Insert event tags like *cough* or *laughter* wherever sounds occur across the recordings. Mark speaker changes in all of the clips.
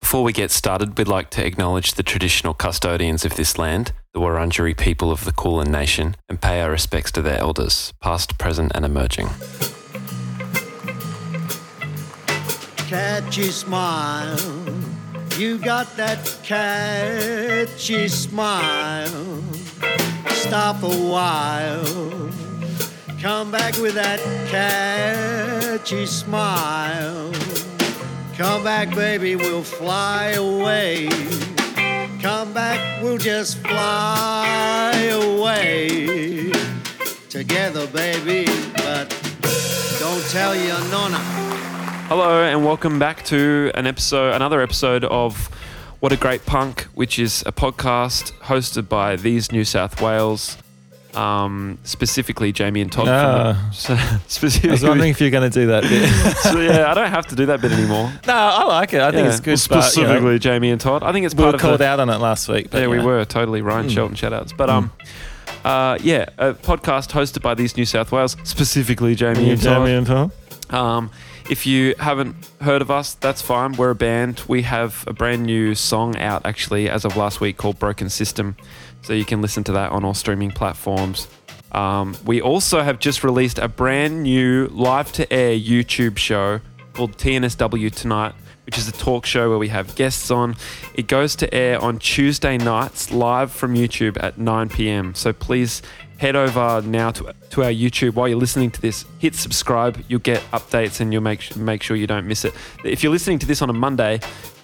Speaker 1: Before we get started, we'd like to acknowledge the traditional custodians of this land, the Wurundjeri people of the Kulin Nation, and pay our respects to their elders, past, present, and emerging.
Speaker 2: catchy smile. You got that catchy smile. Stop a while. Come back with that catchy smile. Come back, baby, we'll fly away. Come back, we'll just fly away. Together, baby, but don't tell your nonna.
Speaker 1: Hello, and welcome back to an episode, another episode of What a Great Punk, which is a podcast hosted by These New South Wales, um, specifically Jamie and Todd.
Speaker 3: Ah.
Speaker 1: from the, *laughs* specifically, *laughs*
Speaker 3: I was wondering if you're going to do that bit.
Speaker 1: so, yeah, I don't have to do that bit anymore.
Speaker 3: *laughs* no, I like it. I think
Speaker 1: Yeah.
Speaker 3: it's good. but, you know,
Speaker 1: specifically Jamie and Todd. I think it's
Speaker 3: we
Speaker 1: part
Speaker 3: were
Speaker 1: of
Speaker 3: called
Speaker 1: the,
Speaker 3: out on it last week. But Hmm.
Speaker 1: Yeah, we
Speaker 3: you know.
Speaker 1: were totally Ryan Shelton shoutouts. But um, uh, yeah, a podcast hosted by these New South Wales, specifically Jamie
Speaker 3: You,
Speaker 1: and Todd.
Speaker 3: Jamie and Tom.
Speaker 1: Um, if you haven't heard of us, that's fine. We're a band. We have a brand new song out actually as of last week called Broken System. So you can listen to that on all streaming platforms. Um, we also have just released a brand new live to air YouTube show called TNSW Tonight, which is a talk show where we have guests on. It goes to air on Tuesday nights live from YouTube at 9 p.m. So please head over now to, to our YouTube while you're listening to this. Hit subscribe. You'll get updates and you'll make make sure you don't miss it. If you're listening to this on a Monday,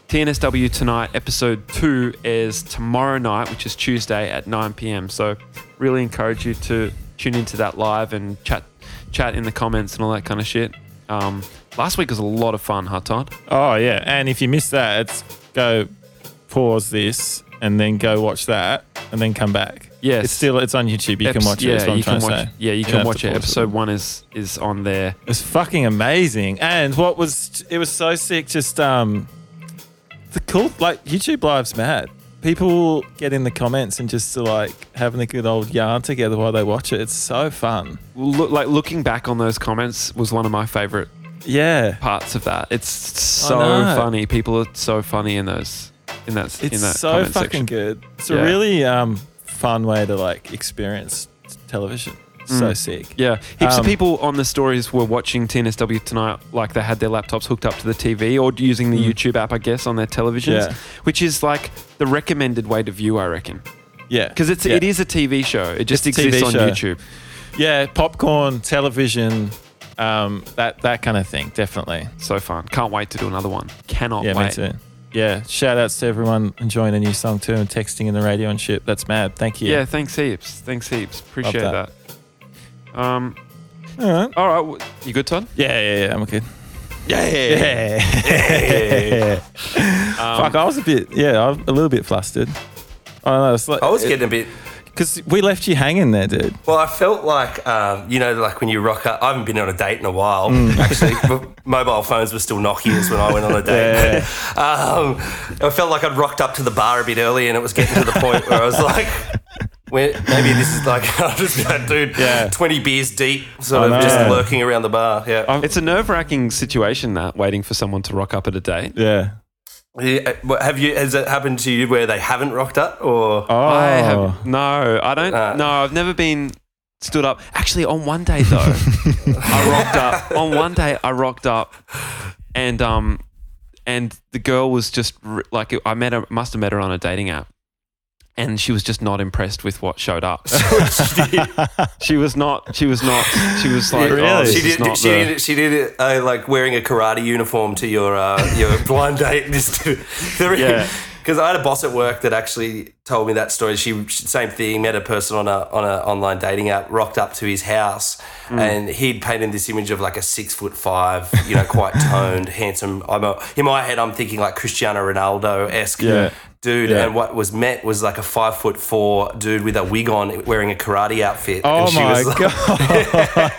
Speaker 1: TNSW tonight episode two is tomorrow night, which is Tuesday at 9 p.m. So really encourage you to tune into that live and chat chat in the comments and all that kind of shit. Um, last week was a lot of fun, huh, Todd?
Speaker 3: Oh, yeah. And if you missed that, it's go pause this and then go watch that and then come back.
Speaker 1: Yes.
Speaker 3: It's still it's on YouTube. You
Speaker 1: Eps-
Speaker 3: can watch it.
Speaker 1: yeah,
Speaker 3: is what I'm
Speaker 1: you
Speaker 3: trying
Speaker 1: can watch.
Speaker 3: to say.
Speaker 1: Yeah, you
Speaker 3: don't
Speaker 1: can
Speaker 3: have
Speaker 1: watch
Speaker 3: to
Speaker 1: it.
Speaker 3: pause
Speaker 1: Episode one is is on there.
Speaker 3: It was fucking amazing. And what was it was so sick. Just um, the cool like YouTube Live's mad. People get in the comments and just are like having a good old yarn together while they watch it. It's so fun.
Speaker 1: Look, like looking back on those comments was one of my favorite
Speaker 3: Yeah.
Speaker 1: parts of that. It's so
Speaker 3: I know.
Speaker 1: funny. People are so funny in those in that in
Speaker 3: It's
Speaker 1: that
Speaker 3: so
Speaker 1: comment
Speaker 3: fucking
Speaker 1: section.
Speaker 3: good. It's
Speaker 1: Yeah.
Speaker 3: a really um, fun way to like experience television. So
Speaker 1: Mm.
Speaker 3: sick.
Speaker 1: Yeah, heaps of
Speaker 3: Um,
Speaker 1: people on the stories were watching TNSW tonight, like they had their laptops hooked up to the TV or using the
Speaker 3: Mm.
Speaker 1: YouTube app, I guess, on their televisions,
Speaker 3: Yeah.
Speaker 1: which is like the recommended way to view, I reckon,
Speaker 3: Yeah.
Speaker 1: because it's
Speaker 3: yeah.
Speaker 1: it is a TV show. It just
Speaker 3: It's a
Speaker 1: exists
Speaker 3: TV
Speaker 1: on
Speaker 3: show.
Speaker 1: YouTube.
Speaker 3: Yeah, popcorn, television, um, that that kind of thing, definitely.
Speaker 1: So fun! Can't wait to do another one. Cannot
Speaker 3: yeah,
Speaker 1: wait.
Speaker 3: me too. Oh, Yeah, shout outs to everyone enjoying a new song too and texting in the radio and shit. That's mad. Thank you.
Speaker 1: Yeah. thanks heaps. Thanks heaps. Appreciate that.
Speaker 3: that.
Speaker 1: Um,
Speaker 3: All right.
Speaker 1: all right, w- you good, Todd?
Speaker 3: Yeah, yeah, yeah. I'm okay.
Speaker 1: Yeah.
Speaker 3: Yeah. *laughs* Fuck, I was a bit, yeah, I was a little bit flustered. I don't know. It's like,
Speaker 4: I was getting a bit.
Speaker 3: Because we left you hanging there, dude.
Speaker 4: Well, I felt like um, you know, like when you rock up. I haven't been on a date in a while.
Speaker 3: Mm.
Speaker 4: Actually, *laughs* m- mobile phones were still Nokia's when I went on a date. um, I felt like I'd rocked up to the bar a bit early, and it was getting to the point where I was like. *laughs* Where, maybe this is like *laughs* I'm just like, dude,
Speaker 3: Yeah.
Speaker 4: twenty beers deep, sort
Speaker 3: I
Speaker 4: of just
Speaker 3: know.
Speaker 4: lurking around the bar. Yeah,
Speaker 1: It's a nerve-wracking situation that waiting for someone to rock up at a date.
Speaker 3: *laughs* Yeah.
Speaker 4: Yeah, uh, what- have you? Has it happened to you where they haven't rocked up, or
Speaker 3: Oh.
Speaker 1: I have no. I don't.
Speaker 4: Uh.
Speaker 1: no, I've never been stood up. Actually, on one day though,
Speaker 3: *laughs*
Speaker 1: I rocked up. On one day, I rocked up, and um, and the girl was just r- like I met her. Must have met her on a dating app. And she was just not impressed with what showed
Speaker 3: *laughs*
Speaker 1: up.
Speaker 3: Oh,
Speaker 1: *laughs* she was not. She was not. She was like,
Speaker 3: *laughs* Really?
Speaker 1: oh, this
Speaker 4: she
Speaker 1: is
Speaker 4: did,
Speaker 1: not
Speaker 4: she
Speaker 1: the-
Speaker 4: did. She did it uh, like wearing a karate uniform to your uh,
Speaker 1: *laughs*
Speaker 4: your blind date. *laughs* Just to, *laughs*
Speaker 1: Yeah.
Speaker 4: Because I had a boss at work that actually told me that story. She she- same thing. Met a person on a on an online dating app. Rocked up to his house,
Speaker 1: Hmm.
Speaker 4: and he'd painted this image of like a six foot five, you
Speaker 1: *laughs*
Speaker 4: know, quite toned, handsome. I'm a, in my head, I'm thinking like Cristiano Ronaldo esque.
Speaker 3: Yeah.
Speaker 4: Dude,
Speaker 3: Yeah.
Speaker 4: and what was met was like a five foot four dude with a wig on, wearing a karate outfit.
Speaker 3: Oh
Speaker 4: and she
Speaker 3: my
Speaker 4: was like-
Speaker 3: God. *laughs*
Speaker 4: *laughs*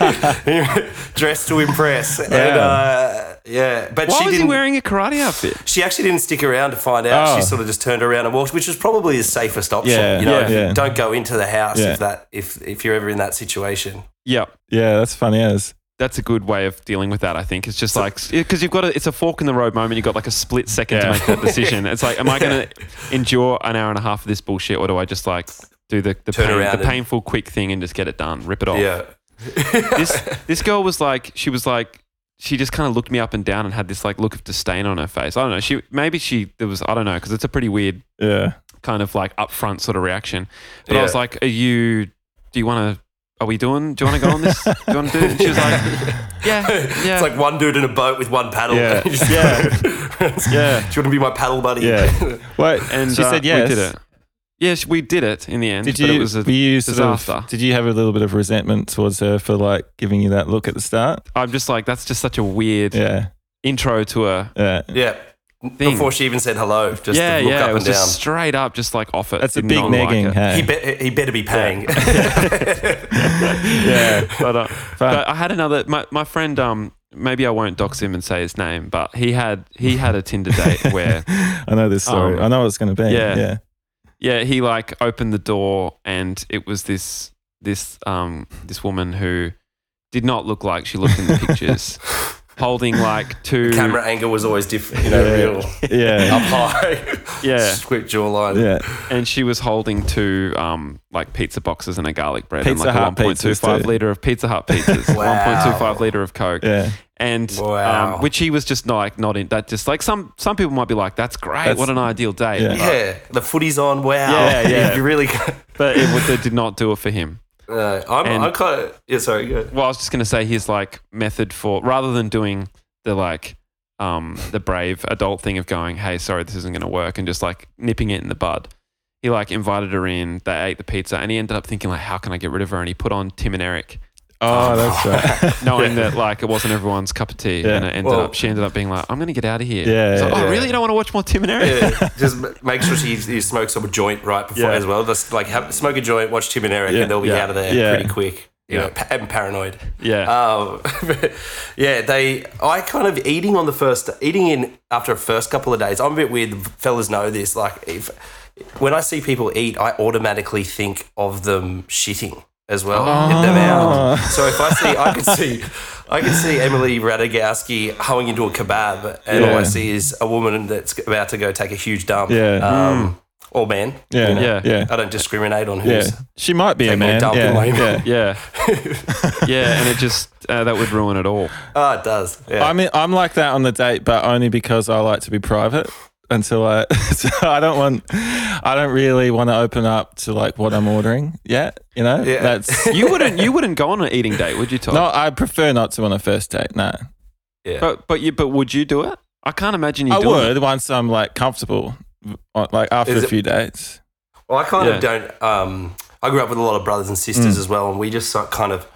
Speaker 4: dressed to impress. And,
Speaker 3: Yeah.
Speaker 4: uh, yeah. But
Speaker 1: Why
Speaker 4: she
Speaker 1: was he
Speaker 4: didn't.
Speaker 1: wearing a karate outfit?
Speaker 4: she actually didn't stick around to find out.
Speaker 3: Oh.
Speaker 4: She sort of just turned around and walked, which was probably the safest option.
Speaker 3: Yeah,
Speaker 4: you know,
Speaker 1: yeah,
Speaker 3: yeah.
Speaker 4: don't go into the house
Speaker 3: Yeah.
Speaker 4: if that if if you're ever in that situation.
Speaker 1: Yeah.
Speaker 3: Yeah, that's funny as.
Speaker 1: that's a good way of dealing with that. I think it's just like because you've got a, it's a fork in the road moment. You've got like a split second to
Speaker 3: Yeah.
Speaker 1: make that
Speaker 4: *laughs*
Speaker 1: decision. It's like, am I going to endure an hour and a half of this bullshit, or do I just like do the the,
Speaker 4: Turn
Speaker 1: pain,
Speaker 4: around
Speaker 1: the
Speaker 4: and-
Speaker 1: painful quick thing and just get it done, rip it off?
Speaker 4: Yeah.
Speaker 1: *laughs* this this girl was like she was like she just kind of looked me up and down and had this like look of disdain on her face. I don't know. She maybe she there was I don't know because it's a pretty weird
Speaker 3: Yeah.
Speaker 1: kind of like upfront sort of reaction. But I was
Speaker 4: Yeah.
Speaker 1: like, "Are you? Do you want to? Are we doing? Do you want to go on this? Do you want to do?" It? And she was
Speaker 4: *laughs*
Speaker 1: like, "Yeah, yeah."
Speaker 4: It's like one dude in a boat with one paddle. *laughs*
Speaker 3: Yeah.
Speaker 4: Just-
Speaker 3: Yeah.
Speaker 4: *laughs* Do
Speaker 3: Yeah.
Speaker 4: you want to be my paddle buddy? *laughs*
Speaker 3: Yeah. Wait.
Speaker 1: and
Speaker 3: she
Speaker 1: uh,
Speaker 3: said yes.
Speaker 1: We did it. Yes, we did it in the end.
Speaker 3: Did
Speaker 1: but
Speaker 3: you?
Speaker 1: It was a,
Speaker 3: were you sort
Speaker 1: disaster.
Speaker 3: of? Did you have a little bit of resentment towards her for like giving you that look at the start?
Speaker 1: I'm just like that's just such a weird
Speaker 3: Yeah.
Speaker 1: intro to a
Speaker 3: Yeah.
Speaker 4: Yeah.
Speaker 1: thing.
Speaker 4: Before she even said hello, just
Speaker 1: yeah,
Speaker 4: to look
Speaker 1: yeah.
Speaker 4: up
Speaker 1: it was
Speaker 4: and down.
Speaker 1: just straight up, just like off it.
Speaker 3: That's a
Speaker 1: Did
Speaker 3: big
Speaker 1: not like
Speaker 3: negging.
Speaker 1: it.
Speaker 4: He,
Speaker 3: hey.
Speaker 4: be- he better be paying.
Speaker 3: yeah.
Speaker 1: but, uh,
Speaker 3: Fun.
Speaker 1: but I had another. My, my friend, um, maybe I won't dox him and say his name, but he had he had a Tinder
Speaker 3: *laughs*
Speaker 1: date where
Speaker 3: I know this story.
Speaker 1: Um,
Speaker 3: I know what it's going to be.
Speaker 1: yeah.
Speaker 3: Yeah.
Speaker 1: yeah he like opened the door and it was this this um this woman who did not look like she looked in the pictures,
Speaker 3: *laughs*
Speaker 1: holding like two
Speaker 4: *laughs* Camera angle was always different, you know,
Speaker 3: Yeah.
Speaker 4: real up
Speaker 3: Yeah.
Speaker 4: high,
Speaker 1: yeah,
Speaker 4: *laughs* squid jawline.
Speaker 3: yeah.
Speaker 1: and she was holding two um like pizza boxes and a garlic bread
Speaker 3: Pizza
Speaker 1: and like a
Speaker 3: Hut
Speaker 1: one point two five
Speaker 3: pizzas too.
Speaker 1: liter of Pizza Hut pizzas,
Speaker 4: *laughs* Wow.
Speaker 1: one point two five liter of Coke,
Speaker 3: Yeah.
Speaker 1: and
Speaker 4: Wow.
Speaker 1: um, which he was just like not in that just like some some people might be like that's great
Speaker 3: That's-
Speaker 1: what an ideal date
Speaker 3: Yeah.
Speaker 4: Yeah, the footy's on. Wow.
Speaker 1: Yeah, yeah.
Speaker 4: *laughs* You really.
Speaker 1: but it, would- it did not do it for him
Speaker 4: No, I'm,
Speaker 1: And-
Speaker 4: I'm kind of. Yeah, sorry. go. *laughs*
Speaker 1: well i was just going to say his like method for rather than doing the like um the brave adult thing of going hey sorry this isn't going to work and just like nipping it in the bud he like invited her in they ate the pizza and he ended up thinking like how can i get rid of her and he put on tim and eric
Speaker 3: Oh, that's right.
Speaker 1: knowing that like it wasn't everyone's cup of tea
Speaker 3: Yeah.
Speaker 1: and it ended
Speaker 4: Well-
Speaker 1: up she ended up being like i'm going to get out of here
Speaker 3: Yeah,
Speaker 1: It's like,
Speaker 3: yeah,
Speaker 1: oh
Speaker 4: yeah.
Speaker 1: really you don't want to watch more tim and eric
Speaker 4: Yeah, just m- make sure she, she smokes up a joint right before
Speaker 3: Yeah.
Speaker 4: as well. Just like have, smoke a joint, watch Tim and Eric,
Speaker 3: Yeah,
Speaker 4: and they'll be
Speaker 3: yeah,
Speaker 4: out of there
Speaker 3: yeah.
Speaker 4: pretty quick. You
Speaker 1: Yeah.
Speaker 4: know, pa- and paranoid.
Speaker 1: yeah
Speaker 4: Um, *laughs* but yeah, they. I kind of eating on the first eating in after a first couple of days. I'm a bit weird. The fellas know this. Like if when I see people eat, I automatically think of them shitting as well in
Speaker 3: Oh.
Speaker 4: their mouth. So if I see, I could see, I could see Emily Ratajkowski hoeing into a kebab, and all
Speaker 3: Yeah.
Speaker 4: I see is a woman that's about to go take a huge dump.
Speaker 3: Yeah.
Speaker 4: Um, Or man.
Speaker 3: Yeah.
Speaker 4: you know.
Speaker 1: Yeah.
Speaker 3: Yeah.
Speaker 4: I don't discriminate on
Speaker 3: Yeah.
Speaker 4: who's.
Speaker 3: She might be a
Speaker 4: Taking a
Speaker 3: man.
Speaker 4: dump in my
Speaker 3: Yeah.
Speaker 4: mouth.
Speaker 3: yeah.
Speaker 1: *laughs* Yeah. yeah, and it just uh, that would ruin it all.
Speaker 4: Oh, it does. Yeah.
Speaker 3: I mean, I'm like that on the date, but only because I like to be private. Until I, *laughs* so I don't want, I don't really want to open up to like what I'm ordering yet. You know,
Speaker 1: *laughs*
Speaker 4: Yeah.
Speaker 3: that's
Speaker 1: You wouldn't you wouldn't go on an eating date, would you, Todd?
Speaker 3: no. I prefer not to on a first date. No,
Speaker 4: yeah.
Speaker 1: But but you but would you do it? I can't imagine you
Speaker 3: I
Speaker 1: doing
Speaker 3: would
Speaker 1: It.
Speaker 3: once I'm like comfortable, on- like after
Speaker 4: Is
Speaker 3: a
Speaker 4: it-
Speaker 3: few dates.
Speaker 4: Well, I kind
Speaker 1: Yeah.
Speaker 4: of don't. Um, I grew up with a lot of brothers and sisters
Speaker 3: Mm.
Speaker 4: as well, and we just sort- kind of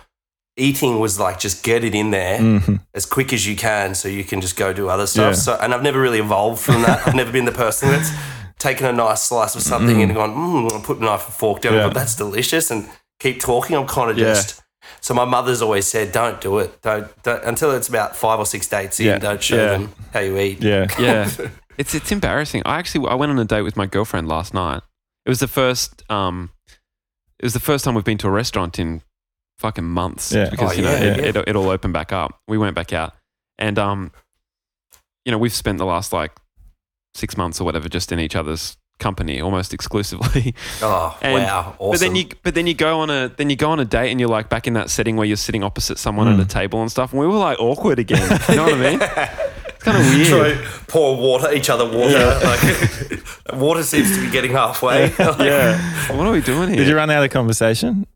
Speaker 4: eating was like just get it in there as quick as you can, so you can just go do other stuff.
Speaker 3: Mm-hmm. Yeah.
Speaker 4: So, and I've never really evolved from that. I've never been the
Speaker 3: *laughs*
Speaker 4: person that's taken a nice slice of something and gone, mm, I'll put a knife and fork down,
Speaker 3: Mm-hmm. Yeah.
Speaker 4: but that's delicious, and keep talking. I'm kind of
Speaker 3: Yeah.
Speaker 4: just. So my mother's always said, "Don't do it. Don't, don't until it's about five or six dates in.
Speaker 3: Yeah.
Speaker 4: Don't show
Speaker 3: Yeah.
Speaker 4: them how you eat."
Speaker 3: Yeah,
Speaker 1: Yeah. *laughs* It's it's embarrassing. I actually I went on a date with my girlfriend last night. It was the first um it was the first time we've been to a restaurant in fucking months
Speaker 3: Yeah.
Speaker 1: because
Speaker 4: Oh,
Speaker 1: you know
Speaker 4: yeah,
Speaker 1: it,
Speaker 4: yeah.
Speaker 1: It, it all opened back up. We went back out and um you know, we've spent the last like 6 months or whatever just in each other's company almost *laughs* exclusively.
Speaker 4: Oh
Speaker 1: And-
Speaker 4: wow! Awesome.
Speaker 1: But then you but then you go on a then you go on a date and you're like back in that setting where you're sitting opposite someone
Speaker 3: Mm.
Speaker 1: at a table and stuff. And we were like awkward
Speaker 4: *laughs*
Speaker 1: again. You know what I mean? It's kind of weird.
Speaker 4: Try pour water, each other water. *laughs* Like, water seems to be getting halfway. *laughs* yeah.
Speaker 1: What are we doing here?
Speaker 3: Did you run out of conversation?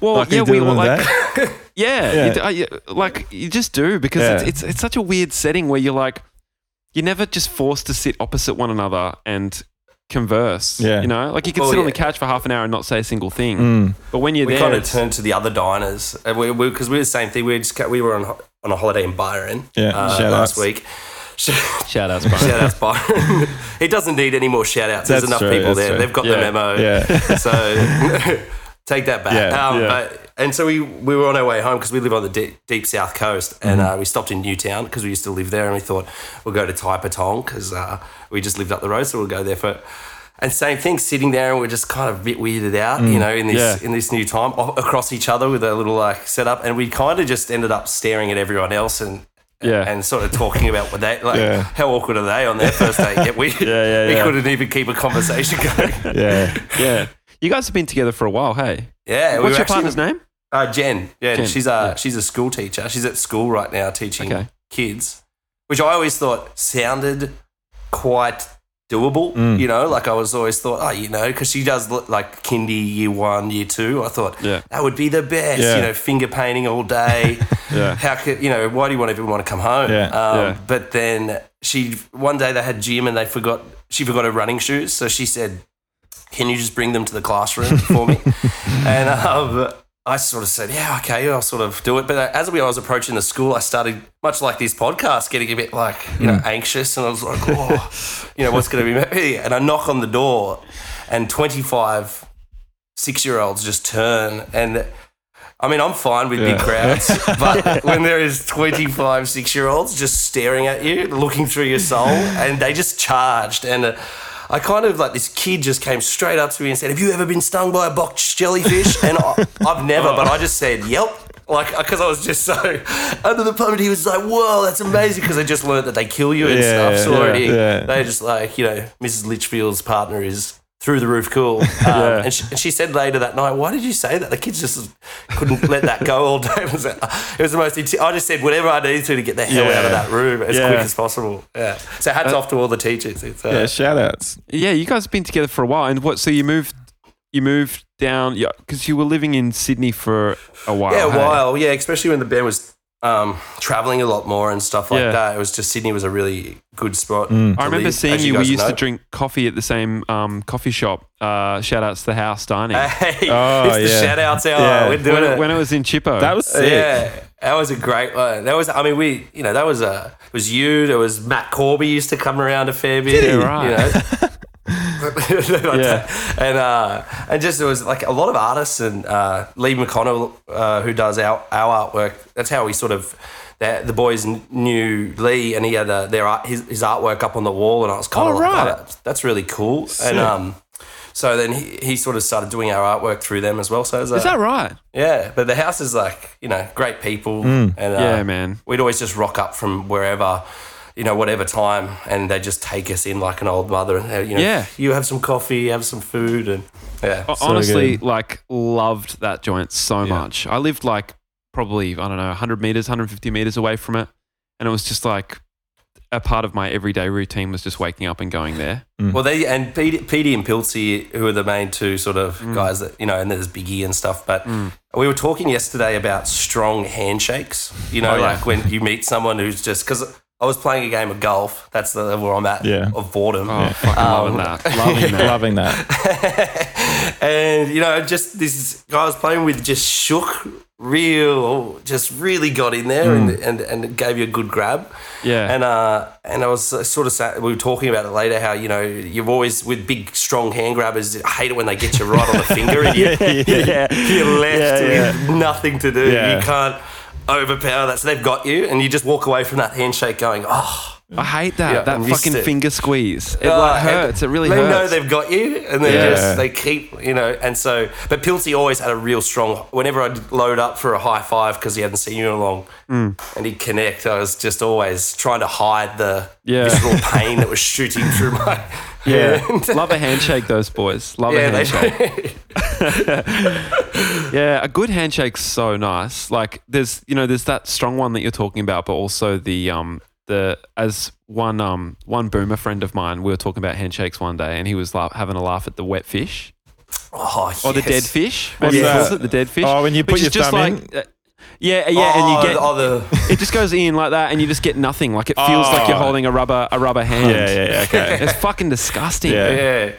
Speaker 1: well,
Speaker 3: Like you
Speaker 1: yeah,
Speaker 3: do
Speaker 1: we were
Speaker 3: on a
Speaker 1: like,
Speaker 3: date?
Speaker 1: yeah,
Speaker 3: Yeah.
Speaker 1: You, d- uh, you- like you just do because
Speaker 3: Yeah.
Speaker 1: it's, it's it's such a weird setting where you're like, you're never just forced to sit opposite one another and converse.
Speaker 3: Yeah.
Speaker 1: you know, like you can
Speaker 4: Well,
Speaker 1: sit on
Speaker 4: yeah.
Speaker 1: the couch for half an hour and not say a single thing.
Speaker 3: Mm.
Speaker 1: But when you're
Speaker 4: We
Speaker 1: there,
Speaker 4: kind of
Speaker 1: it's-
Speaker 4: turned to the other diners because we, we, 'cause we were the same thing. We just ca- we were on ho- on a holiday in Byron
Speaker 3: Yeah,
Speaker 4: uh,
Speaker 3: shout
Speaker 4: last
Speaker 3: outs.
Speaker 4: week. *laughs* Shout
Speaker 1: shout outs, Brian.
Speaker 4: outs Byron. he doesn't need any more shout outs. There's
Speaker 3: That's
Speaker 4: enough
Speaker 3: true,
Speaker 4: people
Speaker 3: that's
Speaker 4: there.
Speaker 3: true.
Speaker 4: They've got
Speaker 1: Yeah,
Speaker 4: the memo.
Speaker 3: Yeah,
Speaker 4: *laughs* So *laughs* take that back.
Speaker 3: Yeah,
Speaker 4: um,
Speaker 3: yeah.
Speaker 4: But, and so we, we were on our way home because we live on the deep, deep south coast and
Speaker 3: Mm-hmm.
Speaker 4: uh, we stopped in Newtown because we used to live there and we thought we'll go to Tai Patong because uh, we just lived up the road. So we'll go there for. And same thing, sitting there and we're just kind of a bit weirded out, you know, in this
Speaker 3: Mm, yeah.
Speaker 4: in this new time o- across each other with a little like setup, and we kind of just ended up staring at everyone else and
Speaker 1: Yeah.
Speaker 4: and sort of talking about what they like.
Speaker 3: Yeah.
Speaker 4: How awkward are they on their first date? Yeah,
Speaker 1: *laughs*
Speaker 4: we
Speaker 3: yeah,
Speaker 4: we
Speaker 3: yeah.
Speaker 4: couldn't even keep a conversation going.
Speaker 3: Yeah.
Speaker 1: yeah. You guys have been together for a while, hey?
Speaker 4: yeah,
Speaker 1: What's
Speaker 4: we were
Speaker 1: your
Speaker 4: actually-
Speaker 1: partner's name?
Speaker 4: Uh, Jen. Yeah,
Speaker 1: Jen,
Speaker 4: she's a
Speaker 1: yeah.
Speaker 4: she's a school teacher. She's at school right now teaching
Speaker 1: Okay.
Speaker 4: kids, which I always thought sounded quite doable.
Speaker 1: Mm.
Speaker 4: You know, like I was always thought, oh, you know, because she does look like kindy year one, year two. I thought
Speaker 1: Yeah.
Speaker 4: that would be the best.
Speaker 3: Yeah.
Speaker 4: You know, finger painting all day.
Speaker 1: *laughs* Yeah.
Speaker 4: How could you know? Why do you want everyone to come home?
Speaker 3: Yeah,
Speaker 4: Um,
Speaker 1: yeah.
Speaker 4: But then she one day they had gym and they forgot she forgot her running shoes, so she said can you just bring them to the classroom for
Speaker 1: *laughs*
Speaker 4: me? and um, I sort of said, yeah, okay, I'll sort of do it. But uh, as we, I was approaching the school, I started, much like this podcast, getting a bit like,
Speaker 1: Mm.
Speaker 4: you know, anxious. And I was like, oh, you know, what's going to be me? *laughs* And I knock on the door and 25 six-year-olds just turn and... I mean, I'm fine with big
Speaker 3: Yeah. *laughs*
Speaker 4: crowds, but when there is 25 six year olds just staring at you, looking through your soul, and they just charged. And uh, I kind of like this kid just came straight up to me and said, Have you ever been stung by a box jellyfish? And I, I've never, but I just said, Yep. Like, because I was just so *laughs* under the pump, and he was like, Whoa, that's amazing. Because I just learned that they kill you and
Speaker 3: Yeah,
Speaker 4: stuff. So
Speaker 3: yeah,
Speaker 4: already,
Speaker 3: yeah.
Speaker 4: they're just like, you know, Mrs. Litchfield's partner is through the roof
Speaker 3: *laughs*
Speaker 4: cool. Um, and, she, and she said later that night, why did you say that? The kids just couldn't let that go all day. *laughs* It was, uh, it was the most, inti- I just said whatever I need to to get the hell out
Speaker 3: Yeah.
Speaker 4: of that room as
Speaker 3: Yeah. Uh,
Speaker 4: quick as possible. Yeah. So hats off to all the teachers. It's, uh,
Speaker 3: Yeah. Shout outs.
Speaker 1: Yeah, you guys have been together for a while. And what, so you moved, you moved down, yeah, because you were living in Sydney for a while.
Speaker 3: oh,
Speaker 4: Yeah, a
Speaker 1: hey?
Speaker 4: while. Yeah, especially when the band was um, traveling a lot more and stuff like
Speaker 1: Yeah.
Speaker 4: that. It was just Sydney was a really good spot.
Speaker 3: Mm.
Speaker 4: to
Speaker 1: I remember
Speaker 4: live,
Speaker 1: seeing
Speaker 4: as
Speaker 1: you. we
Speaker 4: guys
Speaker 1: used to
Speaker 4: know.
Speaker 1: drink coffee at the same um, coffee shop. Uh, shout outs to the house dining.
Speaker 4: *laughs* Hey,
Speaker 3: Oh,
Speaker 4: it's the
Speaker 3: yeah.
Speaker 4: shout outs hour.
Speaker 3: Yeah.
Speaker 4: We're doing
Speaker 1: when,
Speaker 4: Ah, it.
Speaker 1: it, when it was in Chippo.
Speaker 4: *laughs*
Speaker 3: That was sick.
Speaker 4: Yeah, that was a great one. That was, I mean, we, you know, that was a, it was you, there was Matt Corby used to come around a fair bit.
Speaker 1: he?
Speaker 4: you
Speaker 1: Right.
Speaker 4: *laughs* know.
Speaker 1: *laughs* Yeah.
Speaker 4: And uh, and just there was like a lot of artists and uh, Lee McConnell, uh, who does our, our artwork. That's how we sort of that the boys kn- knew Lee, and he had uh, their art, his, his artwork up on the wall, and I was kind of
Speaker 3: Oh,
Speaker 4: like,
Speaker 3: right.
Speaker 4: "Oh, that's, that's really cool. And um, so then he, he sort of started doing our artwork through them as well. So it was,
Speaker 1: Is that right?
Speaker 4: yeah, but the house is like you know great people, and uh,
Speaker 1: Mm. Yeah, man.
Speaker 4: We'd always just rock up from wherever, you know, whatever time, and they just take us in like an old mother, and they, you know,
Speaker 1: Yeah.
Speaker 4: you have some coffee, have some food, and yeah,
Speaker 1: I honestly like loved that joint so much. I lived like probably I don't know 100 meters, 150 meters away from it, and it was just like a part of my everyday routine was just waking up and going there.
Speaker 4: Well, they and Petey, Petey and Pilsey, who are the main two sort of
Speaker 1: Mm.
Speaker 4: guys that you know, and there's Biggie and stuff. But we were talking yesterday about strong handshakes. You know,
Speaker 1: Oh, yeah.
Speaker 4: like when you meet someone who's just because I was playing a game of golf. That's the level I'm at
Speaker 3: Yeah.
Speaker 4: of boredom.
Speaker 1: Oh, fucking loving
Speaker 4: Um, *laughs*
Speaker 1: that. Loving that.
Speaker 3: Loving that.
Speaker 4: and you know, just this guy I was playing with just shook, real, just really got in there
Speaker 3: Mm.
Speaker 4: and, and and gave you a good grab.
Speaker 1: Yeah.
Speaker 4: And uh, and I was uh, sort of sat, we were talking about it later how you know you've always with big strong hand grabbers. I hate it when they get you right on the finger and
Speaker 3: *laughs*
Speaker 4: you, you're left
Speaker 3: Yeah, yeah.
Speaker 4: with nothing to do.
Speaker 3: Yeah.
Speaker 4: You can't overpower that. So they've got you, and you just walk away from that handshake going, oh.
Speaker 1: I hate that.
Speaker 4: Yeah, I
Speaker 1: that
Speaker 4: missed
Speaker 1: fucking
Speaker 4: it.
Speaker 1: finger squeeze. It
Speaker 4: Oh,
Speaker 1: like
Speaker 4: and
Speaker 1: hurts. It really
Speaker 4: they know
Speaker 1: hurts.
Speaker 4: they've got you, and they
Speaker 3: Yeah.
Speaker 4: just they keep you know. And so, but Pilsey always had a real strong. Whenever I'd load up for a high five because he hadn't seen you in long,
Speaker 1: Mm.
Speaker 4: and he'd connect, I was just always trying to hide the
Speaker 1: Yeah.
Speaker 4: visceral pain that
Speaker 1: *laughs*
Speaker 4: was shooting through my.
Speaker 1: yeah.
Speaker 4: hand.
Speaker 1: Love a handshake, those boys. Love a
Speaker 4: yeah,
Speaker 1: handshake.
Speaker 4: they,
Speaker 1: Yeah, a good handshake's so nice. Like there's you know, there's that strong one that you're talking about, but also the um the as one um one boomer friend of mine, we were talking about handshakes one day and he was laugh, having a laugh at the wet fish.
Speaker 4: *laughs* oh,
Speaker 1: Or the
Speaker 4: yes.
Speaker 1: dead fish. Maybe he
Speaker 3: What's
Speaker 1: calls
Speaker 3: that?
Speaker 1: it the dead fish.
Speaker 3: Oh, when you
Speaker 1: which
Speaker 3: put
Speaker 1: is
Speaker 3: your
Speaker 1: just
Speaker 3: thumb
Speaker 1: like, uh, yeah, yeah,
Speaker 4: Oh,
Speaker 1: and you get
Speaker 4: oh, the
Speaker 1: it just goes in like that and you just get nothing. Like it feels like you're
Speaker 3: Oh.
Speaker 1: holding a rubber a rubber hand.
Speaker 3: Yeah. Yeah. yeah, Okay.
Speaker 1: *laughs* It's fucking disgusting.
Speaker 3: Yeah.
Speaker 4: yeah.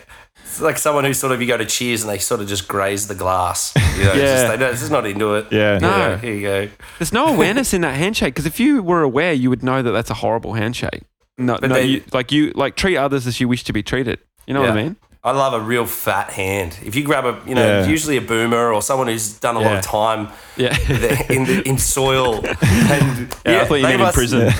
Speaker 4: It's like someone who sort of you go to cheers and they sort of just graze the glass. You know, yeah. it's
Speaker 1: Yeah.
Speaker 4: just, they, don't- it's just not into it.
Speaker 3: Yeah.
Speaker 1: No.
Speaker 4: Yeah, here you go.
Speaker 1: There's no awareness in that handshake because if you were aware, you would know that that's a horrible handshake. No, no,
Speaker 4: they-
Speaker 1: you, like you like treat others as you wish to be treated. You know what I
Speaker 4: Yeah.
Speaker 1: mean?
Speaker 4: I love a real fat hand. If you grab a, you know,
Speaker 3: Yeah.
Speaker 4: usually a boomer or someone who's done a lot
Speaker 3: Yeah.
Speaker 4: of time
Speaker 1: Yeah.
Speaker 4: th- in the,
Speaker 1: *laughs*
Speaker 4: in soil, and
Speaker 1: Yeah, I thought you
Speaker 4: they
Speaker 1: meant in
Speaker 4: must-
Speaker 1: prison.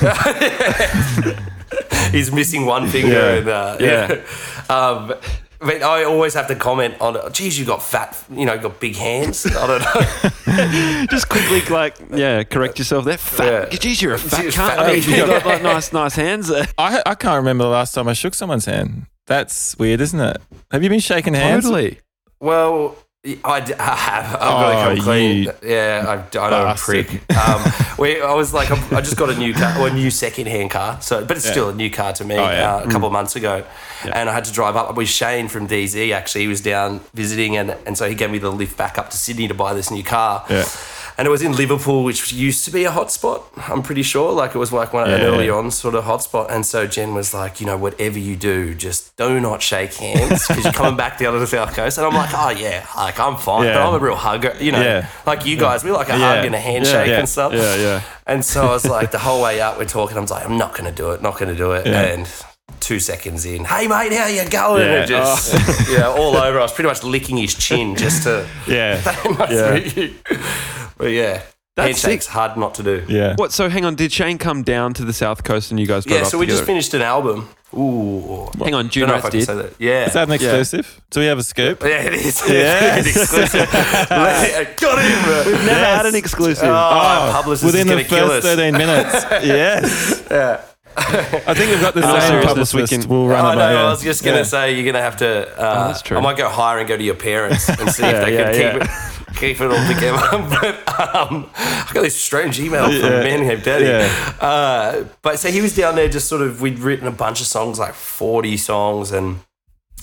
Speaker 4: *laughs* He's missing one finger,
Speaker 3: *laughs* Yeah.
Speaker 4: and uh,
Speaker 1: Yeah.
Speaker 4: yeah. *laughs* Um, I mean, I always have to comment on, geez, you got fat, you know, you got big hands. I don't know.
Speaker 1: *laughs* Just quickly, like, yeah, correct yourself. They're fat.
Speaker 4: Yeah.
Speaker 1: Geez, you're a fat
Speaker 4: Geez,
Speaker 1: cunt.
Speaker 4: fat
Speaker 1: I mean,
Speaker 4: bitch.
Speaker 1: you got like, nice, nice hands. There.
Speaker 3: I, I can't remember the last time I shook someone's hand. That's weird, isn't it? Have you been shaking hands?
Speaker 1: Totally.
Speaker 4: Well, I, d- *laughs* I have. I've got to
Speaker 3: Oh,
Speaker 4: come clean.
Speaker 3: you
Speaker 4: Yeah, I, I know I'm a prick. Um, we, I was like, I'm- I just got a new car, or a new second-hand car. So, but it's still a new car to me.
Speaker 3: Oh, yeah. Mm.
Speaker 4: uh, a couple of months ago, and I had to drive up with Shane from DZ. Actually, he was down visiting, and and so he gave me the lift back up to Sydney to buy this new car.
Speaker 3: Yeah.
Speaker 4: And it was in Liverpool, which used to be a hotspot. I'm pretty sure, like it was like one an
Speaker 3: Yeah.
Speaker 4: early on sort of hotspot. And so Jen was like, you know, whatever you do, just do not shake hands because you're coming back down to the south coast. And I'm like, oh yeah, like I'm fine, but
Speaker 3: Yeah.
Speaker 4: I'm a real hugger, you know,
Speaker 3: Yeah.
Speaker 4: like you guys, we like a hug and a handshake
Speaker 3: yeah,
Speaker 4: and stuff.
Speaker 3: Yeah, yeah.
Speaker 4: And so I was like, the whole way up, we're talking. I'm like, I'm not going to do it, not going to do it.
Speaker 3: Yeah.
Speaker 4: And two seconds in, hey mate, how you going?
Speaker 3: Yeah. Oh.
Speaker 4: And
Speaker 3: *laughs*
Speaker 4: just yeah, all over. I was pretty much licking his chin just to. *laughs*
Speaker 3: Yeah.
Speaker 4: yeah. but yeah,
Speaker 1: That's
Speaker 4: handshakes
Speaker 1: sick.
Speaker 4: hard not to do.
Speaker 3: Yeah.
Speaker 1: What? So hang on. Did Shane come down to the south coast and you guys? Drove
Speaker 4: Yeah,
Speaker 1: up
Speaker 4: so we just
Speaker 1: together?
Speaker 4: finished an album. Ooh.
Speaker 1: Hang on,
Speaker 4: Don't
Speaker 1: June
Speaker 4: know if I
Speaker 1: Rath
Speaker 4: can
Speaker 1: did.
Speaker 4: say that. Yeah.
Speaker 3: Is that an exclusive? Do we have a scoop?
Speaker 4: *laughs* yeah, it is. *laughs*
Speaker 3: Yes. *laughs*
Speaker 4: it's exclusive. Got him. We've
Speaker 1: Never had an exclusive.
Speaker 4: Oh, my publicist
Speaker 3: within
Speaker 4: is
Speaker 3: the
Speaker 4: going to kill us.
Speaker 3: first
Speaker 4: *laughs*
Speaker 3: 13 minutes. yes. I think we've got the
Speaker 4: Oh,
Speaker 1: all
Speaker 3: same
Speaker 1: seriousness, we
Speaker 3: publicist.
Speaker 1: can-
Speaker 3: we'll run
Speaker 4: I
Speaker 3: them
Speaker 4: know.
Speaker 3: over.
Speaker 4: I was just gonna
Speaker 3: Yeah. Oh,
Speaker 4: say you're gonna have to. Uh,
Speaker 1: that's true.
Speaker 4: I might go higher and go to your parents and see if they
Speaker 3: Yeah,
Speaker 4: can
Speaker 3: yeah,
Speaker 4: keep it, keep it all together. *laughs* but um, I got this strange email from
Speaker 3: Yeah.
Speaker 4: Manham Daddy.
Speaker 3: Yeah.
Speaker 4: Uh, but so he was down there, just sort of. We'd written a bunch of songs, like 40 songs, and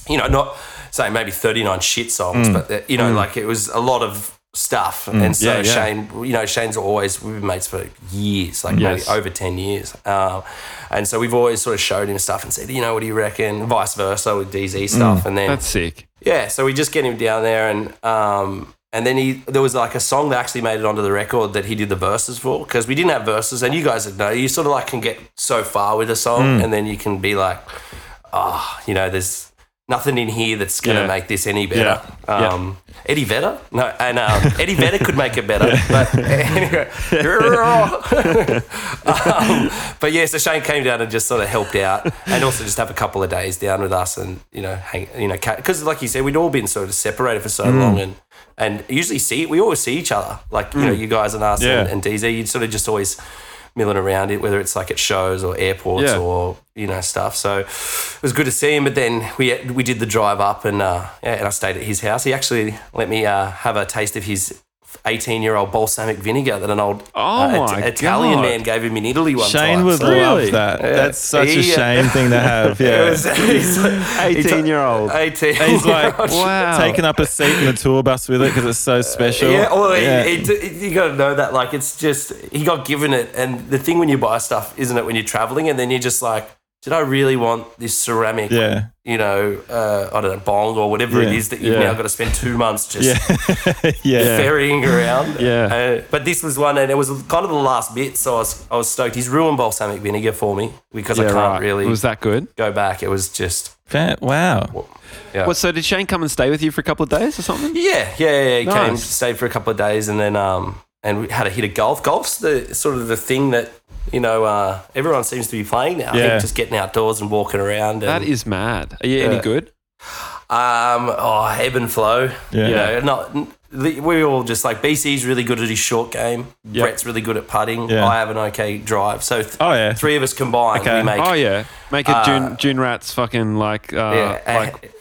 Speaker 4: you know, not say maybe 39 shit
Speaker 3: Mm.
Speaker 4: songs, but uh, you know, like it was a lot of stuff. And so
Speaker 3: Yeah, yeah.
Speaker 4: Shane, you know, Shane's always we've been mates for years, like
Speaker 3: Yes.
Speaker 4: maybe over 10 years. Um, and so we've always sort of showed him stuff and said, you know, what do you reckon? Vice versa with
Speaker 3: Mm,
Speaker 4: DZ stuff, and then
Speaker 1: That's sick.
Speaker 4: yeah, so we just get him down there and um and then he there was like a song that actually made it onto the record that he did the verses for because we didn't have verses and you guys would know you sort of like can get so far with a song
Speaker 3: Mm.
Speaker 4: and then you can be like ah you know there's nothing in here that's gonna
Speaker 3: Yeah.
Speaker 4: make this any better.
Speaker 3: Yeah. Yeah.
Speaker 4: Um, Eddie Vedder? No, and um, Eddie Vedder could make
Speaker 3: *laughs*
Speaker 4: it better. But anyway, *laughs* um, *laughs* but yeah, so Shane came down and just sort of helped out, and also just have a couple of days down with us, and you know, hang, you know, because like you said, we'd all been sort of separated for so
Speaker 1: Mm.
Speaker 4: long, and and usually see we always see each other, like you know,
Speaker 1: Mm.
Speaker 4: you guys and us
Speaker 3: Yeah.
Speaker 4: and, and DZ, you'd sort of just always milling around it, whether it's like at shows or airports
Speaker 1: Yeah.
Speaker 4: or you know stuff. So it was good to see him. But then we we did the drive up and uh, yeah, and I stayed at his house. He actually let me uh, have a taste of his. 18 year old balsamic vinegar that an old
Speaker 1: Oh
Speaker 4: uh,
Speaker 1: my
Speaker 4: Italian
Speaker 1: God.
Speaker 4: man gave him in Italy one
Speaker 3: Shane
Speaker 4: time.
Speaker 3: would
Speaker 4: So-
Speaker 3: love
Speaker 1: Really?
Speaker 3: that. That's such a
Speaker 4: He- uh,
Speaker 3: shame thing to have.
Speaker 4: *laughs* It
Speaker 3: Yeah.
Speaker 4: was- he's like- he's like-
Speaker 1: 18-year-old.
Speaker 4: 18
Speaker 3: He's like
Speaker 4: *laughs*
Speaker 1: Wow.
Speaker 3: taking up a seat in the tour bus with it because it's so special.
Speaker 4: Yeah, well, he-
Speaker 3: Yeah.
Speaker 4: he d- you got to know that. Like, it's just he got given it, and the thing when you buy stuff, isn't it? When you're traveling, and then you're just like, did I really want this ceramic?
Speaker 3: Yeah.
Speaker 4: You know, uh, I don't know, bong or whatever it
Speaker 3: Yeah,
Speaker 4: is that you've
Speaker 1: yeah.
Speaker 4: now got to spend two months just
Speaker 3: yeah.
Speaker 4: *laughs* ferrying around.
Speaker 1: Yeah.
Speaker 4: Uh, but this was one, and it was kind of the last bit, so I was, I was stoked. He's ruined balsamic vinegar for me because I can't really
Speaker 1: Was that good?
Speaker 4: go back. It was just
Speaker 3: Fa- Wow.
Speaker 4: yeah.
Speaker 1: What? So did Shane come and stay with you for a couple of days or something?
Speaker 4: Yeah, yeah, yeah. He came,
Speaker 1: Nice.
Speaker 4: stayed for a couple of days, and then um, and we had a hit of golf. Golf's the sort of the thing that you know uh, everyone seems to be playing now. I
Speaker 3: Yeah.
Speaker 4: think just getting outdoors and walking around. And,
Speaker 1: That is mad. Are you any
Speaker 4: Yeah.
Speaker 1: good?
Speaker 4: um, oh, ebb and flow.
Speaker 3: Yeah.
Speaker 4: You know, not. n- the- We all just like BC's really good at his short game. Brett's really good at putting.
Speaker 3: Yeah.
Speaker 4: I have an okay drive. So th-
Speaker 3: Oh, yeah.
Speaker 4: three of us combined,
Speaker 3: Okay.
Speaker 4: we make
Speaker 1: Oh yeah, make it June June Rats fucking like uh,
Speaker 4: yeah,
Speaker 1: like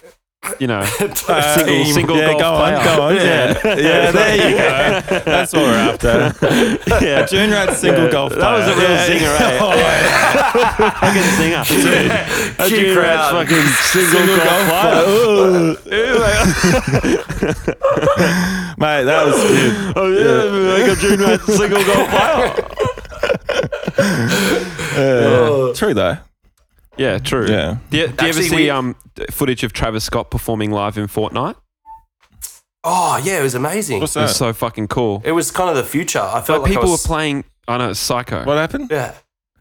Speaker 1: you know
Speaker 4: uh,
Speaker 1: single
Speaker 4: team.
Speaker 1: single
Speaker 3: Yeah,
Speaker 1: golf
Speaker 3: go on,
Speaker 1: player.
Speaker 3: go on. Yeah. *laughs* yeah, there *laughs* you go. That's what we're after. *laughs* Yeah, June Rat's single golf player.
Speaker 1: That was a real zinger, eh?
Speaker 3: *laughs* Oh, yeah.
Speaker 1: Fucking singer.
Speaker 4: Cue
Speaker 1: June Rat's
Speaker 4: crowd.
Speaker 1: fucking single,
Speaker 3: Single
Speaker 1: golf,
Speaker 3: golf
Speaker 1: player.
Speaker 3: *laughs* Mate, that was good.
Speaker 1: Oh yeah, like a June Rats single
Speaker 3: *laughs*
Speaker 1: golf player.
Speaker 3: Yeah. True, though.
Speaker 1: Yeah, true.
Speaker 3: Yeah.
Speaker 1: Do you, do you ever
Speaker 4: Actually,
Speaker 1: see
Speaker 4: we-
Speaker 1: um footage of Travis Scott performing live in Fortnite?
Speaker 4: Oh yeah, it was amazing.
Speaker 3: What's
Speaker 1: It was
Speaker 3: that?
Speaker 1: so fucking cool.
Speaker 4: It was kind of the future. I felt
Speaker 1: But
Speaker 4: like I
Speaker 1: people
Speaker 4: was,
Speaker 1: were playing. I know it's psycho.
Speaker 3: What happened?
Speaker 4: Yeah.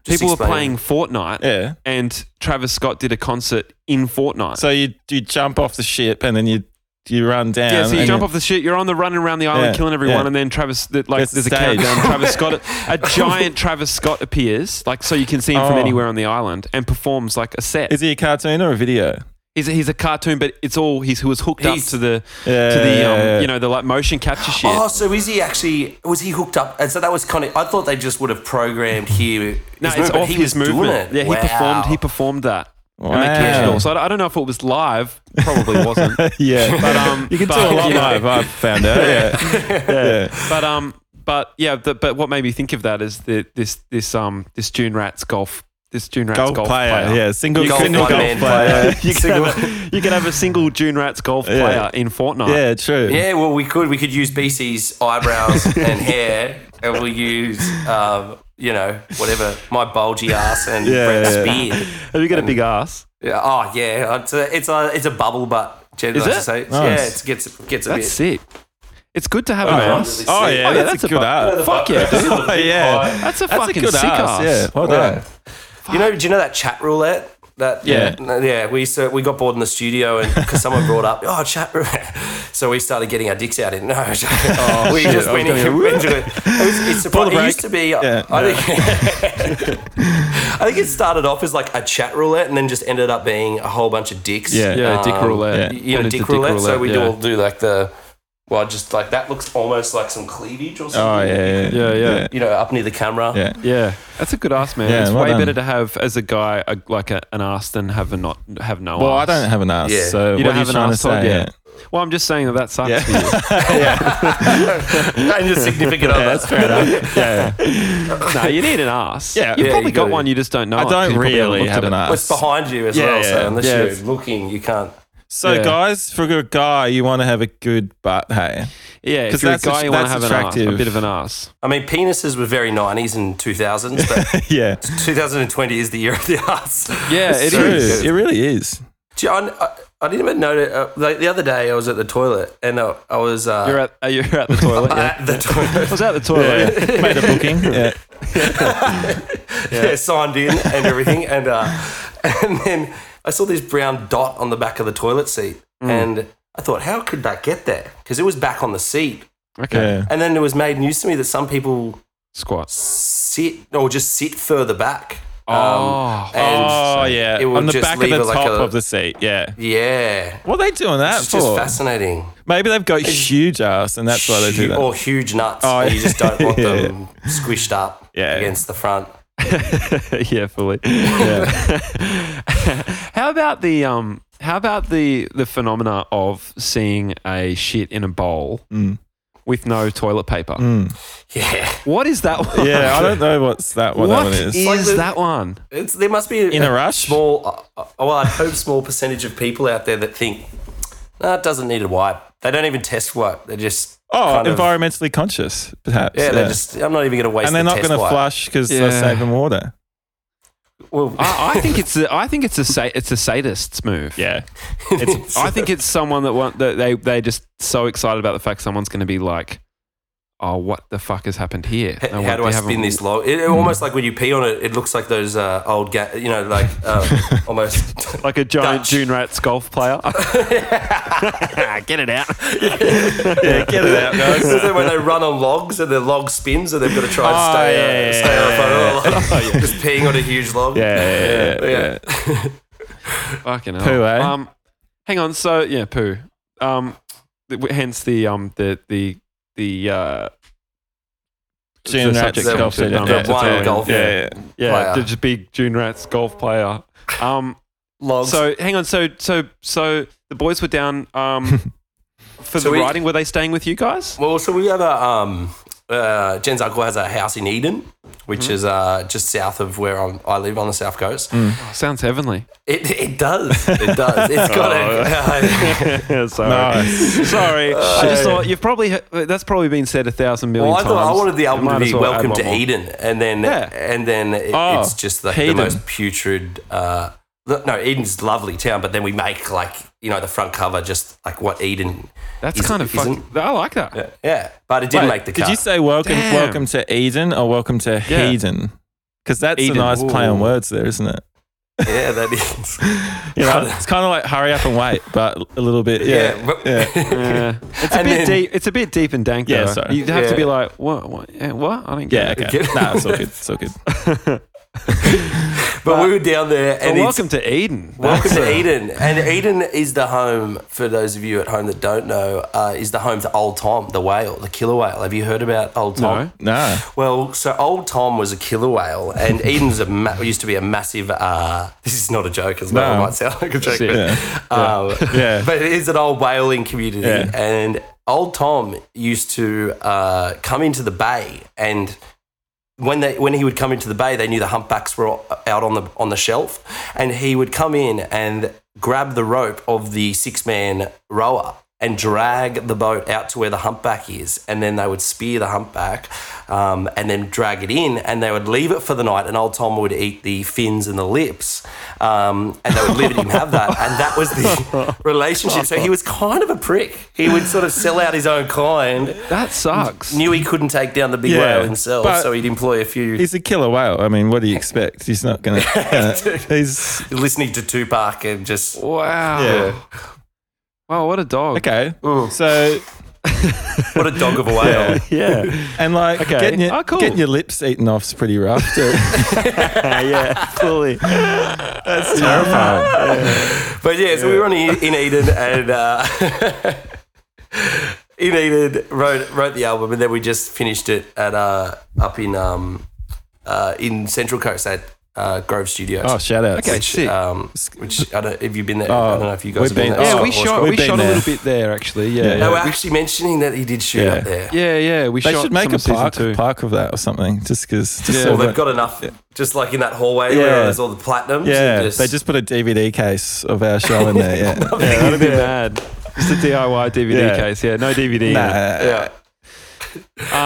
Speaker 4: Just
Speaker 1: people were
Speaker 4: explain.
Speaker 1: playing Fortnite,
Speaker 3: Yeah.
Speaker 1: and Travis Scott did a concert in Fortnite.
Speaker 3: So you you jump off the ship and then you you run down.
Speaker 1: yeah, so you
Speaker 3: and
Speaker 1: jump off the shit. You're on the running around the island,
Speaker 3: Yeah,
Speaker 1: killing everyone,
Speaker 3: yeah.
Speaker 1: and then Travis, that like,
Speaker 3: It's
Speaker 1: there's a
Speaker 3: staged. *laughs*
Speaker 1: countdown. Travis Scott, a giant Travis Scott appears, like, so you can see him from
Speaker 3: Oh.
Speaker 1: anywhere on the island, and performs like a set.
Speaker 3: Is he a cartoon or a video?
Speaker 1: He's a, he's a cartoon, but it's all he's who was hooked up
Speaker 4: He's-
Speaker 1: to the
Speaker 3: Yeah,
Speaker 1: to the
Speaker 3: yeah,
Speaker 1: um,
Speaker 3: yeah.
Speaker 1: you know the like motion capture shit.
Speaker 4: Oh, so is he actually? Was he hooked up? And so that was kind of. I thought they just would have programmed here.
Speaker 1: no, it's off his movement. Yeah, he performed he performed that. And they
Speaker 3: Wow.
Speaker 1: catched it all. So I don't- I don't know if it was live. Probably
Speaker 3: *laughs*
Speaker 1: wasn't.
Speaker 3: yeah.
Speaker 1: But um,
Speaker 3: you can do
Speaker 1: but,
Speaker 3: a lot
Speaker 1: yeah.
Speaker 3: live. I've found out. Yeah. *laughs* yeah.
Speaker 1: But um, but yeah, the, but what made me think of that is that this this um this June Rats golf this June Rats
Speaker 3: Golf,
Speaker 1: golf,
Speaker 3: player, yeah, single,
Speaker 1: You
Speaker 3: golf,
Speaker 1: can-
Speaker 3: single
Speaker 1: one
Speaker 3: golf
Speaker 4: man
Speaker 3: player.
Speaker 1: *laughs* You can, have a, you can have a single June Rats golf
Speaker 3: Yeah.
Speaker 1: player in Fortnite.
Speaker 3: *laughs* yeah, true.
Speaker 4: Yeah, well, we could we could use BC's eyebrows
Speaker 1: *laughs*
Speaker 4: and hair, and we'll use um, you know whatever my bulgy ass and
Speaker 3: Yeah,
Speaker 4: Brett's
Speaker 3: yeah.
Speaker 4: beard.
Speaker 1: Have you got a big ass?
Speaker 4: Yeah, oh yeah, it's a it's a, it's a bubble butt. Generally,
Speaker 1: Is
Speaker 4: I
Speaker 1: it?
Speaker 4: say.
Speaker 3: Nice.
Speaker 4: Yeah, it gets gets a
Speaker 1: That's sick.
Speaker 4: bit.
Speaker 1: It's good to have an
Speaker 3: Oh,
Speaker 1: ass.
Speaker 3: oh, yeah,
Speaker 1: Oh,
Speaker 3: that's, a good
Speaker 1: bu-
Speaker 3: ass.
Speaker 1: Fuck yeah.
Speaker 4: *laughs*
Speaker 1: dude.
Speaker 3: Oh, yeah.
Speaker 1: That's a
Speaker 3: That's
Speaker 1: fucking
Speaker 3: a good
Speaker 1: sick
Speaker 3: ass.
Speaker 1: ass.
Speaker 3: Yeah. Well done.
Speaker 4: You know, do you know that chat roulette? That
Speaker 3: Yeah.
Speaker 4: yeah. We so we got bored in the studio and because someone brought up oh chat roulette, *laughs* so we started getting our dicks out in. No, *laughs*
Speaker 3: Oh,
Speaker 4: we just went
Speaker 3: okay.
Speaker 4: in- went into it. It, was, it's
Speaker 3: Pull the
Speaker 4: surprising. it used
Speaker 3: brake.
Speaker 4: to be. uh,
Speaker 3: Yeah,
Speaker 4: I think. *laughs* I think it started off as like a chat roulette and then just ended up being a whole bunch of dicks.
Speaker 3: Yeah.
Speaker 1: Yeah, dick
Speaker 4: Um,
Speaker 1: roulette.
Speaker 4: you know,
Speaker 1: Went
Speaker 4: dick
Speaker 1: into
Speaker 4: roulette. So we do
Speaker 1: yeah.
Speaker 4: all do like the, well, just like that looks almost like some cleavage or
Speaker 3: Oh,
Speaker 4: something.
Speaker 3: yeah.
Speaker 1: Yeah, yeah.
Speaker 4: You know, up near the camera.
Speaker 3: Yeah.
Speaker 1: Yeah, that's a good ass, man.
Speaker 3: Yeah,
Speaker 1: it's
Speaker 3: well
Speaker 1: way
Speaker 3: done.
Speaker 1: better to have as a guy a, like a, an ass than have a not have no.
Speaker 3: Well, I
Speaker 1: ass.
Speaker 3: don't have an ass.
Speaker 4: Yeah.
Speaker 3: So
Speaker 1: You
Speaker 3: what
Speaker 1: don't
Speaker 3: are you
Speaker 1: have an
Speaker 3: trying to
Speaker 1: ass
Speaker 3: say?
Speaker 1: yet. Well, I'm just saying that that sucks
Speaker 3: Yeah.
Speaker 1: for you.
Speaker 4: *laughs* and your significant
Speaker 3: *laughs*
Speaker 4: other.
Speaker 3: Yeah, that's
Speaker 4: *laughs*
Speaker 3: fair enough. Yeah, *laughs* yeah.
Speaker 1: No, you need an ass.
Speaker 3: *laughs* Yeah.
Speaker 1: you've
Speaker 3: Yeah,
Speaker 1: probably
Speaker 4: you
Speaker 1: got
Speaker 4: gotta-
Speaker 1: one. You just don't know.
Speaker 3: I
Speaker 1: it 'cause
Speaker 3: don't
Speaker 1: you probably haven't
Speaker 3: really
Speaker 1: looked
Speaker 3: have
Speaker 1: at
Speaker 3: an
Speaker 1: it.
Speaker 4: It's
Speaker 3: ass.
Speaker 4: behind you as
Speaker 3: Yeah,
Speaker 4: well.
Speaker 3: yeah.
Speaker 4: So unless
Speaker 1: Yeah,
Speaker 4: you're
Speaker 1: it's-
Speaker 4: looking, you can't.
Speaker 3: So,
Speaker 1: Yeah.
Speaker 3: guys, for a guy, you want to have a good butt, hey?
Speaker 1: Yeah,
Speaker 3: 'Cause
Speaker 1: if you're a
Speaker 3: that's att-
Speaker 1: guy, you want to
Speaker 3: that's
Speaker 1: have an ass,
Speaker 3: attractive.
Speaker 1: a bit of an
Speaker 3: *laughs*
Speaker 1: ass.
Speaker 4: I mean, penises were very 90s and 2000s,
Speaker 1: *laughs*
Speaker 4: but
Speaker 3: Yeah.
Speaker 4: 2020 is the year of the arts.
Speaker 1: Yeah, it
Speaker 3: True.
Speaker 1: is.
Speaker 3: It really is.
Speaker 4: John, I, I didn't even notice. Uh, like the other day, I was at the toilet and uh, I was. Uh,
Speaker 1: You're at uh, you're *laughs* at the
Speaker 3: *laughs*
Speaker 1: toilet. *laughs* Yeah.
Speaker 4: at the toilet, *laughs*
Speaker 1: I was at the toilet.
Speaker 3: Made a booking. *laughs* Yeah.
Speaker 4: yeah, signed in and everything, and uh, *laughs* and then I saw this brown dot on the back of the toilet seat,
Speaker 1: Mm.
Speaker 4: and I thought, how could that get there? Because it was back on the seat,
Speaker 1: *laughs* Okay,
Speaker 3: Yeah.
Speaker 4: and then it was made news to me that some people
Speaker 1: squats.
Speaker 4: sit or just sit further back.
Speaker 3: Um,
Speaker 4: Um,
Speaker 1: Oh.
Speaker 3: Oh, yeah.
Speaker 4: it will
Speaker 3: On the
Speaker 4: just
Speaker 3: back of
Speaker 4: leave
Speaker 3: the
Speaker 4: it like
Speaker 3: top
Speaker 4: a-
Speaker 3: of the seat. Yeah.
Speaker 4: Yeah.
Speaker 3: What are they doing that
Speaker 4: It's just
Speaker 3: for?
Speaker 4: fascinating.
Speaker 3: Maybe they've got huge ass, and that's why they do
Speaker 4: Hu-
Speaker 3: that.
Speaker 4: Or huge nuts.
Speaker 3: Oh,
Speaker 4: and you
Speaker 3: *laughs*
Speaker 4: just don't want
Speaker 3: yeah.
Speaker 4: them squished up
Speaker 3: Yeah.
Speaker 4: against the front.
Speaker 1: *laughs* yeah, fully. *laughs* how about the um? How about the the phenomena of seeing a shit in a bowl
Speaker 3: Mm.
Speaker 1: with no toilet paper?
Speaker 4: Yeah.
Speaker 1: What is that one?
Speaker 3: yeah, I don't know what's that. What, that
Speaker 1: What
Speaker 3: one
Speaker 1: is,
Speaker 3: is?
Speaker 4: Like the-
Speaker 1: that one?
Speaker 4: It's, there must be
Speaker 3: In a rush?
Speaker 4: Small, uh, uh, well, I'd hope small percentage of people out there that think, no, it doesn't need a wipe. They don't even test wipe. They just.
Speaker 3: oh,
Speaker 4: kind of-
Speaker 3: environmentally conscious, perhaps.
Speaker 4: Yeah, they're just. I'm not even going to waste
Speaker 3: and they're
Speaker 4: the
Speaker 3: not
Speaker 4: test
Speaker 3: going to
Speaker 4: wipe.
Speaker 3: flush because they're
Speaker 1: Yeah.
Speaker 3: saving water.
Speaker 4: Well,
Speaker 1: I,
Speaker 4: *laughs*
Speaker 1: I think it's a, I think it's a sa- it's a sadist's move.
Speaker 3: Yeah,
Speaker 1: I think it's someone that want that they they just so excited about the fact someone's going to be like, oh, what the fuck has happened here?
Speaker 4: H-
Speaker 1: No,
Speaker 4: how
Speaker 1: what-
Speaker 4: do I
Speaker 1: you have a-
Speaker 4: spin this log? It, it almost like when you pee on it, it looks like those uh, old, ga- you know, like
Speaker 3: *laughs*
Speaker 4: uh, almost
Speaker 1: Like a giant
Speaker 4: Dutch.
Speaker 1: June Rats golf
Speaker 4: *laughs*
Speaker 1: player. *laughs* Get it out.
Speaker 3: yeah, get it *laughs* out,
Speaker 1: *laughs*
Speaker 3: guys.
Speaker 4: Because then when they run on logs and their log spins and they've got to try and
Speaker 3: Oh,
Speaker 4: stay,
Speaker 3: yeah,
Speaker 4: uh,
Speaker 3: yeah,
Speaker 4: stay
Speaker 3: yeah, *laughs*
Speaker 4: on a photo log. Just peeing on a huge log.
Speaker 3: Yeah, yeah, yeah. yeah.
Speaker 1: Fucking hell.
Speaker 3: Poo, eh?
Speaker 1: Um, hang on. So yeah, poo. Um, th- w- hence the um the the the uh
Speaker 3: June
Speaker 1: the
Speaker 3: Ratchet
Speaker 1: subject
Speaker 4: golf
Speaker 1: matter.
Speaker 3: sculpted.
Speaker 1: Um, yeah,
Speaker 4: seat, yeah. The one
Speaker 3: yeah,
Speaker 4: golf,
Speaker 3: yeah,
Speaker 4: yeah.
Speaker 3: yeah.
Speaker 1: yeah,
Speaker 4: player.
Speaker 1: the just big June Rats golf player. Um,
Speaker 4: *laughs* Logs.
Speaker 1: so hang on. So so so the boys were down um for
Speaker 4: So
Speaker 1: the
Speaker 4: we-
Speaker 1: riding. Were they staying with you guys?
Speaker 4: well, so we have a, um, uh, Jen's uncle has a house in Eden, which
Speaker 3: Mm-hmm.
Speaker 4: is uh, just south of where I'm, I live on the south coast.
Speaker 3: Mm.
Speaker 1: Oh, sounds heavenly.
Speaker 4: It, it does. It
Speaker 3: *laughs*
Speaker 4: does. It's got
Speaker 3: Oh.
Speaker 4: *laughs* a.
Speaker 1: Yeah, *laughs* sorry.
Speaker 3: Nice. Uh,
Speaker 1: Sorry, I just thought you've probably he- that's probably been said a thousand million
Speaker 4: well, Oh, I
Speaker 1: times.
Speaker 4: thought I wanted the album
Speaker 1: Might
Speaker 4: to
Speaker 1: as
Speaker 4: be
Speaker 1: well add
Speaker 4: Welcome
Speaker 1: one
Speaker 4: to
Speaker 1: more.
Speaker 4: Eden, and then
Speaker 1: Yeah.
Speaker 4: and then it,
Speaker 3: Oh,
Speaker 4: it's just like
Speaker 3: Eden.
Speaker 4: the most putrid. Uh, look, no, Eden's a lovely town, but then we make like you know the front cover just like what Eden.
Speaker 1: That's
Speaker 4: is-
Speaker 1: kind of
Speaker 4: isn't.
Speaker 1: fucking. I like that.
Speaker 4: Yeah, but it didn't
Speaker 3: Wait,
Speaker 4: make the
Speaker 3: did
Speaker 4: cut.
Speaker 3: you say welcome,
Speaker 1: Damn.
Speaker 3: welcome to Eden or welcome to
Speaker 1: Yeah.
Speaker 3: Heden? Because that's
Speaker 1: Eden.
Speaker 3: a nice play on
Speaker 4: Ooh.
Speaker 3: words there, isn't it?
Speaker 4: yeah,
Speaker 1: *laughs*
Speaker 4: that is.
Speaker 3: You know, it's kind of like hurry up and wait, but a little bit. Yeah.
Speaker 4: Yeah, but-
Speaker 1: Yeah. It's a
Speaker 4: And
Speaker 1: bit
Speaker 4: then-
Speaker 1: deep. It's a bit deep and dank.
Speaker 3: Yeah,
Speaker 1: though.
Speaker 3: sorry.
Speaker 1: You'd have to
Speaker 4: Yeah.
Speaker 1: be like, what? What? eh, what? I don't
Speaker 3: Yeah,
Speaker 1: get it.
Speaker 4: *laughs*
Speaker 3: okay. nah, it's all good. It's all good.
Speaker 4: *laughs* but, we were down there, and
Speaker 1: Well,
Speaker 4: it's-
Speaker 1: welcome to Eden.
Speaker 4: Welcome
Speaker 1: That's
Speaker 4: to
Speaker 1: a-
Speaker 4: Eden. And Eden is the home, for those of you at home that don't know, uh, is the home to Old Tom, the whale, the killer whale. Have you heard about Old Tom?
Speaker 1: No.
Speaker 3: No.
Speaker 4: Well, so Old Tom was a killer whale,
Speaker 3: *laughs*
Speaker 4: and Eden's a ma- used to be a massive. Uh, this is not a joke as well.
Speaker 3: No.
Speaker 4: It might sound like a joke, but,
Speaker 3: Yeah.
Speaker 4: um,
Speaker 3: Yeah. *laughs*
Speaker 4: but it is an old whaling community.
Speaker 3: Yeah.
Speaker 4: And Old Tom used to uh, come into the bay, and when they when he would come into the bay, they knew the humpbacks were out on the on the shelf, and he would come in and grab the rope of the six man rower and drag the boat out to where the humpback is, and then they would spear the humpback, um, and then drag it in, and they would leave it for the night, and old Tom would eat the fins and the lips, um, and they would let him have that, and that was the
Speaker 3: *laughs*
Speaker 4: relationship. So he was kind of a prick. He would sort of sell out his own kind.
Speaker 1: That sucks.
Speaker 4: Knew he couldn't take down the big
Speaker 3: Yeah,
Speaker 4: whale himself,
Speaker 3: but-
Speaker 4: so he'd employ a few.
Speaker 3: He's a killer whale. I mean, what do you expect? He's
Speaker 1: *laughs*
Speaker 3: not going to. He's.
Speaker 4: listening to Tupac and
Speaker 1: *laughs*
Speaker 4: just
Speaker 1: Wow.
Speaker 3: Yeah.
Speaker 1: Wow, what a dog.
Speaker 3: Okay.
Speaker 4: Ooh.
Speaker 3: So,
Speaker 4: what a dog of a whale.
Speaker 3: yeah. *laughs* And like,
Speaker 1: Okay.
Speaker 3: getting, your,
Speaker 1: Oh, cool.
Speaker 3: getting your lips eaten off's pretty rough,
Speaker 1: *laughs*
Speaker 3: *laughs* too.
Speaker 5: yeah, fully.
Speaker 3: That's terrifying.
Speaker 4: But yeah, so we were on E- in Eden and uh, *laughs* in Eden wrote wrote the album and then we just finished it at uh, up in um, uh, in Central Coast at uh, Grove Studios.
Speaker 3: Oh, shout out.
Speaker 1: Okay, sick.
Speaker 4: um, which I don't. Have you been there? I
Speaker 3: Oh,
Speaker 4: don't know if you guys
Speaker 3: we've
Speaker 4: have been.
Speaker 3: been-
Speaker 4: there.
Speaker 1: Yeah,
Speaker 3: Oh,
Speaker 1: we
Speaker 4: Scott-
Speaker 1: shot
Speaker 3: we've
Speaker 1: we
Speaker 3: been
Speaker 1: shot a
Speaker 3: there.
Speaker 1: little bit there actually. Yeah.
Speaker 4: No,
Speaker 1: Yeah,
Speaker 4: we're
Speaker 1: we-
Speaker 4: actually mentioning that he did shoot
Speaker 3: Yeah.
Speaker 4: up there.
Speaker 1: yeah, yeah, we
Speaker 3: They
Speaker 1: shot
Speaker 3: should make
Speaker 1: some
Speaker 3: a
Speaker 1: of season
Speaker 3: park,
Speaker 1: two.
Speaker 3: park of that or something, just because. Just so
Speaker 4: Well, they've
Speaker 3: that-
Speaker 4: got enough, just like in that hallway
Speaker 3: Yeah.
Speaker 4: where there's all the platinums.
Speaker 3: yeah,
Speaker 4: and
Speaker 3: they just put a DVD case of our show in there. *laughs* Yeah,
Speaker 1: Yeah, that'd be bad. Just a DIY DVD
Speaker 3: Yeah.
Speaker 1: case. *laughs* Yeah, no DVD. in it.
Speaker 3: nah,
Speaker 4: yeah.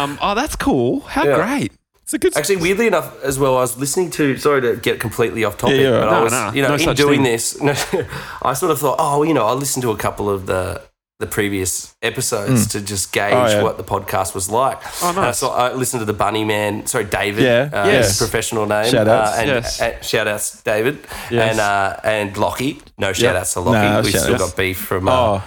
Speaker 1: Um, oh, that's cool. How
Speaker 4: Yeah.
Speaker 1: great.
Speaker 3: it's a good.
Speaker 4: Actually, weirdly enough, as well, I was listening to. Sorry to get completely off topic,
Speaker 3: Yeah, you're
Speaker 4: but
Speaker 1: right.
Speaker 4: I
Speaker 1: No,
Speaker 4: was,
Speaker 1: no,
Speaker 4: you know,
Speaker 1: no
Speaker 4: in
Speaker 1: such
Speaker 4: doing
Speaker 1: thing.
Speaker 4: this, *laughs* I sort of thought, oh, you know, I'll listen to a couple of the the previous episodes to just gauge
Speaker 3: Oh, yeah.
Speaker 4: what the podcast was like.
Speaker 1: Oh,
Speaker 4: And I
Speaker 1: nice.
Speaker 4: saw- I listened to the Bunny Man. Sorry, David.
Speaker 3: Yeah.
Speaker 4: Uh,
Speaker 3: Yes.
Speaker 4: his professional name.
Speaker 3: Shout outs.
Speaker 4: Uh, and,
Speaker 1: Yes.
Speaker 4: and shout outs, David.
Speaker 1: Yes.
Speaker 4: And uh, and Lockie. No shout outs to Lockie.
Speaker 3: No
Speaker 4: We've
Speaker 3: shout
Speaker 4: still
Speaker 3: outs.
Speaker 4: got beef from. Uh,
Speaker 3: Oh,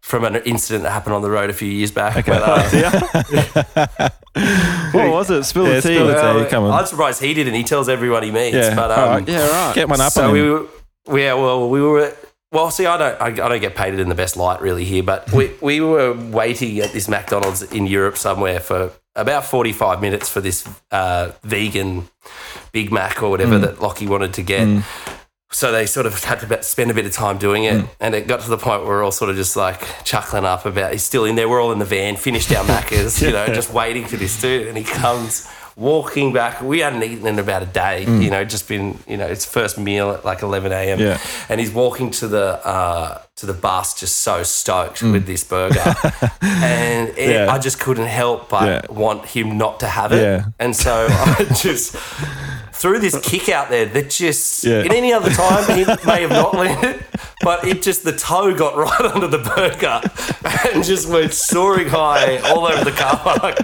Speaker 4: From an incident that happened on the road a few years back. But,
Speaker 3: *laughs*
Speaker 4: uh,
Speaker 1: What was it? Spill
Speaker 3: Yeah,
Speaker 1: the tea.
Speaker 3: spill the-
Speaker 4: well,
Speaker 3: Hey, uh, come on.
Speaker 4: I'm surprised he didn't. He tells everyone he meets.
Speaker 3: Yeah,
Speaker 4: But um,
Speaker 3: all right.
Speaker 1: Yeah, right.
Speaker 3: get one up
Speaker 4: so
Speaker 3: on
Speaker 4: we
Speaker 3: him.
Speaker 4: were, yeah, well, we were. Well, see, I don't, I, I don't get painted in the best light really here, but
Speaker 3: *laughs*
Speaker 4: we, we were waiting at this McDonald's in Europe somewhere for about 45 minutes for this uh, vegan Big Mac or
Speaker 3: Mm.
Speaker 4: whatever that Lockie wanted to get. So they sort of had to be- spend a bit of time doing
Speaker 3: Hmm.
Speaker 4: it. And it got to the point where we're all sort of just like chuckling up about he's still in there. We're all in the van, finished our Maccas, you
Speaker 3: *laughs*
Speaker 4: know, just waiting for this dude. And he comes walking back. We hadn't eaten in about a day, you know, just been, you know, it's first meal at like 11 a.m.
Speaker 3: Hmm. Yeah.
Speaker 4: And he's walking to the, uh, to the bus just so stoked with
Speaker 3: *laughs*
Speaker 4: this burger. and it,
Speaker 3: Hmm. Yeah.
Speaker 4: I just couldn't help but
Speaker 3: Yeah.
Speaker 4: want him not to have it.
Speaker 3: Yeah.
Speaker 4: And so I *laughs* just threw this kick out there that just
Speaker 3: Yeah.
Speaker 4: in any other time he may have not landed, but it just the toe got right *laughs* under the burger and just went soaring high all over the car park.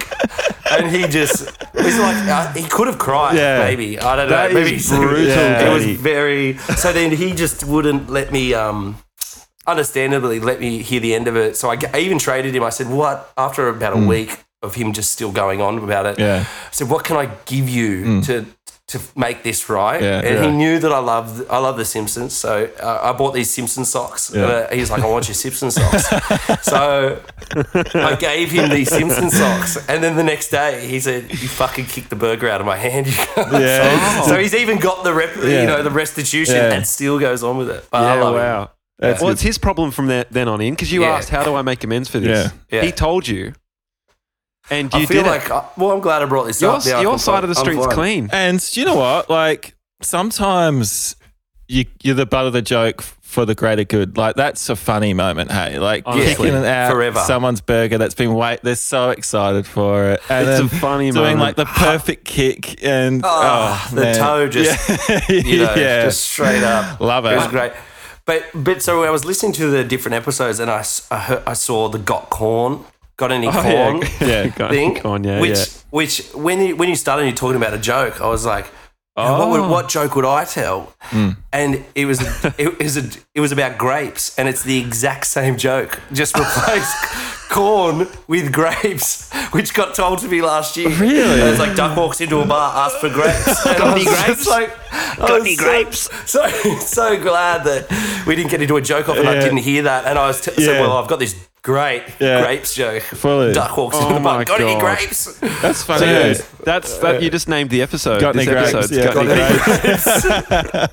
Speaker 4: And he just it's like uh, he could have cried
Speaker 3: Yeah.
Speaker 4: maybe I don't
Speaker 1: That
Speaker 4: know maybe
Speaker 1: is
Speaker 4: he's-
Speaker 1: brutal,
Speaker 4: it was
Speaker 1: Daddy.
Speaker 4: very so then he just wouldn't let me um understandably let me hear the end of it. So I, I even traded him. I said, "What?" After about a week of him just still going on about it,
Speaker 3: Hmm. Yeah. Hmm.
Speaker 4: I said, "What can I give you to?" To make this right,
Speaker 3: Yeah,
Speaker 4: and
Speaker 3: yeah.
Speaker 4: he knew that I loved I love the Simpsons, so uh, I bought these Simpson socks.
Speaker 3: Yeah.
Speaker 4: Uh, he's like, "I want your
Speaker 3: *laughs*
Speaker 4: Simpson socks," so I gave him these Simpson socks, and then the next day he said, "You fucking kicked the burger out of my hand." You *laughs* guys."
Speaker 3: Yeah.
Speaker 4: so he's even got the rep,
Speaker 3: Yeah.
Speaker 4: you know the restitution,
Speaker 3: Yeah.
Speaker 4: and still goes on with it. But I
Speaker 1: Yeah,
Speaker 4: love him.
Speaker 1: wow.
Speaker 3: That's
Speaker 1: well,
Speaker 3: good.
Speaker 1: it's his problem from there, then on in because you
Speaker 4: Yeah.
Speaker 1: asked, "How do I make amends for this?"
Speaker 4: Yeah. Yeah.
Speaker 1: He told you, and you
Speaker 4: I feel
Speaker 1: did
Speaker 4: like,
Speaker 1: it.
Speaker 4: I, well, I'm glad I brought this
Speaker 1: Your,
Speaker 4: up. Now I
Speaker 1: your
Speaker 4: can
Speaker 1: side
Speaker 4: find-
Speaker 1: of the
Speaker 4: I'm
Speaker 1: street's
Speaker 4: fine.
Speaker 1: clean.
Speaker 3: And do you know what? Like sometimes you you're the butt of the joke f- for the greater good. Like that's a funny moment, hey. Like
Speaker 1: Honestly.
Speaker 3: kicking it out
Speaker 4: Forever.
Speaker 3: someone's burger that's been wait. They're so excited for it. And
Speaker 1: It's a
Speaker 3: then
Speaker 1: funny
Speaker 3: doing
Speaker 1: moment.
Speaker 3: like the perfect kick and
Speaker 4: Ah,
Speaker 3: oh,
Speaker 4: the
Speaker 3: man. *laughs*
Speaker 4: toe just,
Speaker 3: yeah.
Speaker 1: *laughs*
Speaker 4: you know, just straight up.
Speaker 3: Love it.
Speaker 4: It was great. But, but so I was listening to the different episodes and I, s- I, heard, I saw the Got Corn. Got
Speaker 1: *laughs*
Speaker 4: any corn?
Speaker 1: Oh, yeah,
Speaker 3: Yeah. *laughs*
Speaker 1: Go on,
Speaker 4: thing.
Speaker 1: go on, yeah,
Speaker 4: which
Speaker 1: yeah.
Speaker 4: which when you when you started and you're talking about a joke, I was like, Now, What, would, what joke would I tell? And it was it was a, it was about grapes, and it's the exact same joke, just replace corn with grapes, which got told to me last year. Really? it's like duck walks into a bar, asks for grapes. And I was just
Speaker 6: grapes?
Speaker 4: Like,
Speaker 6: Got any grapes?
Speaker 4: So, so so glad that we didn't get into a joke off, and I
Speaker 3: Yeah.
Speaker 4: didn't hear that. And I was t- said,
Speaker 3: Yeah.
Speaker 4: well, I've got this great
Speaker 3: Yeah.
Speaker 4: grapes joke.
Speaker 3: Fully.
Speaker 4: Duck walks into
Speaker 1: Oh
Speaker 4: a bar.
Speaker 1: my
Speaker 4: Got any
Speaker 1: God.
Speaker 4: grapes?
Speaker 1: That's funny.
Speaker 3: So, yeah.
Speaker 1: That's that. You just named the episode.
Speaker 3: Got
Speaker 1: this
Speaker 3: any grapes?
Speaker 1: episode's
Speaker 3: Yeah.
Speaker 1: got any
Speaker 3: Got any
Speaker 1: grapes.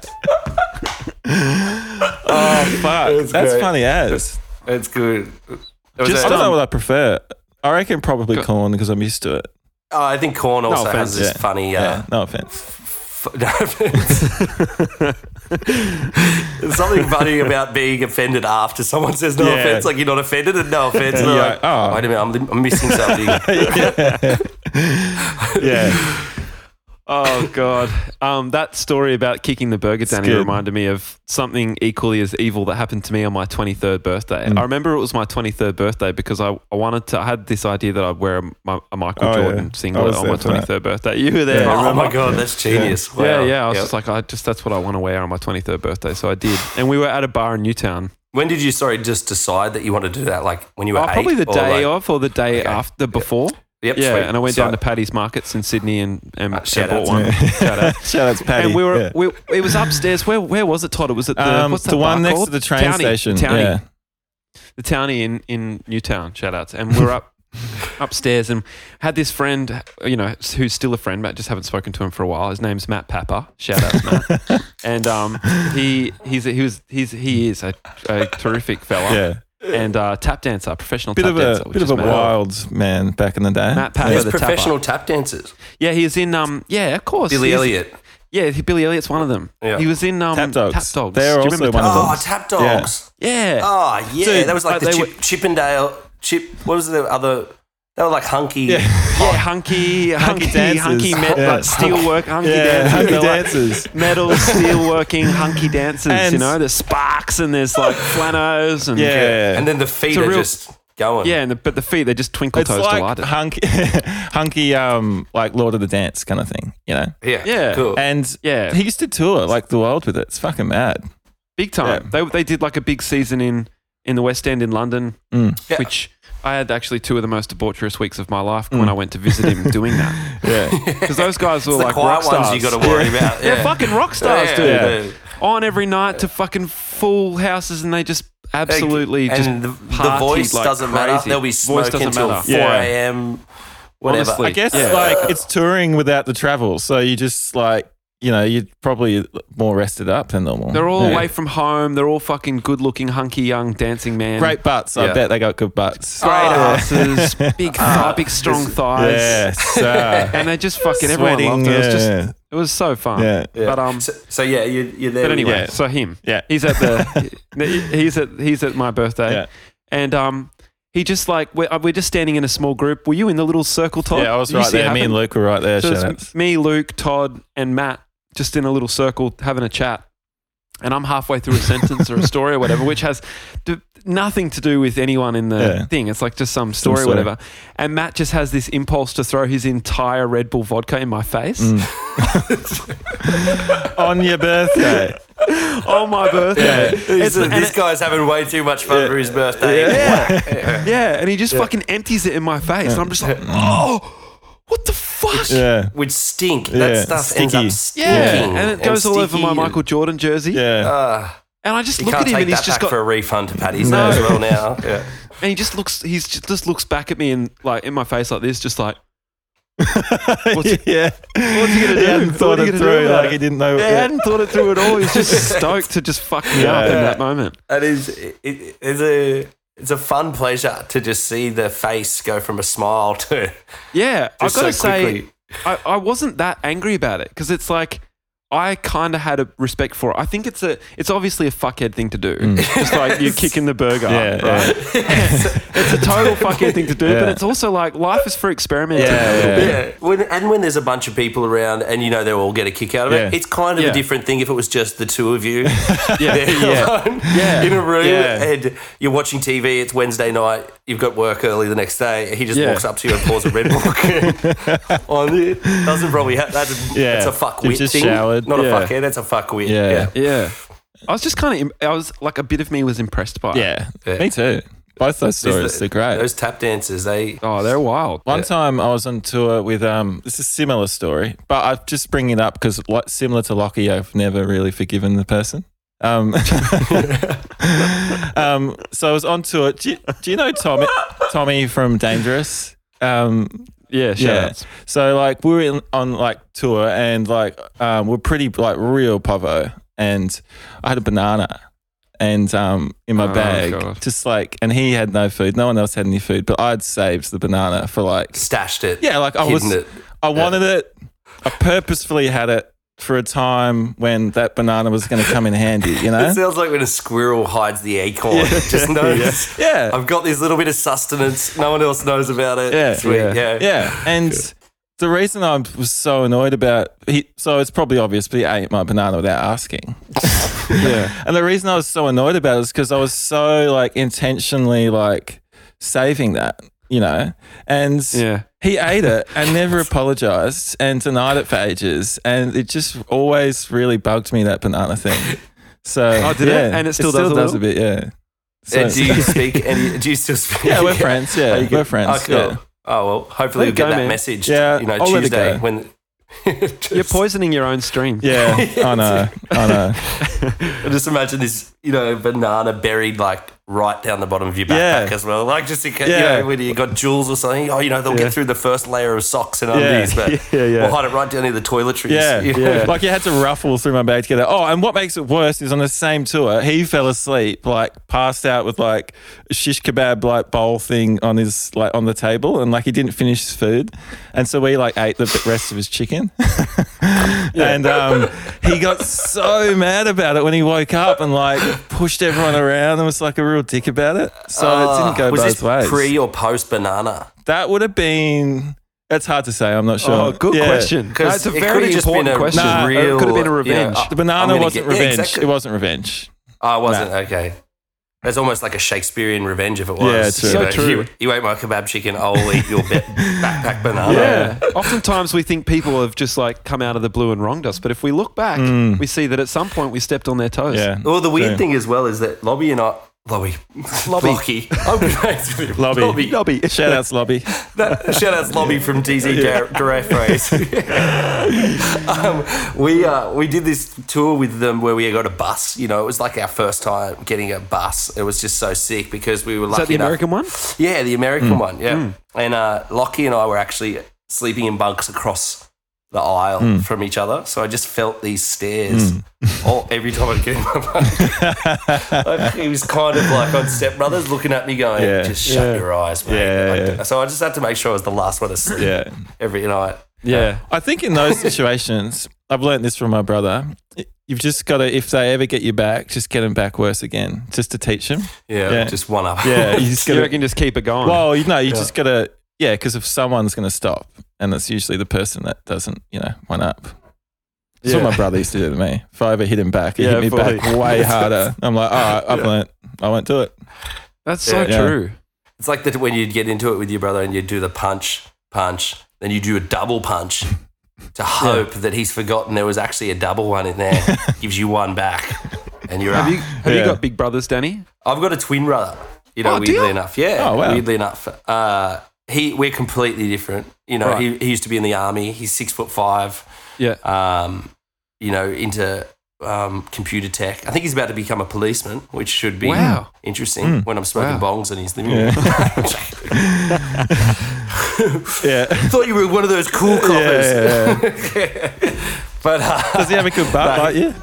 Speaker 3: Fuck, that's
Speaker 4: great.
Speaker 3: funny as.
Speaker 4: It's good. It was
Speaker 3: I
Speaker 4: a-
Speaker 3: don't know what I prefer. I reckon probably corn because I'm used to it.
Speaker 4: Oh, I think corn also
Speaker 1: offense,
Speaker 4: has this
Speaker 3: yeah.
Speaker 4: funny. Uh,
Speaker 3: Yeah, no offense.
Speaker 4: f- *laughs* no offense. There's something funny about being offended after someone says no
Speaker 3: Yeah.
Speaker 4: offense, like you're not offended and no offense. And
Speaker 3: Yeah,
Speaker 4: they're like,
Speaker 3: oh.
Speaker 4: wait a minute, I'm,
Speaker 1: *laughs*
Speaker 4: I'm missing something.
Speaker 3: *laughs* Yeah,
Speaker 1: *laughs* Oh god. Um, that story about kicking the burger, Danny,
Speaker 3: good.
Speaker 1: reminded me of something equally as evil that happened to me on my 23rd birthday.
Speaker 3: Mm.
Speaker 1: I remember it was my 23rd birthday because I, I wanted to. I had this idea that I'd wear a, Mi- a Michael
Speaker 3: Oh, yeah.
Speaker 1: Jordan
Speaker 3: I
Speaker 1: singlet
Speaker 3: was
Speaker 1: on
Speaker 3: there
Speaker 1: my
Speaker 3: for that.
Speaker 1: 23rd birthday. You were there.
Speaker 3: Yeah, I
Speaker 4: oh my god, that's genius. Wow.
Speaker 1: Yeah, yeah. I was
Speaker 4: Yep.
Speaker 1: just like, I just that's what I want to wear on my 23rd birthday. So I did. And we were at a bar in Newtown.
Speaker 4: when did you, sorry, just decide that you want to do that? Like when you were
Speaker 1: Oh,
Speaker 4: eight
Speaker 1: probably the
Speaker 4: or
Speaker 1: day
Speaker 4: like-
Speaker 1: of or the day after before.
Speaker 4: Yep,
Speaker 1: yeah,
Speaker 4: sweet.
Speaker 1: and I went
Speaker 4: So-
Speaker 1: down to Paddy's Markets in Sydney and,
Speaker 3: Uh,
Speaker 1: and, and
Speaker 4: shout
Speaker 1: bought
Speaker 4: outs,
Speaker 1: one. *laughs* Shout out.
Speaker 3: *laughs* shout out to Patty.
Speaker 1: And we were
Speaker 3: yeah.
Speaker 1: we, it was upstairs. Where where was it, Todd? It was at the
Speaker 3: um,
Speaker 1: what's that
Speaker 3: the one
Speaker 1: bar
Speaker 3: next
Speaker 1: called?
Speaker 3: to the train
Speaker 1: Townie,
Speaker 3: station.
Speaker 1: Townie,
Speaker 3: Yeah,
Speaker 1: the townie in in Newtown. Shout outs. And
Speaker 3: *laughs*
Speaker 1: we're up upstairs and had this friend, you know, who's still a friend, but just haven't spoken to him for a while. His name's Matt Papper. Shout out
Speaker 3: *laughs*
Speaker 1: Matt. and um, he he's he was he's he is a, a terrific fella.
Speaker 3: yeah.
Speaker 1: And uh, tap dancer, professional
Speaker 3: Bit
Speaker 1: tap
Speaker 3: of
Speaker 1: dancer.
Speaker 3: a
Speaker 1: which
Speaker 3: bit of
Speaker 1: is
Speaker 3: a
Speaker 1: Matt.
Speaker 3: wild man back in the day.
Speaker 1: Matt Papper,
Speaker 4: There's
Speaker 1: the
Speaker 4: professional
Speaker 1: Tapper.
Speaker 4: tap dancers.
Speaker 1: Yeah, he's in. Um, yeah, of course.
Speaker 4: Billy
Speaker 1: he's-
Speaker 4: Elliot.
Speaker 1: Yeah, he- Billy Elliot's one of them.
Speaker 4: Yeah.
Speaker 1: He was in um,
Speaker 3: Tap Dogs.
Speaker 1: Tap Dogs.
Speaker 3: They're
Speaker 1: Do you
Speaker 3: also
Speaker 1: remember
Speaker 3: one
Speaker 1: Tap
Speaker 3: of
Speaker 1: Dogs?
Speaker 3: Dogs.
Speaker 4: Oh, tap dogs.
Speaker 1: Yeah.
Speaker 4: Oh yeah,
Speaker 1: Dude,
Speaker 4: that was like
Speaker 1: like,
Speaker 4: the
Speaker 1: they
Speaker 4: Chip, Chippendale Chip. What was the other? They were like hunky.
Speaker 3: Yeah.
Speaker 1: Yeah, hunky, hunky, hunky,
Speaker 3: dancers.
Speaker 1: hunky met,
Speaker 3: Yeah.
Speaker 1: like steel work, hunky
Speaker 3: yeah,
Speaker 1: dancers.
Speaker 3: hunky
Speaker 1: They're like
Speaker 3: dancers.
Speaker 1: metal, steel working, hunky dancers. you
Speaker 3: And-
Speaker 1: know, there's sparks and there's like flanos and
Speaker 3: *laughs* Yeah,
Speaker 4: And then the feet are
Speaker 1: real-
Speaker 4: just going.
Speaker 1: yeah. And the, but the feet, they're just twinkle
Speaker 3: it's
Speaker 1: toes
Speaker 3: like
Speaker 1: delighted.
Speaker 3: hunky, *laughs* hunky, um, like Lord of the Dance kind of thing, you know.
Speaker 4: yeah,
Speaker 1: Yeah.
Speaker 4: Cool.
Speaker 3: And
Speaker 1: Yeah.
Speaker 3: he used to tour like the world with it. It's
Speaker 1: *laughs*
Speaker 3: fucking mad.
Speaker 1: big time.
Speaker 3: yeah.
Speaker 1: They they did like a big season in in the West End in London,
Speaker 3: Mm.
Speaker 4: Yeah.
Speaker 1: which. I had actually two of the most debaucherous weeks of my life
Speaker 3: Mm.
Speaker 1: when I went to visit him doing
Speaker 3: *laughs*
Speaker 1: that.
Speaker 3: Yeah,
Speaker 1: Because those guys were
Speaker 4: the
Speaker 1: like rock
Speaker 4: quiet
Speaker 1: stars.
Speaker 4: ones you got to worry about.
Speaker 1: They're
Speaker 4: Yeah.
Speaker 1: fucking rock stars,
Speaker 4: Yeah,
Speaker 1: dude.
Speaker 4: yeah.
Speaker 1: On every night to fucking full houses, and they just absolutely
Speaker 4: and
Speaker 1: just
Speaker 4: the, the
Speaker 1: partied
Speaker 4: voice
Speaker 1: like
Speaker 4: doesn't matter.
Speaker 1: crazy.
Speaker 4: They'll be
Speaker 1: Voice
Speaker 4: smoking
Speaker 1: doesn't
Speaker 4: until
Speaker 1: matter.
Speaker 4: four
Speaker 3: Yeah.
Speaker 4: a.m. Whatever.
Speaker 1: Honestly.
Speaker 3: I guess
Speaker 1: Yeah.
Speaker 3: like it's touring without the travel, so you just like you know you're probably more rested up than normal.
Speaker 1: They're all
Speaker 3: Yeah.
Speaker 1: away from home. They're all fucking good-looking, hunky, young dancing man.
Speaker 3: Great butts.
Speaker 1: Yeah.
Speaker 3: I bet they got good butts.
Speaker 1: great
Speaker 3: *laughs*
Speaker 4: Ah.
Speaker 1: asses, big, thigh, big, strong thighs,
Speaker 3: Yeah, so
Speaker 1: and they just *laughs* fucking everyone loved it. It was just, it was so fun.
Speaker 3: Yeah.
Speaker 4: Yeah.
Speaker 1: But um,
Speaker 4: so, so yeah, you, you're there.
Speaker 1: but anyway,
Speaker 3: Yeah.
Speaker 1: so him,
Speaker 3: Yeah.
Speaker 1: he's at the, he's at he's at my birthday,
Speaker 3: Yeah.
Speaker 1: and um, he just like we're, we're just standing in a small group. Were you in the little circle, Todd?
Speaker 3: yeah, I was
Speaker 1: Did you
Speaker 3: right
Speaker 1: see it
Speaker 3: there. Me
Speaker 1: happen?
Speaker 3: and Luke were right there.
Speaker 1: So
Speaker 3: shout
Speaker 1: *laughs* it's
Speaker 3: outs.
Speaker 1: me, Luke, Todd, and Matt just in a little circle having a chat. And I'm halfway through a sentence or a story or whatever, which has d- nothing to do with anyone in the
Speaker 3: Yeah.
Speaker 1: thing. It's like just some story or
Speaker 3: story.
Speaker 1: whatever. And Matt just has this impulse to throw his entire Red Bull vodka in my face
Speaker 3: On your birthday.
Speaker 1: on Oh my birthday.
Speaker 4: He's-
Speaker 1: It's- and
Speaker 4: this
Speaker 1: it-
Speaker 4: guy's having way too much fun for his birthday.
Speaker 1: yeah, and he just fucking empties it in my face. And I'm just like, oh, what the fuck?
Speaker 3: *laughs* yeah.
Speaker 4: Would stink.
Speaker 3: Yeah,
Speaker 4: That stuff
Speaker 3: sticky.
Speaker 4: ends up stinking.
Speaker 1: Yeah, and it goes all over
Speaker 4: sticky
Speaker 1: my
Speaker 4: and-
Speaker 1: Michael Jordan jersey.
Speaker 3: Yeah.
Speaker 1: And I just
Speaker 4: You
Speaker 1: look
Speaker 4: can't
Speaker 1: at him
Speaker 4: take
Speaker 1: and he's
Speaker 4: that
Speaker 1: just
Speaker 4: back
Speaker 1: got
Speaker 4: for a refund to Paddy's no. as well
Speaker 1: *laughs*
Speaker 4: now. Yeah.
Speaker 1: And he just looks, he's just, just looks back at me and like in my face like this, just like,
Speaker 3: *laughs* yeah.
Speaker 1: Uh, what's he going to
Speaker 3: He
Speaker 1: do?
Speaker 3: hadn't
Speaker 1: What
Speaker 3: thought
Speaker 1: are you gonna
Speaker 3: it
Speaker 1: do
Speaker 3: through.
Speaker 1: about
Speaker 3: Like
Speaker 1: it?
Speaker 3: he didn't know.
Speaker 1: Yeah, I hadn't thought it through at all. He's just stoked to just fuck me up in
Speaker 3: Yeah.
Speaker 1: that moment.
Speaker 4: That is, it, it- it's a it's a fun pleasure to just see the face go from a smile to
Speaker 1: Yeah, I've
Speaker 4: Just
Speaker 1: got to
Speaker 4: so
Speaker 1: say,
Speaker 4: quickly.
Speaker 1: I, I wasn't that angry about it because it's like I kind of had a respect for it. I think it's a it's obviously a fuckhead thing to do. *laughs* It's like
Speaker 3: *laughs*
Speaker 1: you're kicking the burger,
Speaker 3: Mm. Yeah,
Speaker 1: right? it's a
Speaker 3: *laughs*
Speaker 1: total fuckhead thing to do, but it's also like life is for experimenting.
Speaker 3: Yeah, yeah, yeah.
Speaker 4: Yeah, when, and when there's a bunch of people around, and you know they'll all get a kick out of
Speaker 3: Yeah.
Speaker 4: it, it's kind of
Speaker 1: Yeah.
Speaker 4: a different thing if it was just the two of you, there
Speaker 3: *laughs* Yeah.
Speaker 4: alone
Speaker 1: Yeah.
Speaker 4: in a room,
Speaker 3: Yeah.
Speaker 4: and you're watching TV. It's Wednesday night. You've got work early the next day. He just
Speaker 1: Yeah.
Speaker 4: walks up to you and pours a Red Bull *laughs* on you. Doesn't probably ha- that's a,
Speaker 3: Yeah.
Speaker 4: that's a fuck
Speaker 3: You've
Speaker 4: wit
Speaker 3: just
Speaker 4: thing.
Speaker 3: showered.
Speaker 4: Not
Speaker 3: Yeah.
Speaker 4: a fuck yeah. That's a fuck wit.
Speaker 3: Yeah.
Speaker 1: Yeah. I was just kind of, I was like, a bit of me was impressed by it.
Speaker 3: Yeah.
Speaker 4: Yeah.
Speaker 3: Me too. Both those
Speaker 4: These-
Speaker 3: stories are great.
Speaker 4: Those tap dancers, they
Speaker 1: Oh, they're wild.
Speaker 3: One time I was on tour with um. This is a similar story, but I just bring it up because like, similar to Lockie, I've never really forgiven the person. Um, *laughs* um, so I was on tour. Do you, do you know Tommy? Tommy from Dangerous. Um,
Speaker 1: Yeah, shout
Speaker 3: yeah.
Speaker 1: outs.
Speaker 3: So like we were in, on like tour and like um, we're pretty like real povo, and I had a banana and um in my
Speaker 1: Oh,
Speaker 3: bag,
Speaker 1: God.
Speaker 3: just like, and he had no food. No one else had any food, but I'd saved the banana for like
Speaker 4: stashed it.
Speaker 3: yeah, like I
Speaker 4: hidden
Speaker 3: was,
Speaker 4: it.
Speaker 3: I wanted it. I purposefully had it for a time when that banana was going to come in handy. You know.
Speaker 4: It sounds like when a squirrel hides the acorn. *laughs* Just
Speaker 3: *laughs*
Speaker 4: knows.
Speaker 3: Yeah.
Speaker 4: I've got this little bit of sustenance. No one else knows about it.
Speaker 3: Uh, Yeah.
Speaker 4: Sweet. Yeah. Uh,
Speaker 3: Yeah. And the reason I was so annoyed about he, so it's probably obvious, but he ate my banana without asking. yeah. And the reason I was so annoyed about it is because I was so like intentionally like saving that, you know, and
Speaker 1: Yeah.
Speaker 3: He ate it and never apologized and denied it for ages. And it just always really bugged me that banana thing. So, oh,
Speaker 1: did it? And it still does a
Speaker 3: a, bit, yeah. So,
Speaker 4: And do you *laughs* speak any? Do you still speak?
Speaker 3: yeah, we're
Speaker 4: *laughs*
Speaker 3: friends.
Speaker 4: Are
Speaker 3: Yeah,
Speaker 4: you good?
Speaker 3: we're friends.
Speaker 4: Oh, cool.
Speaker 3: yeah.
Speaker 4: Oh well, hopefully
Speaker 1: Let
Speaker 4: you'll
Speaker 1: it
Speaker 4: get
Speaker 1: go,
Speaker 4: that
Speaker 1: man.
Speaker 4: message.
Speaker 3: Yeah,
Speaker 4: you know
Speaker 3: I'll let it
Speaker 4: Tuesday
Speaker 3: go. *laughs*
Speaker 4: when.
Speaker 1: You're
Speaker 4: just,
Speaker 1: poisoning your own stream.
Speaker 3: Yeah, I know. I know.
Speaker 4: just imagine this, you know, banana buried like right down the bottom of your backpack
Speaker 3: Yeah.
Speaker 4: as well. Like just in case,
Speaker 3: Yeah.
Speaker 4: you know, when you got jewels or something, oh, you know, they'll get through the first layer of socks and undies, but
Speaker 3: Yeah, *laughs* yeah.
Speaker 4: we'll hide it right down near the toiletries.
Speaker 3: Yeah,
Speaker 4: *laughs* You know?
Speaker 3: yeah. Like you had to ruffle through my bag to get it. Oh, and what makes it worse is on the same tour, he fell asleep, like passed out with like a shish kebab like bowl thing on his like on the table, and like he didn't finish his food, and so we like ate the rest of his chicken, *laughs* and um, he got so mad about it when he woke up and like pushed everyone around and was like a real dick about it. So it didn't go
Speaker 4: was
Speaker 3: uh, both
Speaker 4: this
Speaker 3: ways.
Speaker 4: pre or post banana?
Speaker 3: that would have been. That's hard to say. I'm not sure.
Speaker 1: Oh, good
Speaker 3: Yeah.
Speaker 1: question. No, it's a
Speaker 4: it
Speaker 1: very
Speaker 4: could've just been
Speaker 1: important
Speaker 4: a
Speaker 1: question.
Speaker 3: Nah,
Speaker 4: real-
Speaker 1: it could have been a
Speaker 4: yeah,
Speaker 1: revenge.
Speaker 4: uh,
Speaker 3: The
Speaker 4: I'm
Speaker 3: banana
Speaker 4: gonna
Speaker 3: wasn't
Speaker 4: get- yeah,
Speaker 3: revenge.
Speaker 4: exactly.
Speaker 3: It wasn't revenge.
Speaker 4: Oh, it wasn't. Okay. That's almost like a Shakespearean revenge if it was.
Speaker 3: Yeah, true. So
Speaker 4: You
Speaker 1: true.
Speaker 4: You, you ate my kebab chicken, I'll eat your ba- backpack banana.
Speaker 1: Yeah. *laughs* Oftentimes we think people have just like come out of the blue and wronged us, but if we look back, we see that at some point we stepped on their toes.
Speaker 3: Hmm. Yeah.
Speaker 4: Well, the weird
Speaker 3: True.
Speaker 4: thing as well is that Lobby and I. Lobby.
Speaker 1: Lobby.
Speaker 4: Lockie. I'm friends with him.
Speaker 3: Lobby. *laughs*
Speaker 4: Lobby.
Speaker 1: Nobby.
Speaker 3: Shout outs, lobby.
Speaker 4: That, shout outs Lobby from DZ yeah. Direct Phrase. um, we, uh, we did this tour with them where we got a bus. You know, it was like our first time getting a bus. It was just so sick because we were
Speaker 1: Is
Speaker 4: lucky
Speaker 1: that the
Speaker 4: enough-
Speaker 1: American
Speaker 3: *laughs*
Speaker 1: one?
Speaker 4: Yeah, the American
Speaker 3: Hmm.
Speaker 4: one. Yeah. And uh, Lockie and I were actually sleeping in bunks across the aisle
Speaker 3: Hmm.
Speaker 4: from each other. So I just felt these stares all, every time I'd
Speaker 3: *laughs*
Speaker 4: get in my bunk. Like, he was kind of like on Step Brothers looking at me going,
Speaker 3: Yeah.
Speaker 4: just shut your eyes, mate.
Speaker 3: Yeah,
Speaker 4: Like,
Speaker 3: yeah.
Speaker 4: So I just had to make sure I was the last one to sleep
Speaker 3: Yeah. Uh,
Speaker 4: every night.
Speaker 1: Yeah.
Speaker 3: I think in those situations, I've learned this from my brother. You've just got to, if they ever get you back, just get them back worse again, just to teach them.
Speaker 4: Yeah,
Speaker 3: Yeah.
Speaker 4: just one up.
Speaker 3: Yeah. *laughs* You just got
Speaker 1: You
Speaker 3: to,
Speaker 1: reckon just keep it going?
Speaker 3: well, you know, you just got to, yeah, because if someone's going to stop, and it's usually the person that doesn't, you know, one up.
Speaker 1: Yeah.
Speaker 3: That's what my brother used to do to me. If I ever hit him back, he
Speaker 1: Yeah,
Speaker 3: hit me
Speaker 1: fully.
Speaker 3: back way harder. I'm like, all right, I've learnt. I won't do it.
Speaker 1: That's so
Speaker 3: Yeah.
Speaker 1: true.
Speaker 4: It's like that when you'd get into it with your brother and you'd do the punch, punch, then you do a double punch to hope that he's forgotten there was actually a double one
Speaker 1: *laughs*
Speaker 4: in there. Gives you one back, and you're up.
Speaker 1: Have you, have
Speaker 3: Yeah.
Speaker 1: you got big brothers, Danny?
Speaker 4: I've got a twin brother. You know,
Speaker 1: Oh, do
Speaker 4: weirdly
Speaker 1: you?
Speaker 4: enough, yeah.
Speaker 3: Oh, wow.
Speaker 4: Weirdly enough, uh, he we're completely different. You know, he, he used to be in the army. He's six foot five.
Speaker 1: Yeah.
Speaker 4: Um, you know, into um, computer tech. I think he's about to become a policeman, which should be
Speaker 1: Wow. Mm.
Speaker 4: interesting when I'm smoking bongs and he's
Speaker 1: *laughs*
Speaker 4: living. *laughs*
Speaker 3: *laughs* Yeah.
Speaker 4: thought you were one of those cool coppers.
Speaker 3: yeah,
Speaker 4: But uh, *laughs*
Speaker 3: Does he have a good butt like you?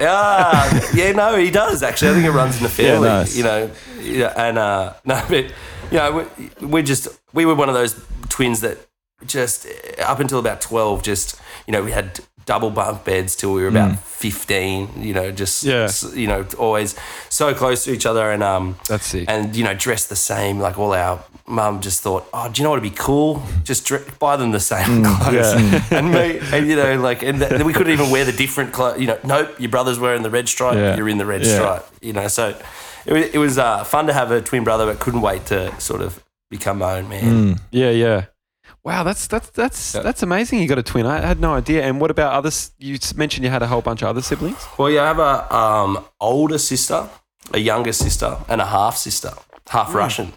Speaker 4: yeah, yeah, no, he does actually. I think it runs in the family.
Speaker 3: nice.
Speaker 4: You know, yeah, and uh, *laughs* no, but you know, we, we just we were one of those twins that just uh, up until about twelve, just you know, we had double bunk beds till we were about 15, you know, just,
Speaker 3: Yeah.
Speaker 4: s- you know, always so close to each other and, um,
Speaker 1: That's sick.
Speaker 4: and, you know, dressed the same. Like all our mum just thought, oh, do you know what would be cool? Just dre- buy them the
Speaker 3: Mm,
Speaker 4: same clothes. *laughs* and me, and, you know, like, and th- we couldn't even wear the different clothes, you know, nope, your brother's wearing the red stripe,
Speaker 3: Yeah.
Speaker 4: you're in the red
Speaker 3: Yeah.
Speaker 4: stripe, you know, so it, wa- it was uh, fun to have a twin brother, but couldn't wait to sort of become my own man.
Speaker 1: Yeah, yeah. Wow, that's that's that's
Speaker 4: Yeah.
Speaker 1: that's amazing. You got a twin. I had no idea. And what about others? You s- mentioned you had a whole bunch of other siblings.
Speaker 4: Well, yeah, I have a um, older sister, a younger sister, and a half sister, half
Speaker 3: Hmm.
Speaker 4: Russian.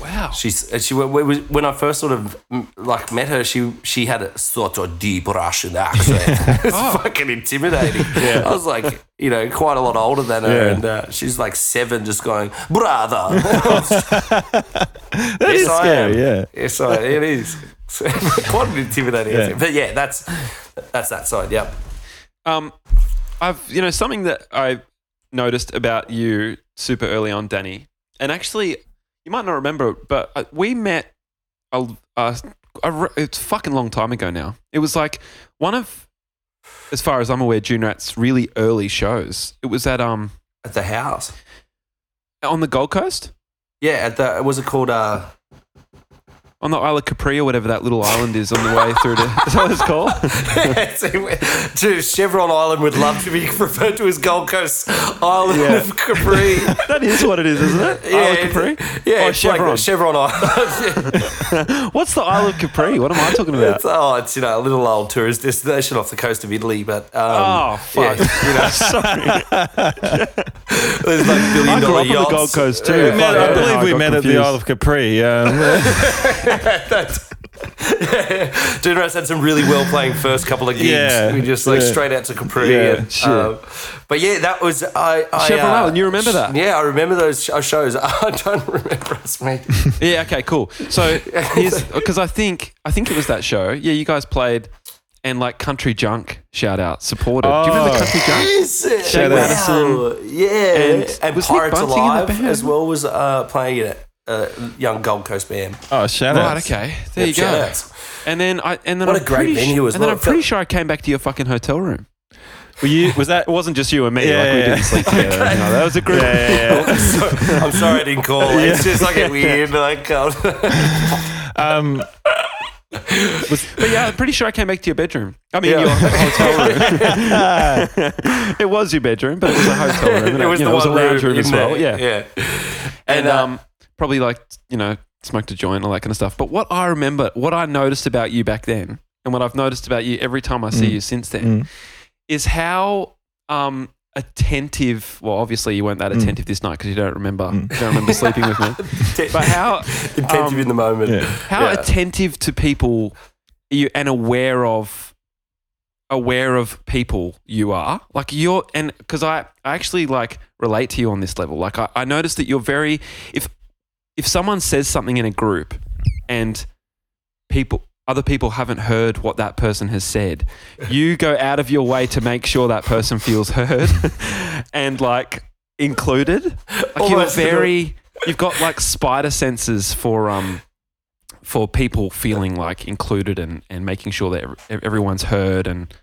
Speaker 1: Wow.
Speaker 4: She's she when- when when I first sort of mm, like met her, she she had a sort of deep Russian
Speaker 3: *laughs*
Speaker 4: accent. *laughs* it's fucking intimidating. I was like, you know, quite a lot older than her,
Speaker 3: Yeah.
Speaker 4: and uh, she's like seven, just going
Speaker 3: *laughs*
Speaker 4: brother. *laughs* yes, I am.
Speaker 3: scary, yeah.
Speaker 4: Yes, I It is *laughs* quite an intimidating
Speaker 3: Yeah.
Speaker 4: accent. But yeah, that's that's that side. Yep.
Speaker 1: Um, I've you know something that I noticed about you super early on, Danny, and actually you might not remember, but uh, we met a, a, a r- it's a fucking long time ago now. It was like one of, as far as I'm aware, June Rat's really early shows. It was at um
Speaker 4: At the house.
Speaker 1: on the Gold Coast.
Speaker 4: Yeah, at the was it
Speaker 1: *laughs*
Speaker 4: called uh
Speaker 1: On the Isle of Capri or whatever that little island is on the way through to. *laughs* Is that what it's called?
Speaker 4: *laughs* to Chevron Island would love to be *laughs* referred to as Gold Coast Island of
Speaker 1: *laughs*
Speaker 4: Capri.
Speaker 1: That is what it is, isn't it? Isle of
Speaker 4: it-
Speaker 1: Capri?
Speaker 4: Yeah,
Speaker 1: Or
Speaker 4: it's like
Speaker 1: Chevron.
Speaker 4: Chevron Island. *laughs*
Speaker 1: What's the Isle of Capri? What am I talking about?
Speaker 4: it's, oh, it's you know a little old tourist destination off the coast of Italy, but um,
Speaker 1: Oh, fuck.
Speaker 4: yeah, you know,
Speaker 1: *laughs* Sorry.
Speaker 4: there's like
Speaker 1: *laughs*
Speaker 4: billion
Speaker 1: I grew up
Speaker 4: dollar
Speaker 1: on the
Speaker 4: yachts.
Speaker 1: Gold Coast too.
Speaker 3: We met- I
Speaker 1: don't know how
Speaker 3: believe we
Speaker 1: got
Speaker 3: met at
Speaker 1: confused.
Speaker 3: the Isle of
Speaker 1: *laughs*
Speaker 3: Capri. Um,
Speaker 4: That's- Dude, Rats had some really well playing first couple of gigs.
Speaker 3: Yeah,
Speaker 4: we just like
Speaker 3: yeah.
Speaker 4: straight out to Capri.
Speaker 3: Yeah,
Speaker 4: and,
Speaker 3: shit.
Speaker 4: um, but yeah, that was I. I uh,
Speaker 1: Chevron Island, you remember that?
Speaker 4: Yeah, I remember those sh- uh, shows. *laughs* I don't remember us meeting.
Speaker 1: Yeah, okay, cool. *laughs* So, because I think I think it was that show. Yeah, you guys played and like Country Junk shout out supported. Do you remember
Speaker 3: Oh.
Speaker 1: Country Junk?
Speaker 4: Is it?
Speaker 1: Shane
Speaker 4: Wow.
Speaker 1: Madison.
Speaker 4: Yeah,
Speaker 1: And
Speaker 4: and,
Speaker 1: was Nick
Speaker 4: Pirates
Speaker 1: Bunting in that
Speaker 4: Alive
Speaker 1: band?
Speaker 4: as well was uh, playing it. Uh, young Gold Coast band.
Speaker 3: oh, shout out.
Speaker 1: Right, okay. There you
Speaker 4: Yep,
Speaker 1: go.
Speaker 4: shout outs.
Speaker 1: And then I and then
Speaker 4: What
Speaker 1: I'm
Speaker 4: a great
Speaker 1: pretty
Speaker 4: venue as
Speaker 1: and then
Speaker 4: well.
Speaker 1: I'm pretty sure I came back to your fucking hotel room.
Speaker 3: Were you, was that?
Speaker 1: It wasn't just you and me.
Speaker 3: Yeah,
Speaker 1: like we
Speaker 3: yeah,
Speaker 1: didn't
Speaker 3: yeah.
Speaker 1: *laughs* sleep together. No, that was a
Speaker 3: *laughs*
Speaker 1: group.
Speaker 4: I'm sorry I didn't
Speaker 1: *laughs*
Speaker 4: call. It's just like a weird. Like, oh,
Speaker 3: *laughs* Um,
Speaker 1: But yeah, I'm pretty sure I came back to your bedroom. I mean, *laughs*
Speaker 4: *laughs*
Speaker 1: your hotel room. it was your bedroom, but it was a hotel room. And,
Speaker 4: it was
Speaker 1: you
Speaker 4: the
Speaker 1: know,
Speaker 4: one
Speaker 1: *laughs* it was a lounge room,
Speaker 4: in
Speaker 1: as well.
Speaker 4: there.
Speaker 1: Yeah.
Speaker 4: yeah.
Speaker 1: And
Speaker 4: uh,
Speaker 1: um, probably like, you know, smoked a joint and all that kind of stuff. But what I remember, what I noticed about you back then, and what I've noticed about you every time I see you since
Speaker 3: Mm.
Speaker 1: then, is how um, attentive. Well, obviously, you weren't that attentive this night because you don't remember. You don't remember sleeping with me. But how
Speaker 4: *laughs* Intensive
Speaker 1: um,
Speaker 4: in the moment.
Speaker 3: yeah.
Speaker 1: how
Speaker 4: Yeah.
Speaker 1: attentive to people you and aware of aware of people you are like you're and because I, I actually like relate to you on this level like I, I noticed that you're very if if someone says something in a group and people other people haven't heard what that person has
Speaker 4: *laughs*
Speaker 1: said you go out of your way to make sure that person feels heard *laughs* and like included like you're
Speaker 4: Almost to the-
Speaker 1: very you've got like spider senses for um for people feeling like included and, and making sure that ev- everyone's heard and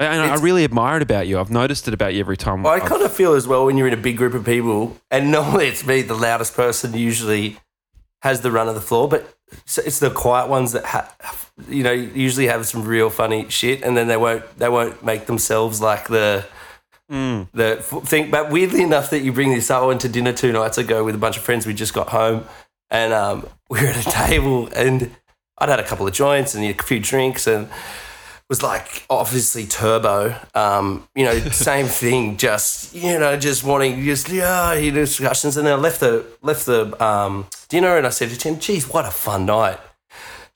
Speaker 1: and I
Speaker 4: It's-
Speaker 1: really admire it about you. I've noticed it about you every time.
Speaker 4: I
Speaker 1: I've-
Speaker 4: kind of feel as well when you're in a big group of people, and *laughs* normally it's me, the loudest person usually has the run of the floor, but it's- it's the quiet ones that ha- you know usually have some real funny shit, and then they won't they won't make themselves like the. The f- thing, but weirdly enough, that you bring this up, I went to dinner two nights ago with a bunch of friends. We just got home, and um, *laughs* we were at a table, and I'd had a couple of joints and a few drinks, and was like obviously turbo. Um, you know, same thing. Just you know, just wanting just yeah, you know, discussions. And then I left the left the um, dinner, and I said to Tim, "Geez, what a fun night."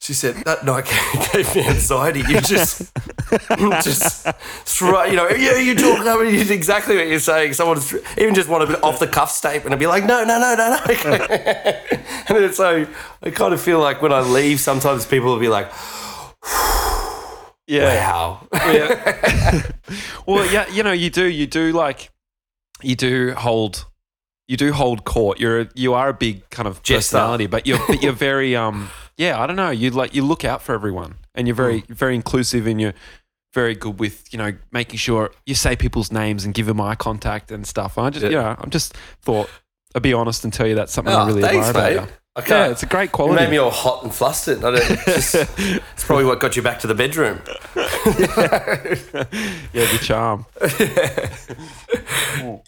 Speaker 4: She said that night *laughs* gave- gave me anxiety. You just, *laughs* just throw, you know, yeah, you talk that way. It's exactly what you're saying. Someone th- even just wanted an off the cuff statement and be like, no, no, no, no, no. *laughs* and it's so I kind of feel like when I leave, sometimes people will be like,
Speaker 1: yeah.
Speaker 4: wow,
Speaker 1: Well, yeah, you know, you do, you do like, you do hold, you do hold court. You're a, you are a big kind of
Speaker 4: Jester.
Speaker 1: personality, but you're but you're
Speaker 4: Mm.
Speaker 1: very um yeah. I don't know. You like you look out for everyone, and you're very very inclusive, and you very good with you know making sure you say people's names and give them eye contact and stuff. And I just
Speaker 4: Yeah.
Speaker 1: you know I'm just thought I'll be honest and tell you that's something
Speaker 4: Oh,
Speaker 1: I really
Speaker 4: thanks,
Speaker 1: admire
Speaker 4: mate.
Speaker 1: about you.
Speaker 4: I can't.
Speaker 1: Yeah, it's a great
Speaker 4: you
Speaker 1: quality.
Speaker 4: made me all hot and flustered. I don't,
Speaker 1: *laughs*
Speaker 4: just, it's probably what got you back to the bedroom.
Speaker 1: yeah, the
Speaker 4: *laughs*
Speaker 1: charm. oh,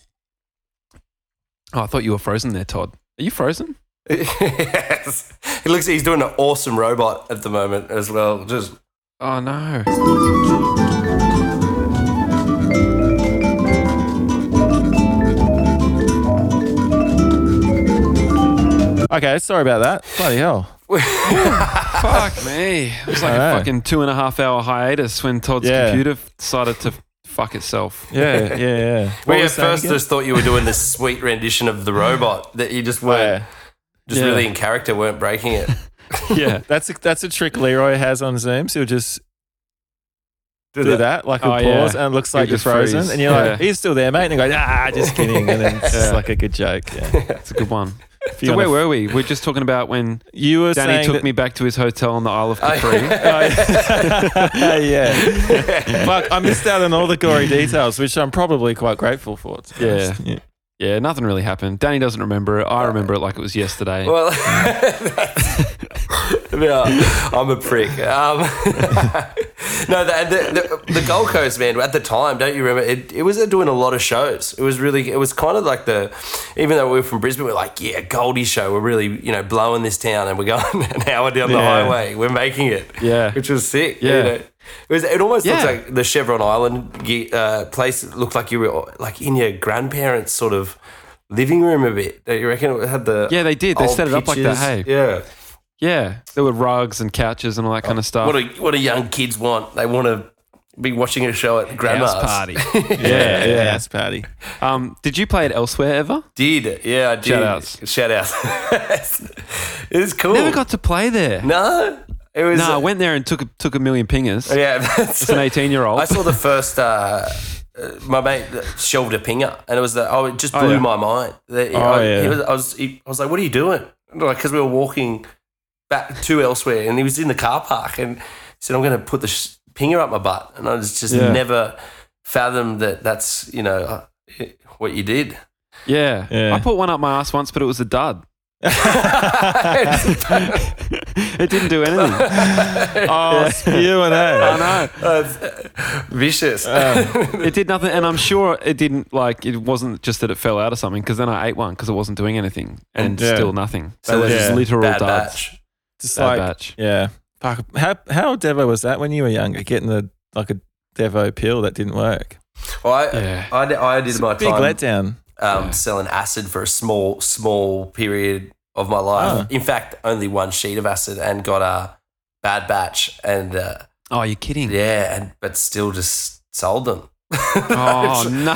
Speaker 1: I thought you were frozen there, Todd. Are you frozen?
Speaker 4: yes. He looks he's doing an awesome robot at the moment as well. Just
Speaker 1: Oh *laughs* no.
Speaker 3: Okay, sorry about that.
Speaker 1: *laughs*
Speaker 3: Bloody hell.
Speaker 4: *laughs*
Speaker 1: Fuck me. It was like
Speaker 3: I
Speaker 1: a
Speaker 3: know.
Speaker 1: fucking two and a half hour hiatus when Todd's
Speaker 3: Yeah.
Speaker 1: computer f- decided to fuck itself.
Speaker 3: Yeah, yeah, yeah. What
Speaker 4: we
Speaker 3: were
Speaker 4: at
Speaker 3: saying
Speaker 4: first
Speaker 3: again?
Speaker 4: just thought you were doing this sweet rendition of the robot that you just
Speaker 3: Oh, yeah.
Speaker 4: weren't just
Speaker 1: Yeah.
Speaker 4: really in character, weren't breaking it.
Speaker 1: Yeah.
Speaker 3: *laughs* That's a, that's a trick Leroy has on Zooms. He'll just do
Speaker 1: *laughs*
Speaker 3: that,
Speaker 4: *laughs*
Speaker 3: like a
Speaker 1: Oh, yeah.
Speaker 3: pause, and it looks
Speaker 1: He'll
Speaker 3: like you're
Speaker 1: just
Speaker 3: frozen,
Speaker 1: freeze.
Speaker 3: and you're like,
Speaker 1: Yeah.
Speaker 3: "He's still there, mate," and they go, "Ah,
Speaker 1: *laughs*
Speaker 3: just kidding," and then it's just
Speaker 1: Yeah.
Speaker 3: like a good joke.
Speaker 1: *laughs*
Speaker 3: Yeah.
Speaker 1: That's a good
Speaker 3: *laughs*
Speaker 1: one.
Speaker 3: If you
Speaker 1: So
Speaker 3: wanna
Speaker 1: where were we? We We're just talking about when
Speaker 3: You were
Speaker 1: Danny
Speaker 3: saying
Speaker 1: took
Speaker 3: that-
Speaker 1: me back to his hotel on the
Speaker 4: *laughs*
Speaker 1: Isle of Capri.
Speaker 3: *laughs*
Speaker 1: *laughs*
Speaker 3: Oh, yeah. *laughs* Fuck, I missed out on all the gory details, which I'm probably quite grateful for. to be
Speaker 1: Yeah.
Speaker 3: honest.
Speaker 1: yeah, nothing really happened. Danny doesn't remember it. I remember it like it was yesterday.
Speaker 4: Well,
Speaker 1: *laughs*
Speaker 4: yeah, I'm a prick. Um, *laughs* no, the, the, the Gold Coast, man, at the time, don't you remember? It, it was uh, doing a lot of shows. It was really, it was kind of like the, even though we were from Brisbane, we are like, yeah, Goldie show. We're really, you know, blowing this town and we're going *laughs* an hour down the
Speaker 3: Yeah.
Speaker 4: highway. We're making it.
Speaker 1: Yeah.
Speaker 4: Which was sick.
Speaker 1: Yeah.
Speaker 4: You know? It, was, it almost looks
Speaker 1: Yeah.
Speaker 4: like the Chevron Island ge- uh, place looked like you were like in your grandparents' sort of living room a bit. Don't you reckon it had the
Speaker 1: Yeah, they did. They
Speaker 4: old
Speaker 1: set it up like that,
Speaker 4: pictures.
Speaker 1: hey?
Speaker 4: yeah.
Speaker 1: yeah, there were rugs and couches and all that kind of stuff.
Speaker 4: Oh, What do what do young kids want? They want to be watching a show at grandma's
Speaker 1: house
Speaker 4: *laughs*
Speaker 1: party.
Speaker 3: *laughs* Yeah, yeah,
Speaker 1: *laughs*
Speaker 3: that's Patty.
Speaker 1: um, did you play it elsewhere ever?
Speaker 4: Did yeah, I did.
Speaker 1: Shout outs.
Speaker 4: Shout outs. *laughs* it was cool.
Speaker 1: Never got to play there. No,
Speaker 4: no, it was
Speaker 1: I went there and took a, took a million pingers.
Speaker 4: yeah. *laughs* That's,
Speaker 1: It's an eighteen year old.
Speaker 4: I saw the first. Uh, uh, my mate shelved a pinger, and it was the. Oh, it just blew
Speaker 1: yeah.
Speaker 4: my mind. The-
Speaker 3: Oh,
Speaker 4: I,
Speaker 3: yeah.
Speaker 4: he was, I was. He, I was like, "What are you doing?" Like, because we were walking back to elsewhere, and he was in the car park, and he said, "I'm going to put the sh- pinger up my butt," and I was just
Speaker 3: Yeah.
Speaker 4: never fathomed that. That's you know uh, what you did. *laughs*
Speaker 1: Yeah.
Speaker 3: Yeah.
Speaker 1: I put one up my ass once, but it was a dud. *laughs* it didn't do anything.
Speaker 3: Oh, spew and
Speaker 1: I
Speaker 3: that.
Speaker 1: know.
Speaker 4: Vicious.
Speaker 1: Oh, It did nothing. And I'm sure it didn't, like, it wasn't just that it fell out of something because then I ate one because it wasn't doing anything and
Speaker 3: Yeah.
Speaker 1: still nothing.
Speaker 4: So
Speaker 1: So it was
Speaker 3: that's
Speaker 1: just
Speaker 3: just
Speaker 1: literal
Speaker 4: Bad
Speaker 1: duds.
Speaker 4: batch.
Speaker 3: Just
Speaker 1: Bad
Speaker 3: like,
Speaker 1: batch.
Speaker 3: yeah. Fuck, how how devo was that when you were younger? Getting the like a devo pill that didn't work.
Speaker 4: Well, I,
Speaker 1: Yeah.
Speaker 4: I, I did my
Speaker 3: Big
Speaker 4: time.
Speaker 3: letdown.
Speaker 4: um,
Speaker 1: Yeah.
Speaker 4: selling acid for a small, small period of my
Speaker 3: Oh.
Speaker 4: life. In fact, only one sheet of acid and got a bad batch. And uh,
Speaker 1: Oh, you're kidding.
Speaker 4: yeah, and but still just sold them.
Speaker 1: Oh,
Speaker 4: *laughs*
Speaker 1: no.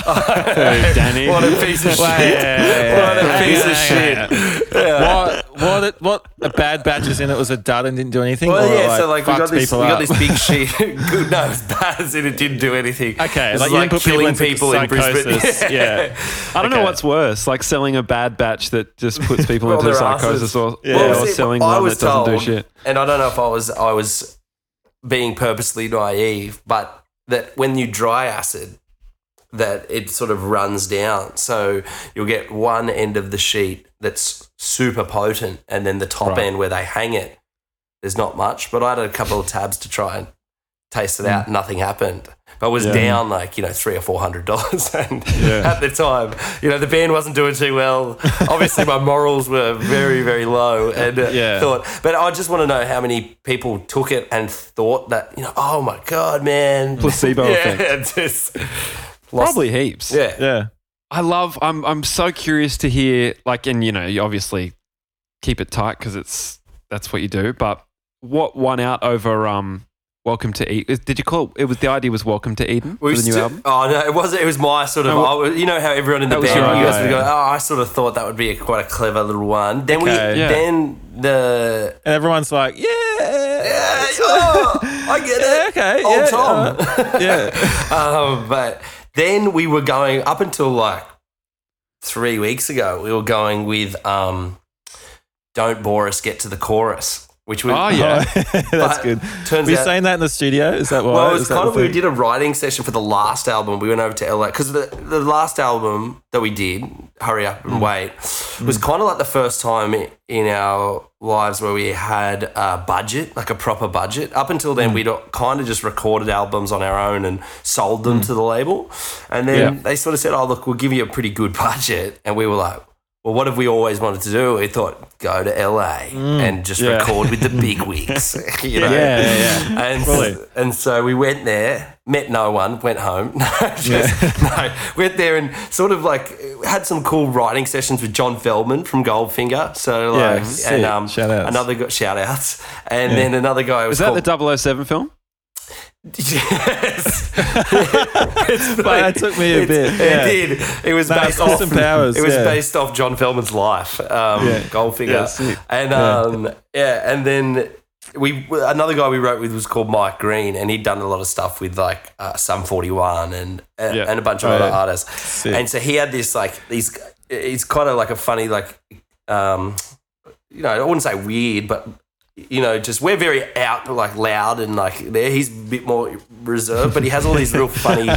Speaker 1: Danny.
Speaker 4: What a piece of shit. *laughs* What a piece of shit. Yeah.
Speaker 3: What what it, what a bad batch is in it was a dud and didn't do anything.
Speaker 4: Well,
Speaker 3: or,
Speaker 4: yeah, so like we
Speaker 3: fucked
Speaker 4: got this, we
Speaker 3: people
Speaker 4: got
Speaker 3: up?
Speaker 4: this big sheet. *laughs* Good, no, it's bad as in it didn't do anything.
Speaker 3: *laughs* Okay,
Speaker 4: This
Speaker 3: like
Speaker 4: is
Speaker 3: you didn't put people
Speaker 4: killing
Speaker 3: into
Speaker 4: people, in
Speaker 3: psychosis.
Speaker 4: Brisbane. *laughs*
Speaker 3: Yeah.
Speaker 1: *laughs* I don't know
Speaker 3: Okay.
Speaker 1: what's worse, like selling a bad batch that just
Speaker 4: *laughs*
Speaker 1: puts people
Speaker 4: Well,
Speaker 1: into
Speaker 4: their
Speaker 1: psychosis
Speaker 4: asses.
Speaker 1: or,
Speaker 3: Yeah.
Speaker 1: or
Speaker 3: Well,
Speaker 4: see,
Speaker 1: selling
Speaker 4: I
Speaker 1: one
Speaker 4: was
Speaker 1: that doesn't do
Speaker 4: told,
Speaker 1: shit.
Speaker 4: And I don't know if I was I was being purposely naive, but that when you dry acid, that it sort of runs down. So you'll get one end of the sheet that's super potent, and then the top
Speaker 3: Right.
Speaker 4: end where they hang it, there's not much. But I had a couple of tabs to try and taste it out. Nothing happened. But I was
Speaker 3: Yeah.
Speaker 4: down like you know three or four hundred dollars, *laughs* and at the time, you know the band wasn't doing too well. Obviously, my morals were very very low, and uh,
Speaker 3: Yeah.
Speaker 4: thought. But I just want to know how many people took it and thought that you know, oh my god, man,
Speaker 1: Placebo
Speaker 4: yeah,
Speaker 1: effect.
Speaker 4: just lost-
Speaker 1: Probably heaps.
Speaker 4: yeah.
Speaker 3: Yeah.
Speaker 1: I love. I'm. I'm so curious to hear. Like, and you know, you obviously keep it tight because it's that's what you do. But what won out over um, Welcome to Eden? Did you call it, it? Was the idea was Welcome to Eden for
Speaker 4: We
Speaker 1: the new
Speaker 4: stu-
Speaker 1: album?
Speaker 4: Oh no, it wasn't. It was my sort of.
Speaker 1: No,
Speaker 4: I was- you know how everyone in the
Speaker 1: That was
Speaker 4: band,
Speaker 1: your
Speaker 4: you guys
Speaker 3: idea.
Speaker 4: would go, "Oh, I sort of thought that would be a, quite a clever little one." Then
Speaker 3: Okay.
Speaker 4: we,
Speaker 1: Yeah.
Speaker 4: then the.
Speaker 3: And everyone's like, yeah.
Speaker 4: Yeah, oh, I
Speaker 3: *laughs*
Speaker 4: get
Speaker 3: Yeah,
Speaker 4: it.
Speaker 3: okay,
Speaker 4: Old
Speaker 3: yeah, uh, uh-huh.
Speaker 4: Tom. *laughs*
Speaker 3: Yeah.
Speaker 4: um, but then we were going up until like three weeks ago. We were going with um, "Don't Bore Us, Get to the Chorus," which was
Speaker 1: Oh, yeah.
Speaker 3: *laughs* That's
Speaker 4: *laughs* but
Speaker 3: good.
Speaker 4: Turns
Speaker 3: Were you
Speaker 4: out,
Speaker 3: saying that in the studio? Is that why?
Speaker 4: well, it
Speaker 3: Is
Speaker 4: was
Speaker 3: that
Speaker 4: kind
Speaker 3: the
Speaker 4: of we
Speaker 3: thing?
Speaker 4: did a writing session for the last album. We went over to LA because the the last album that we did, Hurry Up
Speaker 3: Mm.
Speaker 4: and Wait, was kind of like the first time i- in our lives where we had a budget, like a proper budget. Up until
Speaker 3: Mm.
Speaker 4: then, we'd kind of just recorded albums on our own and sold
Speaker 3: Mm.
Speaker 4: them to the label, and then
Speaker 1: Yeah.
Speaker 4: they sort of said, "Oh, look, we'll give you a pretty good *laughs* budget," and we were like. Well, what have we always wanted to do? We thought go to LA and just
Speaker 3: Mm. Yeah.
Speaker 4: record with the big wigs. *laughs* you know?
Speaker 3: Yeah, yeah, yeah.
Speaker 4: and
Speaker 3: Fully.
Speaker 4: and so we went there, met no one, went home. *laughs* No, just, no, went there and sort of like had some cool writing sessions with John Feldman from Goldfinger. So
Speaker 3: Yeah,
Speaker 4: like,
Speaker 3: sick.
Speaker 4: and um,
Speaker 3: Shout outs.
Speaker 4: another got shout outs, and then another guy was
Speaker 1: Is that
Speaker 4: called,
Speaker 1: the 007 film?
Speaker 4: *laughs*
Speaker 3: *laughs*
Speaker 4: yes.
Speaker 3: that took me a bit,
Speaker 4: It
Speaker 3: yeah.
Speaker 4: did. It was
Speaker 3: No,
Speaker 4: based
Speaker 3: Austin
Speaker 4: off
Speaker 3: Powers,
Speaker 4: It was
Speaker 3: yeah.
Speaker 4: based off John Feldman's life, um,
Speaker 3: Yeah. Yeah,
Speaker 4: Goldfinger,
Speaker 3: sick.
Speaker 4: and um, yeah, and then we another guy we wrote with was called Mike Green, and he'd done a lot of stuff with like uh, Sum Forty One and uh,
Speaker 1: Yeah.
Speaker 4: and a bunch of
Speaker 3: Oh,
Speaker 4: other
Speaker 3: yeah.
Speaker 4: artists,
Speaker 3: Sick.
Speaker 4: and so he had this like these. It's kind of like a funny like. Um, you know, I wouldn't say weird, but you know, just we're very out, like loud and like there. He's a bit more reserved, but he has all these real
Speaker 1: *laughs*
Speaker 4: funny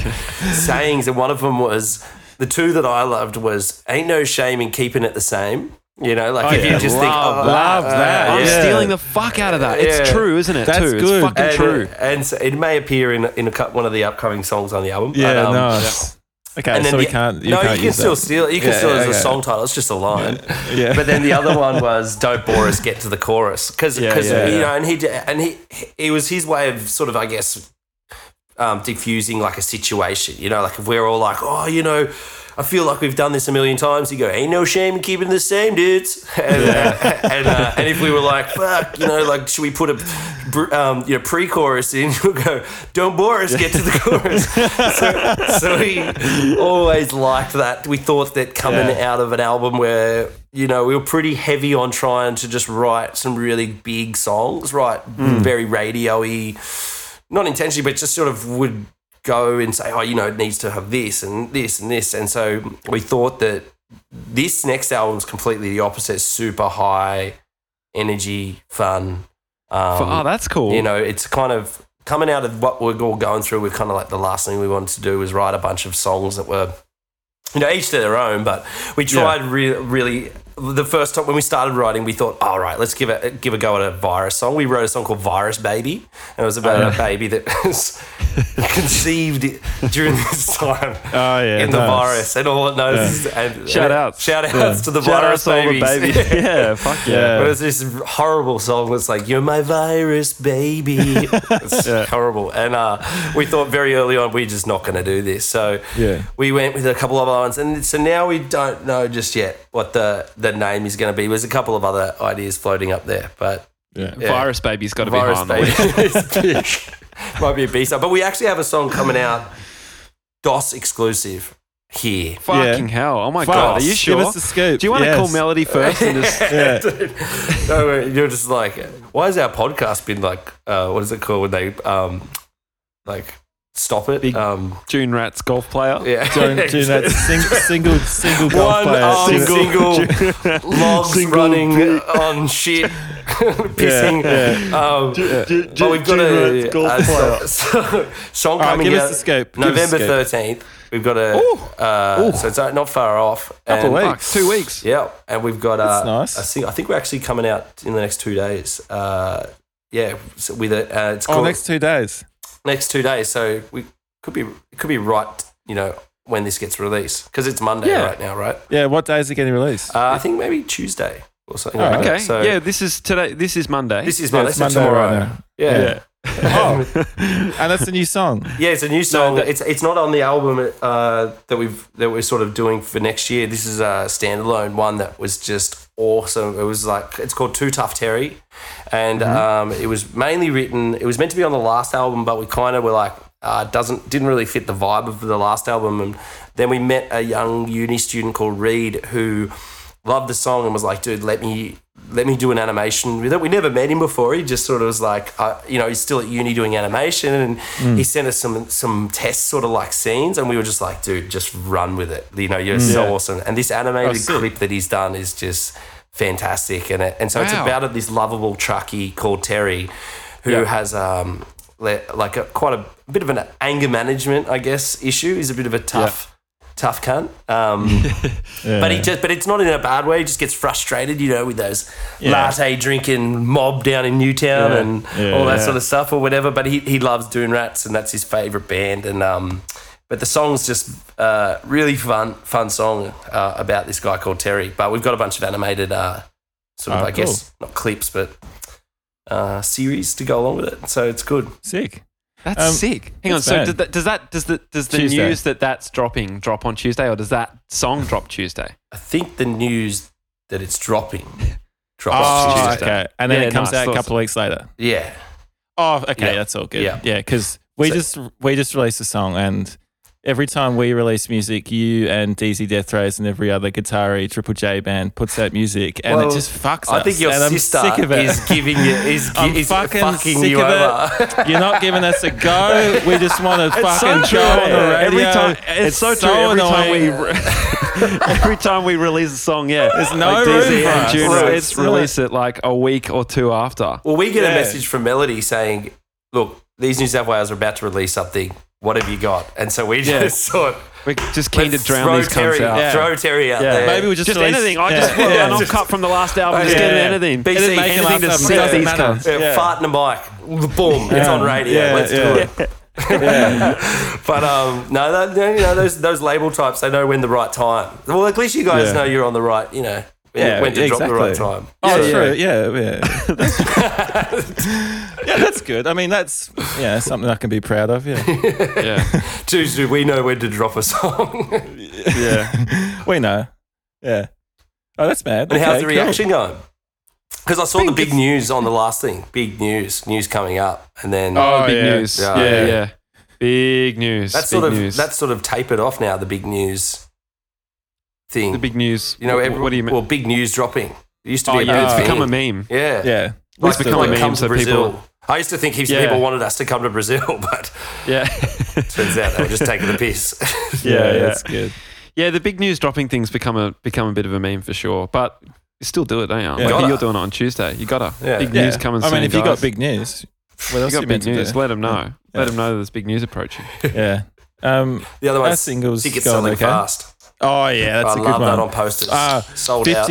Speaker 4: sayings. And one of them was the two that I loved was "Ain't no shame in keeping it the same." You know, like if
Speaker 3: yeah.
Speaker 4: you just
Speaker 1: Oh, Love,
Speaker 4: think, "Oh, uh,
Speaker 3: love that.
Speaker 1: I'm
Speaker 3: Yeah.
Speaker 1: stealing the fuck out of that. It's
Speaker 4: Yeah.
Speaker 1: true, isn't it?
Speaker 3: That's
Speaker 1: too?
Speaker 3: good.
Speaker 1: It's fucking
Speaker 4: and,
Speaker 1: true.
Speaker 4: and so it may appear in in a, cou- one of the upcoming songs on the album. but,
Speaker 3: Yeah,
Speaker 4: um,
Speaker 3: nice. Okay,
Speaker 4: And then
Speaker 3: so we
Speaker 4: the-
Speaker 3: can't. You
Speaker 4: no,
Speaker 3: can't
Speaker 4: you can
Speaker 3: use
Speaker 4: still
Speaker 3: that.
Speaker 4: steal. You can
Speaker 3: Yeah,
Speaker 4: still
Speaker 3: yeah,
Speaker 4: as a
Speaker 3: okay.
Speaker 4: song title. It's just a line.
Speaker 3: Yeah.
Speaker 4: But then the other
Speaker 3: *laughs*
Speaker 4: one was "Don't bore us, get to the chorus," because
Speaker 3: Yeah, yeah,
Speaker 4: you
Speaker 3: yeah.
Speaker 4: know, and he d- and he it was his way of sort of, I guess, um, diffusing like a situation. You know, like if we're all like, oh, you know. I feel like we've done this a million times. You go, ain't no shame in keeping the same, dudes. *laughs* And, uh, *laughs* and, uh, and if we were like, fuck, you know, like, should we put a br- um, you know pre-chorus in? *laughs* We'll go, don't bore us, get to the chorus. *laughs* so, *laughs* so we always liked that. We thought that coming
Speaker 3: Yeah.
Speaker 4: out of an album where you know we were pretty heavy on trying to just write some really big songs, right? Very radio-y, not intentionally, but just sort of would go and say, oh, you know, it needs to have this and this and this. And so we thought that this next album is completely the opposite. It's super high energy, fun. Um,
Speaker 1: oh, that's cool.
Speaker 4: you know, it's kind of coming out of what we're all going through. We're kind of like the last thing we wanted to do was write a bunch of songs that were, you know, each to their own. But we tried re- really. The first time when we started writing, we thought, all right, let's give it give a go at a virus song. We wrote a song called "Virus Baby," and it was about a baby that *laughs* was conceived during this time
Speaker 3: Oh, yeah,
Speaker 4: in the
Speaker 3: nice.
Speaker 4: virus, and all it knows. is And,
Speaker 1: Shout outs.
Speaker 4: shout outs to the
Speaker 5: Shout out
Speaker 4: virus
Speaker 5: to all the
Speaker 4: babies. *laughs*
Speaker 5: babies. yeah, fuck yeah.
Speaker 3: Yeah.
Speaker 4: But it's this horrible song that's like, You're my virus, baby. it's horrible. And uh, we thought very early on, we're just not going to do this. So
Speaker 3: Yeah.
Speaker 4: we went with a couple of other ones. And so now we don't know just yet what the, the name is going to be. There's a couple of other ideas floating up there. But yeah.
Speaker 1: Virus Baby's got to be high
Speaker 4: Virus
Speaker 1: on the *laughs* list.
Speaker 4: *laughs* Baby is big. Might be a B side. But we actually have a song coming out, DOS exclusive here.
Speaker 1: Fucking hell. Oh my
Speaker 3: Fuck.
Speaker 1: God. Are you
Speaker 3: Give
Speaker 1: sure?
Speaker 3: us the scoop.
Speaker 1: Do you want
Speaker 3: Yes.
Speaker 1: to call Melody first and just
Speaker 3: Yeah.
Speaker 4: *laughs* No, you're just like, why has our podcast been like, uh, what is it called when they um, like stop it? um,
Speaker 1: June Rats golf player?
Speaker 4: yeah,
Speaker 3: *laughs* Don't do that.
Speaker 4: *laughs*
Speaker 3: Sing, single, single golf
Speaker 4: One
Speaker 3: player.
Speaker 4: arm
Speaker 3: Single- *laughs*
Speaker 4: single, logs
Speaker 5: Single
Speaker 4: running
Speaker 5: dick.
Speaker 4: on shit, *laughs* pissing. Um,
Speaker 5: Ju-
Speaker 4: but
Speaker 5: ju-
Speaker 4: we've got
Speaker 5: Junior
Speaker 4: a,
Speaker 5: golf
Speaker 4: a
Speaker 5: player.
Speaker 4: so, *laughs* so, song
Speaker 3: right,
Speaker 4: coming
Speaker 3: give us
Speaker 4: out
Speaker 3: the scoop. Give us the
Speaker 4: November
Speaker 3: scoop.
Speaker 4: thirteenth. We've got a uh, so it's uh, not far off.
Speaker 3: Couple
Speaker 4: And-
Speaker 3: weeks.
Speaker 1: Fuck, two weeks.
Speaker 4: Yeah, and we've got uh,
Speaker 3: nice.
Speaker 4: a sing- I think we're actually coming out in the next two days. Uh, yeah, so with it, uh, it's
Speaker 3: Oh,
Speaker 4: called
Speaker 3: next
Speaker 4: next-,
Speaker 3: two days.
Speaker 4: two days. So we could be it could be right, you know, when this gets released because it's Monday
Speaker 1: Yeah.
Speaker 4: right now, right?
Speaker 3: Yeah, what days are getting released?
Speaker 4: Uh, I think maybe Tuesday or something.
Speaker 3: Oh,
Speaker 4: like that.
Speaker 1: Okay.
Speaker 4: So
Speaker 1: yeah, this is today. This is Monday.
Speaker 4: this is
Speaker 3: Yeah,
Speaker 4: Monday.
Speaker 3: it's
Speaker 4: so
Speaker 3: Monday
Speaker 4: tomorrow.
Speaker 3: right now.
Speaker 4: yeah. yeah, *laughs*
Speaker 3: Yeah. Oh, and that's a new song.
Speaker 4: it's a new song.
Speaker 1: that-
Speaker 4: it's it's not on the album uh, that we've that we're sort of doing for next year. This is a standalone one that was just awesome. It was like it's called Too Tough Terry. and um, it was mainly written. It was meant to be on the last album, but we kind of were like, uh, it doesn't didn't really fit the vibe of the last album. And then we met a young uni student called Reed who loved the song and was like, dude, let me let me do an animation with it. We never met him before. He just sort of was like, uh, you know, he's still at uni doing animation, and
Speaker 3: Mm.
Speaker 4: he sent us some some test sort of like scenes, and we were just like, dude, just run with it. You know, you're so
Speaker 3: Yeah. Oh,
Speaker 4: awesome. And this animated
Speaker 3: sick.
Speaker 4: clip that he's done is just fantastic. And, it, and so it's
Speaker 1: Wow.
Speaker 4: about this lovable truckie called Terry who
Speaker 3: Yeah.
Speaker 4: has um, le- like a, quite a, a bit of an anger management, I guess, issue. He's a bit of a tough, tough cunt. Um, *laughs* But he just, but it's not in a bad way. He just gets frustrated, you know, with those latte drinking mob down in Newtown
Speaker 3: Yeah.
Speaker 4: and
Speaker 3: Yeah,
Speaker 4: all that
Speaker 3: yeah.
Speaker 4: sort of stuff or whatever. But he, he loves Doon Rats and that's his favorite band. And um, but the song's just uh, really fun, fun song uh, about this guy called Terry. But we've got a bunch of animated, uh, sort of,
Speaker 3: Oh,
Speaker 4: I guess, not clips, but uh, series to go along with it. So it's good.
Speaker 3: Sick.
Speaker 1: That's
Speaker 3: Um,
Speaker 1: sick. Hang on.
Speaker 3: that's
Speaker 1: So
Speaker 3: bad.
Speaker 1: does that, does that does the does the
Speaker 3: Tuesday.
Speaker 1: news that that's dropping drop on Tuesday, or does that song drop Tuesday?
Speaker 4: I think the news that it's dropping drops.
Speaker 3: Oh,
Speaker 4: Tuesday.
Speaker 3: okay. And then
Speaker 1: Yeah,
Speaker 3: it comes
Speaker 1: nice.
Speaker 3: out a couple of weeks later.
Speaker 4: Yeah.
Speaker 3: Oh, okay.
Speaker 4: Yeah.
Speaker 3: That's all good.
Speaker 4: Yeah.
Speaker 3: Yeah, because we
Speaker 4: So-
Speaker 3: just we just released a song, and every time we release music, you and DZ Death Rays and every other guitarry Triple J band puts out music, and
Speaker 4: Well,
Speaker 3: it just fucks
Speaker 4: I
Speaker 3: us,
Speaker 4: think your
Speaker 3: and I'm
Speaker 4: sister
Speaker 3: sick of it.
Speaker 4: is giving you is,
Speaker 3: *laughs*
Speaker 4: gi-
Speaker 3: I'm
Speaker 4: is fucking,
Speaker 3: fucking sick
Speaker 4: you
Speaker 3: of
Speaker 4: over.
Speaker 3: it. You're not giving us a go. We just want to fucking
Speaker 1: true.
Speaker 3: go on the radio.
Speaker 1: Every time, it's, so, true. Every time we,
Speaker 3: annoying. *laughs*
Speaker 1: every time we release a song, yeah, there's
Speaker 3: no
Speaker 1: like
Speaker 3: room
Speaker 1: DZ
Speaker 3: for
Speaker 1: and
Speaker 3: us.
Speaker 1: Juno,
Speaker 4: Right.
Speaker 1: it's release it like a week or two after.
Speaker 4: well, we get a
Speaker 3: Yeah.
Speaker 4: message from Melody saying, "Look, these New South Wales are about to release something. What have you got?" And so we
Speaker 1: Yeah.
Speaker 4: just *laughs* sort
Speaker 1: We're just keen
Speaker 4: let's
Speaker 1: to drown
Speaker 4: throw
Speaker 1: these cunts
Speaker 4: Terry,
Speaker 1: out.
Speaker 3: Yeah.
Speaker 4: throw Terry out
Speaker 3: Yeah.
Speaker 4: there.
Speaker 3: Maybe we just,
Speaker 1: Just
Speaker 3: release-
Speaker 1: anything. I just
Speaker 3: yeah.
Speaker 1: want an
Speaker 3: Yeah.
Speaker 1: uncut from the last album. Just
Speaker 4: Yeah.
Speaker 1: get anything.
Speaker 4: BC,
Speaker 1: Anything-
Speaker 4: make it
Speaker 1: anything to
Speaker 3: last album.
Speaker 1: suck
Speaker 3: Yeah.
Speaker 1: these
Speaker 3: Matter.
Speaker 1: cunts.
Speaker 4: Yeah,
Speaker 3: Yeah.
Speaker 4: Fart in a mic, boom! It's on radio.
Speaker 3: Yeah,
Speaker 4: Let's
Speaker 3: yeah.
Speaker 4: do it. But um, no, that, you know those those label types. They know when the right time. Well, at least you guys
Speaker 3: Yeah.
Speaker 4: know you're on the right. You know when,
Speaker 3: Yeah,
Speaker 4: when to drop the right
Speaker 3: exactly.
Speaker 4: time.
Speaker 3: Oh,
Speaker 4: So-
Speaker 3: true. Yeah, yeah.
Speaker 1: *laughs*
Speaker 3: yeah, that's good. I mean, that's yeah, something I can be proud
Speaker 1: *laughs*
Speaker 3: of. Yeah,
Speaker 1: Yeah.
Speaker 4: Tuesday, we know when to drop a song. and
Speaker 3: yeah. *laughs* we know. Yeah. Oh, that's mad. Okay,
Speaker 4: how's the
Speaker 3: cool.
Speaker 4: reaction going? Because I saw the
Speaker 3: Think
Speaker 4: big
Speaker 3: it's-
Speaker 4: news on the last thing. Big news, news coming up, and then
Speaker 1: Oh,
Speaker 3: Oh,
Speaker 1: big
Speaker 3: yeah.
Speaker 1: news.
Speaker 4: Yeah.
Speaker 1: Yeah. yeah, Big news.
Speaker 4: that's
Speaker 1: big
Speaker 4: sort of
Speaker 1: news.
Speaker 4: that's sort of tapered off now. The big news thing.
Speaker 1: the big news.
Speaker 4: you know,
Speaker 1: What-
Speaker 4: every,
Speaker 1: what do you mean?
Speaker 4: Well, big news dropping. It used to
Speaker 1: oh,
Speaker 4: be. a
Speaker 1: yeah,
Speaker 4: big
Speaker 1: it's
Speaker 4: thing.
Speaker 1: become a meme.
Speaker 4: Yeah,
Speaker 3: Yeah.
Speaker 4: Like
Speaker 1: It's become
Speaker 4: when
Speaker 1: a
Speaker 4: it
Speaker 1: meme,
Speaker 4: comes
Speaker 1: so
Speaker 4: to Brazil.
Speaker 1: people.
Speaker 4: I used to think heaps of
Speaker 1: Yeah.
Speaker 4: people wanted us to come to Brazil, *laughs* but
Speaker 1: Yeah. *laughs*
Speaker 4: turns out they were just taking the piss. *laughs*
Speaker 1: Yeah, yeah.
Speaker 3: that's good.
Speaker 1: Yeah, the big news dropping things become a become a bit of a meme for sure, but you still do it, don't you? Like,
Speaker 4: Gotta.
Speaker 1: you're doing it on Tuesday. You gotta.
Speaker 4: Yeah.
Speaker 1: Big
Speaker 3: Yeah.
Speaker 1: news coming
Speaker 3: I
Speaker 1: soon.
Speaker 3: mean, if you
Speaker 1: guys.
Speaker 3: got big news, what
Speaker 1: If
Speaker 3: else
Speaker 1: you
Speaker 3: you
Speaker 1: got
Speaker 3: meant
Speaker 1: big
Speaker 3: to
Speaker 1: news,
Speaker 3: do?
Speaker 1: let them know. Let
Speaker 3: Yeah.
Speaker 1: them know there's big news approaching.
Speaker 3: Yeah. Um,
Speaker 4: The other
Speaker 3: Our
Speaker 4: one's
Speaker 3: singles
Speaker 4: tickets
Speaker 3: going
Speaker 4: selling
Speaker 3: okay.
Speaker 4: fast.
Speaker 3: oh yeah, that's
Speaker 4: I
Speaker 3: a good
Speaker 4: love
Speaker 3: one.
Speaker 4: that on posters.
Speaker 3: Ah,
Speaker 4: Sold out.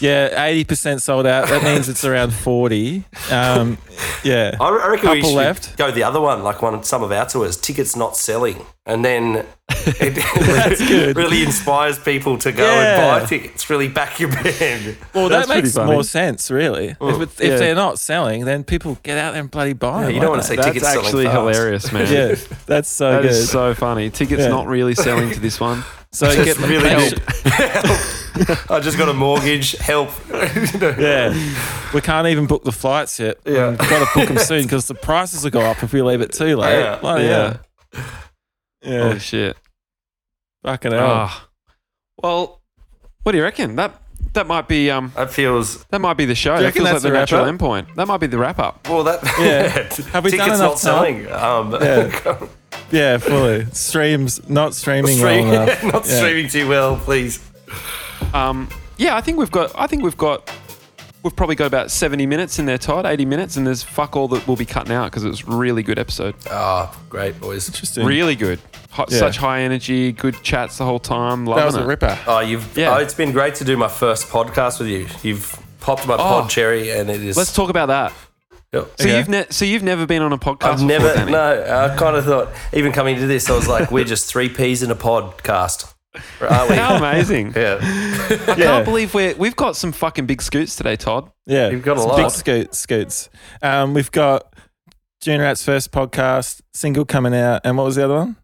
Speaker 3: Yeah, eighty percent sold out. That means it's around forty. Um, yeah.
Speaker 4: I re- I reckon we
Speaker 3: Couple
Speaker 4: should
Speaker 3: left.
Speaker 4: go the other one, like one some of our tours, tickets not selling, and then
Speaker 3: *laughs*
Speaker 4: it *laughs*
Speaker 3: good.
Speaker 4: really inspires people to go
Speaker 3: Yeah.
Speaker 4: and buy tickets. Really back your band.
Speaker 3: Well,
Speaker 1: That's
Speaker 3: that
Speaker 1: pretty
Speaker 3: makes
Speaker 1: funny.
Speaker 3: more sense, really. If, it's- if
Speaker 1: Yeah.
Speaker 3: they're not selling, then people get out there and bloody buy.
Speaker 4: Oh, Yeah,
Speaker 3: them,
Speaker 4: you don't
Speaker 3: like that.
Speaker 4: want to say
Speaker 1: That's
Speaker 4: tickets selling
Speaker 1: actually
Speaker 4: fast.
Speaker 1: hilarious, man.
Speaker 3: *laughs* Yeah, that's so
Speaker 1: That
Speaker 3: good.
Speaker 1: is so funny. Tickets
Speaker 3: Yeah.
Speaker 1: not really selling to this one.
Speaker 3: so
Speaker 4: Just
Speaker 3: get
Speaker 4: really
Speaker 3: patient.
Speaker 4: help. I just got a mortgage. Help. *laughs* You know.
Speaker 3: Yeah, we can't even book the flights yet.
Speaker 4: Yeah.
Speaker 3: we've got to book
Speaker 4: *laughs*
Speaker 3: them soon because the prices will go up if we leave it too late.
Speaker 4: Yeah.
Speaker 3: Bloody hell. yeah,
Speaker 1: Oh shit.
Speaker 3: fucking hell.
Speaker 1: Ah. Well, what do you reckon? That that might be um
Speaker 4: That feels
Speaker 1: that might be the show.
Speaker 3: you
Speaker 1: That
Speaker 3: reckon
Speaker 1: feels like
Speaker 3: that's
Speaker 1: the
Speaker 3: the wrap
Speaker 1: natural
Speaker 3: up?
Speaker 1: end point. That might be the wrap up.
Speaker 4: well. That *laughs*
Speaker 3: Yeah. Have we done
Speaker 4: tickets
Speaker 3: enough
Speaker 4: not selling? Um,
Speaker 3: Yeah.
Speaker 4: *laughs*
Speaker 3: Yeah, fully streams not streaming
Speaker 4: stream-
Speaker 3: well enough.
Speaker 4: *laughs* not
Speaker 3: Yeah.
Speaker 4: streaming too well, please.
Speaker 1: Um, yeah, I think we've got. I think we've got. We've probably got about seventy minutes in there, Todd. Eighty minutes, and there's fuck all that will be cutting out because it's a really good episode.
Speaker 4: Ah, great boys.
Speaker 3: Interesting.
Speaker 1: Really good. Hot,
Speaker 3: Um, Yeah.
Speaker 1: Such high energy, good chats the whole time. Loving
Speaker 3: That was
Speaker 1: it.
Speaker 3: a ripper.
Speaker 4: Oh, you've.
Speaker 1: Yeah.
Speaker 4: Oh, it's been great to do my first podcast with you. You've popped
Speaker 3: Oh.
Speaker 4: my pod cherry, and it is-
Speaker 1: Let's talk about that.
Speaker 4: Yep.
Speaker 1: So
Speaker 3: Okay.
Speaker 1: you've ne- so you've never been on a podcast.
Speaker 4: I've
Speaker 1: before,
Speaker 4: never.
Speaker 1: Danny?
Speaker 4: No, I kind of thought even coming to this, I was like, we're just three peas in a podcast, aren't we?
Speaker 1: How
Speaker 3: *laughs*
Speaker 1: amazing!
Speaker 4: Yeah,
Speaker 1: I
Speaker 3: Yeah.
Speaker 1: can't believe we we've got some fucking big scoots today, Todd.
Speaker 3: Yeah,
Speaker 4: You've got a
Speaker 3: some
Speaker 4: lot.
Speaker 3: Big scoots, scoots. Um, we've got June Rat's first podcast single coming out, and what was the other one?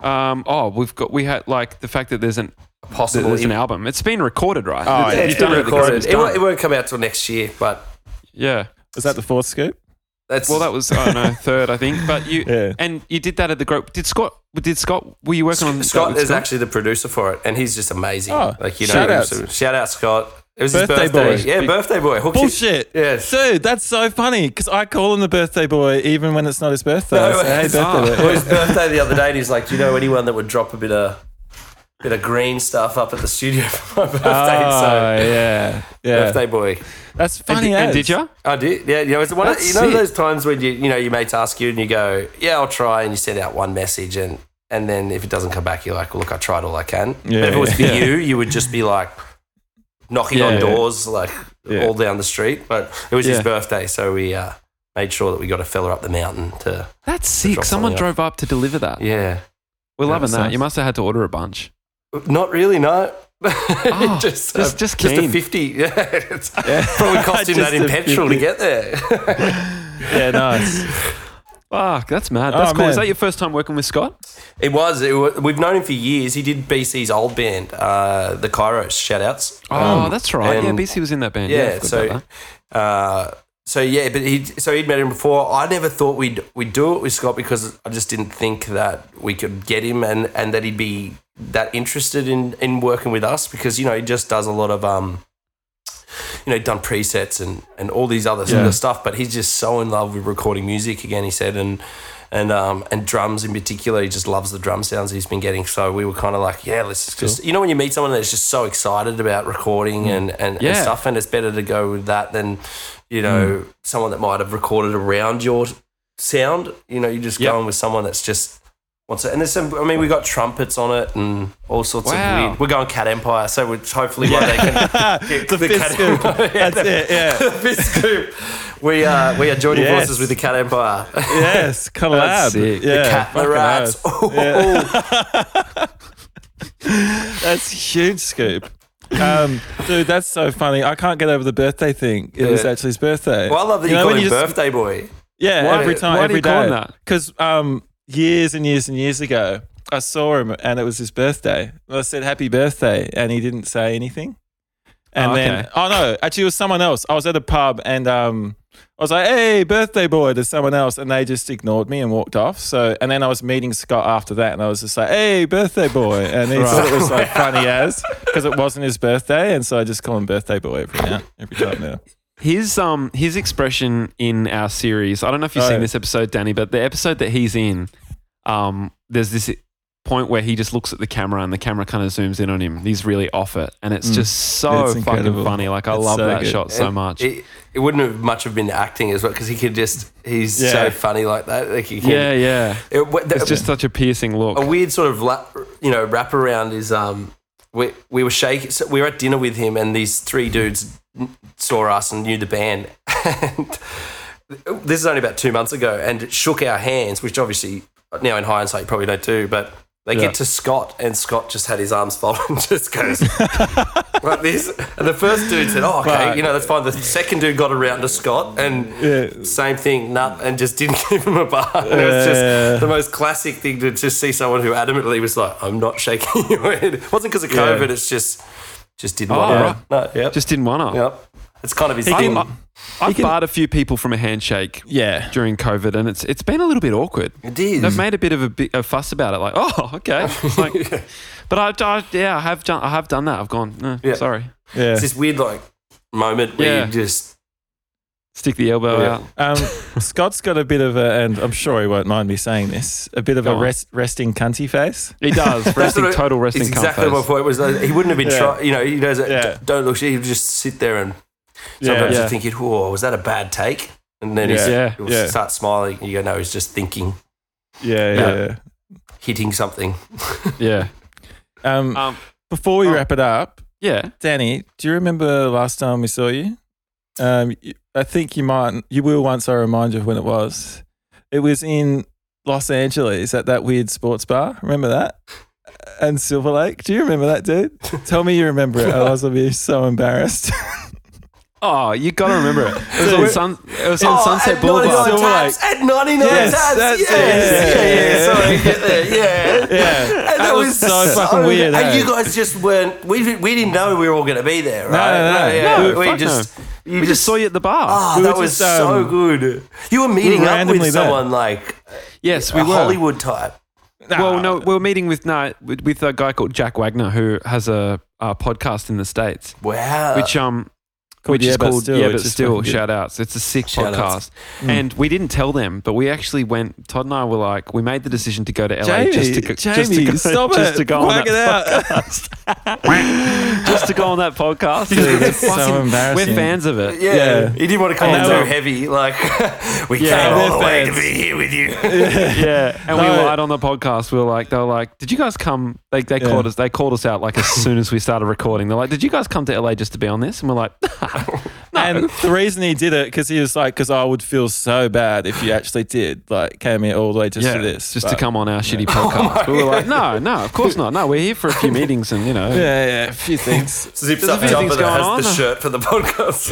Speaker 1: Um, oh, we've got we had like the fact that there's an
Speaker 4: possible.
Speaker 1: there's an
Speaker 4: it,
Speaker 1: album. It's been recorded, right?
Speaker 3: Oh, yeah.
Speaker 1: You've
Speaker 4: it's
Speaker 1: done
Speaker 4: been
Speaker 1: it, the
Speaker 4: recorded.
Speaker 1: concept's
Speaker 4: It, won't,
Speaker 1: done.
Speaker 4: it won't come out till next year, but
Speaker 1: yeah.
Speaker 3: Was that the fourth scoop?
Speaker 4: that's
Speaker 1: Well, that was I don't know *laughs* third, I think. But you
Speaker 3: Yeah.
Speaker 1: and you did that at the group. Did Scott? Did Scott? Were you working on that
Speaker 4: Scott
Speaker 1: with
Speaker 4: is actually the producer for it, and he's just amazing.
Speaker 3: Oh,
Speaker 4: like you know,
Speaker 3: shout outs.
Speaker 4: so shout out Scott. It was
Speaker 3: Birthday
Speaker 4: his birthday.
Speaker 3: boy.
Speaker 4: Yeah, birthday boy. Hooked
Speaker 3: Bullshit.
Speaker 4: It. Yes.
Speaker 3: Dude, that's so funny because I call him the birthday boy even when it's not his birthday. I
Speaker 4: No,
Speaker 3: say, hey,
Speaker 4: it's-
Speaker 3: birthday boy.
Speaker 4: Well, his birthday the other day, and he's like, "Do you know anyone that would drop a bit of bit of green stuff up at the studio for my birthday.
Speaker 3: Oh, yeah.
Speaker 4: so
Speaker 3: Yeah.
Speaker 4: birthday boy.
Speaker 3: That's
Speaker 1: And,
Speaker 3: funny. eh?
Speaker 1: and
Speaker 3: as.
Speaker 1: did you?
Speaker 4: I did. Yeah, you know, it's one of,
Speaker 3: That's
Speaker 4: you know
Speaker 3: sick.
Speaker 4: those times when you you know your mates ask you and you go, "Yeah, I'll try," and you send out one message and and then if it doesn't come back, you're like, "Look, I tried all I can."
Speaker 3: Yeah,
Speaker 4: but if it was for
Speaker 3: yeah.
Speaker 4: you, you would just be like knocking
Speaker 3: Yeah.
Speaker 4: on doors like
Speaker 3: Yeah.
Speaker 4: all down the street. But it was
Speaker 1: Yeah.
Speaker 4: his birthday, so we uh, made sure that we got a fella up the mountain to
Speaker 1: That's sick.
Speaker 4: drop
Speaker 1: Someone
Speaker 4: something
Speaker 1: drove up to deliver that.
Speaker 4: yeah.
Speaker 1: We're loving
Speaker 3: that
Speaker 1: that.
Speaker 3: sounds-
Speaker 1: You must have had to order a bunch.
Speaker 4: Not really, no. *laughs*
Speaker 1: Oh,
Speaker 4: just,
Speaker 1: just- just
Speaker 4: a
Speaker 1: keen.
Speaker 4: 50. *laughs* Yeah,
Speaker 3: *laughs*
Speaker 4: it's Probably cost him
Speaker 3: Just
Speaker 4: that in
Speaker 3: a
Speaker 4: petrol
Speaker 3: 50.
Speaker 4: to get there. *laughs*
Speaker 3: Yeah, nice.
Speaker 1: Fuck, that's mad. That's
Speaker 3: Oh,
Speaker 1: cool. Is
Speaker 3: man.
Speaker 1: that your first time working with Scott?
Speaker 4: It was. It was. We've known him for years. He did BC's old band, uh, the Kairos. Shout outs.
Speaker 1: Oh, that's right. Yeah,
Speaker 4: and-
Speaker 1: BC was in that band. Yeah, I
Speaker 4: Yeah.
Speaker 1: forgot
Speaker 4: so,
Speaker 1: about that.
Speaker 4: uh, so yeah, but he so he'd met him before. I never thought we'd we'd do it with Scott because I just didn't think that we could get him and and that he'd be that interested in in working with us because you know he just does a lot of um. You know, done presets and, and all these other sort
Speaker 3: Yeah.
Speaker 4: of stuff, but he's just so in love with recording music again. He said, and and um and drums in particular. He just loves the drum sounds he's been getting. So we were kind of like, yeah, let's just you know when you meet someone that's just so excited about recording and and, and
Speaker 1: Yeah.
Speaker 4: stuff, and it's better to go with that than you know
Speaker 3: Hmm.
Speaker 4: someone that might have recorded around your sound. You know, you just
Speaker 1: Yep.
Speaker 4: go in with someone that's just. wants it. And there's some, I mean, we got trumpets on it and all sorts
Speaker 1: Wow.
Speaker 4: of weird. We're going Cat Empire, so we hopefully one
Speaker 3: *laughs*
Speaker 4: day can get
Speaker 3: the fist scoop.
Speaker 4: *laughs*
Speaker 3: That's it. Yeah.
Speaker 4: fist scoop. We, uh, we are joining
Speaker 3: Yes.
Speaker 4: forces with the Cat Empire. *laughs*
Speaker 3: Yes. Collab.
Speaker 1: sick. The
Speaker 3: Yeah.
Speaker 4: the cat and the
Speaker 3: fucking
Speaker 4: rats.
Speaker 3: oath. That's huge scoop. Um, dude, that's so funny. I can't get over the birthday thing. It was
Speaker 4: Yeah.
Speaker 3: actually his birthday.
Speaker 4: Well, I love that you,
Speaker 3: know,
Speaker 4: call
Speaker 3: when
Speaker 4: him
Speaker 3: just-
Speaker 4: birthday boy.
Speaker 3: Yeah,
Speaker 1: Why-
Speaker 3: every time,
Speaker 1: why do
Speaker 3: every
Speaker 1: you call him
Speaker 3: day.
Speaker 1: that?
Speaker 3: Because um, years and years and years ago, I saw him and it was his birthday. And I said happy birthday, and he didn't say anything. And
Speaker 1: Oh,
Speaker 3: then,
Speaker 1: okay.
Speaker 3: oh no, actually, it was someone else. I was at a pub and um, I was like, "Hey, birthday boy," to someone else, and they just ignored me and walked off. So, and then I was meeting Scott after that, and I was just like, "Hey, birthday boy," and he thought it was
Speaker 1: *laughs*
Speaker 3: like funny as because it wasn't his birthday, and so I just call him birthday boy every now, every time now.
Speaker 1: His um his expression in our series. I don't know if you've
Speaker 3: Oh.
Speaker 1: seen this episode, Danny, but the episode that he's in, um, there's this point where he just looks at the camera and the camera kind of zooms in on him. He's really off it, and it's just so
Speaker 3: It's
Speaker 1: fucking
Speaker 3: Mm. incredible.
Speaker 1: funny. Like I
Speaker 3: It's
Speaker 1: love
Speaker 3: so
Speaker 1: that
Speaker 3: good.
Speaker 1: shot so
Speaker 4: And
Speaker 1: much.
Speaker 4: It, it wouldn't have much have been acting as well because he could just, he's
Speaker 3: Yeah.
Speaker 4: so funny like that. Like he can,
Speaker 1: yeah,
Speaker 4: *laughs*
Speaker 1: yeah.
Speaker 4: It, w-
Speaker 1: It's just such a piercing look.
Speaker 4: a weird sort of la- you know wraparound is um we we were shaking so we were at dinner with him and these three dudes n- saw us and knew the band and *laughs* this is only about two months ago and it shook our hands which obviously now in hindsight you probably don't do but they
Speaker 3: Yeah.
Speaker 4: get to Scott and Scott just had his arms folded and *laughs* just goes like this and the first dude said oh okay
Speaker 3: Right.
Speaker 4: you know that's fine the second dude got around to Scott and
Speaker 3: Yeah.
Speaker 4: same thing, nah, and just didn't *laughs* give him a bar. And it was just
Speaker 1: Uh.
Speaker 3: Yeah.
Speaker 4: the most classic thing to just see someone who adamantly was like, I'm not shaking *laughs* your hand. It wasn't because of COVID, it's just, just didn't want
Speaker 1: Oh, right.
Speaker 4: it. No, yep.
Speaker 1: just didn't wanna.
Speaker 4: yep. It's kind of his
Speaker 1: I-
Speaker 4: thing.
Speaker 1: I- I've barred a few people from a handshake
Speaker 3: Yeah,
Speaker 1: during COVID, and it's it's been a little bit awkward.
Speaker 4: It is. *laughs*
Speaker 1: They've made a bit of a, bi- a fuss about it, like, *laughs* oh, okay. It's like- But I, I, yeah, I have done, I have done that. I've gone, eh,
Speaker 4: Yeah.
Speaker 1: sorry,
Speaker 3: yeah.
Speaker 4: It's this weird, like, moment where
Speaker 1: Yeah.
Speaker 4: you just,
Speaker 1: stick the elbow
Speaker 4: Yeah.
Speaker 1: out.
Speaker 3: *laughs* Um, Scott's got a bit of a, and I'm sure he won't mind me saying this, a bit of
Speaker 1: Go
Speaker 3: a
Speaker 1: on.
Speaker 3: rest, resting cunty face.
Speaker 1: He does
Speaker 3: *laughs*
Speaker 1: resting,
Speaker 4: what I-
Speaker 1: total resting
Speaker 4: it's exactly my
Speaker 1: comfort.
Speaker 4: point was. Like, he wouldn't have been
Speaker 3: Yeah.
Speaker 4: trying, you know, he knows that
Speaker 3: Yeah.
Speaker 4: d- don't look, he'd just sit there and sometimes
Speaker 1: Yeah.
Speaker 4: you're thinking, oh, was that a bad take? And then he's,
Speaker 1: Yeah.
Speaker 4: he'll
Speaker 3: Yeah.
Speaker 4: start smiling and you go, no, he's just thinking,
Speaker 3: Yeah,
Speaker 1: Yeah.
Speaker 3: yeah.
Speaker 4: hitting something.
Speaker 1: Yeah,
Speaker 3: yeah. Um,
Speaker 1: um,
Speaker 3: before we
Speaker 1: oh.
Speaker 3: wrap it up,
Speaker 1: yeah.
Speaker 3: Danny, do you remember last time we saw you? Um, y- I think you might, you will once I remind you of when it was. It was in Los Angeles at that weird sports bar. Remember that? Uh, And Silver Lake. Do you remember that, dude? Tell me you remember it. Otherwise, I'll be so embarrassed.
Speaker 1: Oh, you gotta remember it. It was
Speaker 3: Dude.
Speaker 1: on, sun, it was on
Speaker 4: Oh,
Speaker 1: Sunset
Speaker 4: at
Speaker 1: Boulevard.
Speaker 4: 99
Speaker 3: So we're
Speaker 4: taps, at 99
Speaker 3: Yes,
Speaker 4: taps.
Speaker 3: that's it.
Speaker 4: yes.
Speaker 3: Yeah,
Speaker 4: Yeah, yeah,
Speaker 3: yeah,
Speaker 4: yeah. Sorry, get there. Yeah.
Speaker 3: yeah. *laughs*
Speaker 4: And
Speaker 3: That was so fucking weird,
Speaker 4: And
Speaker 3: eh?
Speaker 4: you guys just weren't. We, we didn't know we were all going to be there, right?
Speaker 3: no, no.
Speaker 4: yeah.
Speaker 1: No,
Speaker 4: we
Speaker 1: fuck
Speaker 4: just. You
Speaker 1: We just saw you at the bar.
Speaker 4: Oh,
Speaker 3: We
Speaker 4: that
Speaker 3: were
Speaker 4: was
Speaker 3: just, um,
Speaker 4: so good. You were meeting up
Speaker 3: randomly
Speaker 4: with
Speaker 3: there.
Speaker 4: someone like
Speaker 1: yes, we
Speaker 4: a
Speaker 1: were.
Speaker 4: Hollywood type.
Speaker 1: Well, no, we were meeting with no, with, with a guy called Jack Wagner who has a, a podcast in the states.
Speaker 4: Wow.
Speaker 1: which um which
Speaker 3: Yeah,
Speaker 1: is
Speaker 3: But
Speaker 1: called
Speaker 3: Uh, Still,
Speaker 1: Yeah,
Speaker 3: which
Speaker 1: but
Speaker 3: is
Speaker 1: still,
Speaker 3: fucking good. Mm.
Speaker 1: shout outs. It's a sick
Speaker 4: Shout outs.
Speaker 1: podcast, and we didn't tell them, but we actually went. Todd and I were like, we made the decision to go to LA
Speaker 3: Jamie,
Speaker 1: just to go,
Speaker 3: Jamie,
Speaker 1: just to go, *laughs*
Speaker 3: stop
Speaker 1: just
Speaker 3: it.
Speaker 1: to go on
Speaker 3: Work it
Speaker 1: that,
Speaker 3: out. *laughs*
Speaker 1: just to go on that podcast.
Speaker 3: Dude,
Speaker 1: We're
Speaker 3: it's so
Speaker 1: fucking-
Speaker 3: embarrassing.
Speaker 1: We're fans of it.
Speaker 4: Yeah.
Speaker 3: Yeah.
Speaker 4: He didn't want to come
Speaker 3: And
Speaker 4: on
Speaker 3: they
Speaker 4: so
Speaker 3: were-
Speaker 4: heavy. Like, *laughs* we
Speaker 3: Yeah,
Speaker 4: came all
Speaker 3: they're
Speaker 4: the way to
Speaker 3: fans.
Speaker 4: be here with you.
Speaker 1: Yeah, and we
Speaker 3: No.
Speaker 1: lied on the podcast. We were like, they were like, did you guys come? They, they
Speaker 3: Yeah.
Speaker 1: called us. They called us out like as soon as we started recording. They're like, did you guys come to LA just to be on this? And we're like,
Speaker 3: And the reason he did it because he was like, because I would feel so bad if you actually did like came here all the way just for this,
Speaker 1: just to
Speaker 3: But-
Speaker 1: come on our
Speaker 3: *laughs* Oh
Speaker 1: shitty podcast. we were like, no, no, of course not. No, we're here for a few meetings, and you know,
Speaker 3: Yeah, yeah, a
Speaker 1: *laughs*
Speaker 3: few things.
Speaker 4: *laughs* Zips
Speaker 1: There's a
Speaker 4: up
Speaker 1: few
Speaker 4: jumper
Speaker 1: things
Speaker 4: that has
Speaker 1: going
Speaker 4: the
Speaker 1: on.
Speaker 4: shirt for the *laughs* podcast.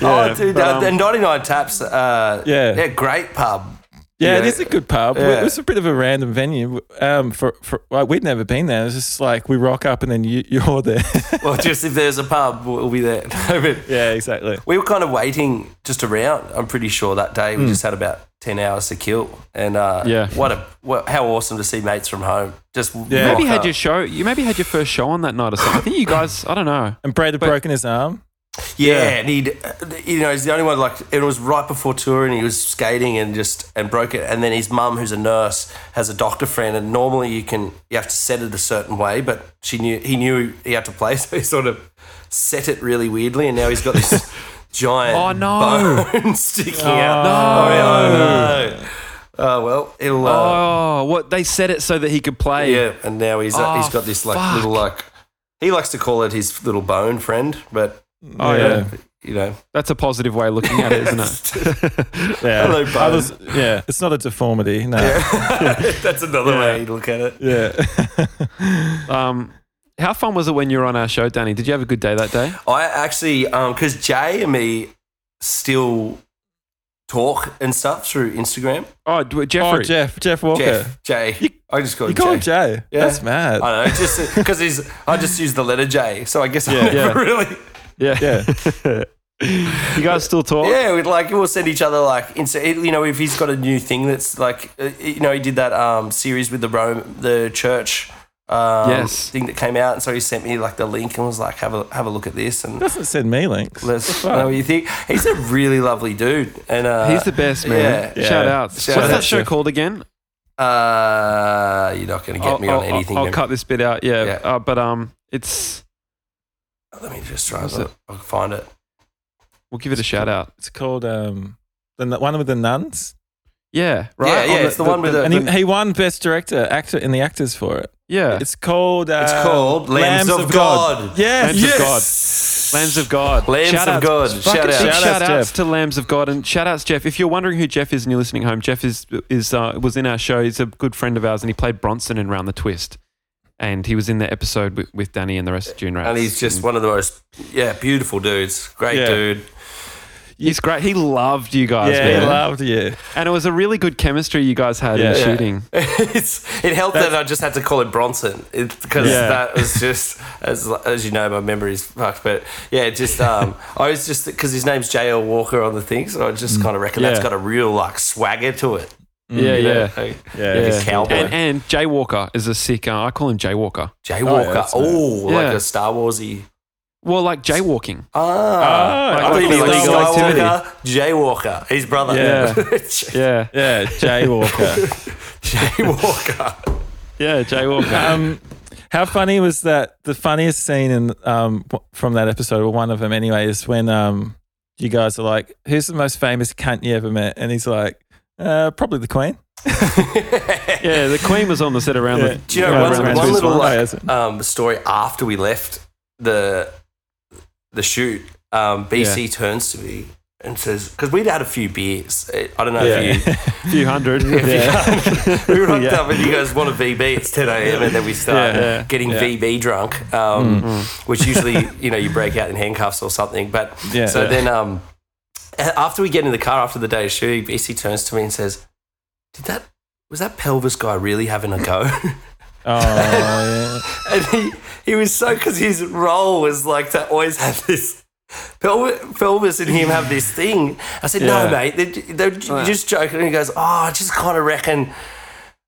Speaker 1: yeah.
Speaker 4: oh, dude.
Speaker 1: but,
Speaker 4: uh,
Speaker 1: um,
Speaker 4: and 99 Taps. Uh,
Speaker 3: Yeah.
Speaker 4: Yeah, great pub.
Speaker 3: Yeah,
Speaker 4: You
Speaker 3: it
Speaker 4: know,
Speaker 3: is a good pub. It-
Speaker 4: yeah.
Speaker 3: It was a bit of a random venue. Um, for, for like, we'd never been there. It's just like we rock up and then you,
Speaker 1: *laughs*
Speaker 3: you're there.
Speaker 4: Well, just if there's a pub, we'll be there. *laughs* No, but
Speaker 3: yeah, exactly.
Speaker 4: we were kind of waiting just around. I'm pretty sure that day we just had about 10 hours to kill. And uh,
Speaker 1: Yeah.
Speaker 4: what a what, how awesome to see mates from home. Just
Speaker 3: Yeah.
Speaker 4: rock
Speaker 1: Maybe had
Speaker 4: up.
Speaker 1: your show. You maybe had your first show on that night or something. I think you guys. I don't know.
Speaker 3: And Brad had broken his arm.
Speaker 4: Yeah,
Speaker 3: Yeah.
Speaker 4: and he'd, you know, he's the only one like, it was right before tour and he was skating and just, and broke it. And then his mum, who's a nurse, has a doctor friend. And normally you can, you have to set it a certain way, but she knew, he knew he had to play. *laughs* So he sort of set it really weirdly. And now he's
Speaker 1: *laughs*
Speaker 4: got this giant
Speaker 1: Oh, no.
Speaker 4: bone *laughs* sticking out. No. Oh, no. Oh, well, it'll, uh,
Speaker 1: Oh, what they said it so that he could play.
Speaker 4: yeah. And now he's, uh, he's
Speaker 1: Oh,
Speaker 4: got this like
Speaker 1: fuck.
Speaker 4: little, like, he likes to call it his little bone friend, but,
Speaker 1: Oh yeah.
Speaker 4: you know,
Speaker 1: that's a positive way of looking at it, isn't it?
Speaker 3: yeah. yeah.
Speaker 4: Hello, bud.
Speaker 3: Others- yeah, it's not a deformity. No. Yeah.
Speaker 4: that's another
Speaker 3: Yeah.
Speaker 4: way to look at it.
Speaker 1: Um, how fun was it when you were on our show, Danny? Did you have a good day that day?
Speaker 4: I actually, because Jay and me still talk and stuff through Instagram.
Speaker 1: Oh, d-
Speaker 3: oh, *laughs*
Speaker 1: Jeffrey.
Speaker 3: Jeff, Jeff Walker.
Speaker 4: Jeff, Jay.
Speaker 3: You-
Speaker 4: I just call
Speaker 3: You
Speaker 4: him
Speaker 3: call
Speaker 4: Jay.
Speaker 3: him Jay.
Speaker 4: Yeah.
Speaker 3: That's mad.
Speaker 4: I
Speaker 3: *laughs*
Speaker 4: know, just because he's. I just use the letter J, so I guess I never
Speaker 1: yeah.
Speaker 4: *laughs* really.
Speaker 1: yeah.
Speaker 3: *laughs* yeah.
Speaker 1: You guys still talk?
Speaker 4: Yeah, we'd like we'll send each other like insta- you know if he's got a new thing that's like uh, you know he did that um series with the Rome the church um,
Speaker 1: Yes.
Speaker 4: thing that came out, and so he sent me like the link and was like have a have a look at this and
Speaker 3: Doesn't send me links.
Speaker 4: let's know what you think. He's a really lovely dude, and uh,
Speaker 1: He's the best, man.
Speaker 4: yeah.
Speaker 1: Shout out. What's
Speaker 4: Shout
Speaker 1: that
Speaker 4: out,
Speaker 1: show
Speaker 3: Jeff.
Speaker 1: called again?
Speaker 4: Uh, you're not going to get me
Speaker 1: I'll,
Speaker 4: on anything.
Speaker 1: I'll
Speaker 4: man.
Speaker 1: cut this bit out. Yeah.
Speaker 4: Yeah.
Speaker 1: Uh, but um, it's
Speaker 4: Let me just try.
Speaker 1: What's
Speaker 4: and- I'll find it.
Speaker 1: we'll give it a shout out.
Speaker 3: It's called um, the n- one with the nuns.
Speaker 1: Yeah. Right.
Speaker 4: Yeah, yeah.
Speaker 1: On
Speaker 4: it's the, one with the.
Speaker 3: And he,
Speaker 4: the-
Speaker 3: he won best director actor in the actors for it.
Speaker 1: yeah.
Speaker 3: It's called. Uh,
Speaker 4: it's called Lambs, of, God.
Speaker 3: Yes.
Speaker 1: Lambs of
Speaker 3: yes.
Speaker 1: God. Lambs of God.
Speaker 4: Lambs
Speaker 1: Shout
Speaker 4: of
Speaker 1: outs.
Speaker 4: God.
Speaker 1: Fucking
Speaker 4: Shout
Speaker 1: big
Speaker 4: out.
Speaker 1: shout,
Speaker 3: Shout outs,
Speaker 1: outs
Speaker 3: Jeff.
Speaker 1: to Lambs of God and shout outs Jeff. If you're wondering who Jeff is and you're listening home, Jeff is is uh, was in our show. He's a good friend of ours and he played Bronson in Round the Twist. And he was in the episode with, with Danny and the rest of June Rats.
Speaker 4: And he's just one of the most, yeah, beautiful dudes. Great
Speaker 3: Yeah.
Speaker 4: dude. *laughs*
Speaker 1: Mm. he's great. He loved you guys,
Speaker 3: Yeah,
Speaker 1: man.
Speaker 3: he loved you.
Speaker 1: and it was a really good chemistry you guys had in
Speaker 3: Yeah.
Speaker 1: the
Speaker 3: Yeah.
Speaker 1: shooting.
Speaker 4: it's, it helped that I just had to call him Bronson because
Speaker 3: Yeah.
Speaker 4: that was just as as you know my memory's fucked. But yeah, it
Speaker 1: *laughs*
Speaker 4: just um, I was just because his name's J.L. Walker on the thing, so I just kind of reckon that's
Speaker 1: Mm. Yeah.
Speaker 4: got a real like swagger to it.
Speaker 1: yeah,
Speaker 4: you know?
Speaker 1: yeah.
Speaker 4: Like,
Speaker 3: Mm. Yeah.
Speaker 4: like
Speaker 1: Yeah.
Speaker 4: a cowboy.
Speaker 1: And, and Jay Walker is a sick. Uh, I call him Jay Walker.
Speaker 4: Jay
Speaker 3: yeah,
Speaker 4: Walker.
Speaker 3: that's
Speaker 4: Oh,
Speaker 1: nice.
Speaker 4: like
Speaker 1: Yeah.
Speaker 4: a Star Warsy.
Speaker 1: Well, like jaywalking.
Speaker 4: Ah,
Speaker 3: Ah,
Speaker 4: I
Speaker 3: like
Speaker 4: thought you meant like
Speaker 3: illegal
Speaker 4: Skywalker,
Speaker 1: activity.
Speaker 4: Jay Walker, his brother. *laughs*
Speaker 3: Yeah.
Speaker 1: Yeah,
Speaker 3: Yeah, Jay Walker.
Speaker 4: Jay Walker.
Speaker 1: yeah, Jay Walker.
Speaker 3: um, how funny was that? The funniest scene in um, w- from that episode, or one of them anyway, is when um, you guys are like, "Who's the most famous cunt you ever met?" And he's like, uh, "Probably the Queen."
Speaker 1: yeah, the Queen was on the set around the.
Speaker 4: Do you know
Speaker 1: around
Speaker 3: Right,
Speaker 4: one,
Speaker 1: Round the
Speaker 3: right,
Speaker 4: one
Speaker 1: Twist.
Speaker 3: right.
Speaker 4: little
Speaker 3: Oh,
Speaker 4: like,
Speaker 3: yes.
Speaker 4: um, story after we left the the shoot? Um, BC turns to me and says, "Because we'd had a few beers. I don't
Speaker 3: *laughs*
Speaker 4: know if you."
Speaker 1: few
Speaker 4: *laughs*
Speaker 1: hundred.
Speaker 4: we rocked up and you guys want a VB. It's 10 a.m. and then we start
Speaker 3: Yeah, yeah.
Speaker 4: getting
Speaker 3: Yeah. Mm.
Speaker 4: VB drunk, um, which usually you know you break out in handcuffs or something. But
Speaker 3: Yeah,
Speaker 4: so
Speaker 3: yeah.
Speaker 4: then um, a- after we get in the car after the day of shooting, BC turns to me and says, "Did that was that pelvis guy really having a go?" *laughs*
Speaker 3: Oh,
Speaker 4: and he he was so because his role was like to always have this. Pelvis, pelvis and him have this thing. I said,
Speaker 3: Yeah.
Speaker 4: no, mate, they're, they're just joking. And he goes, oh, I just kind of reckon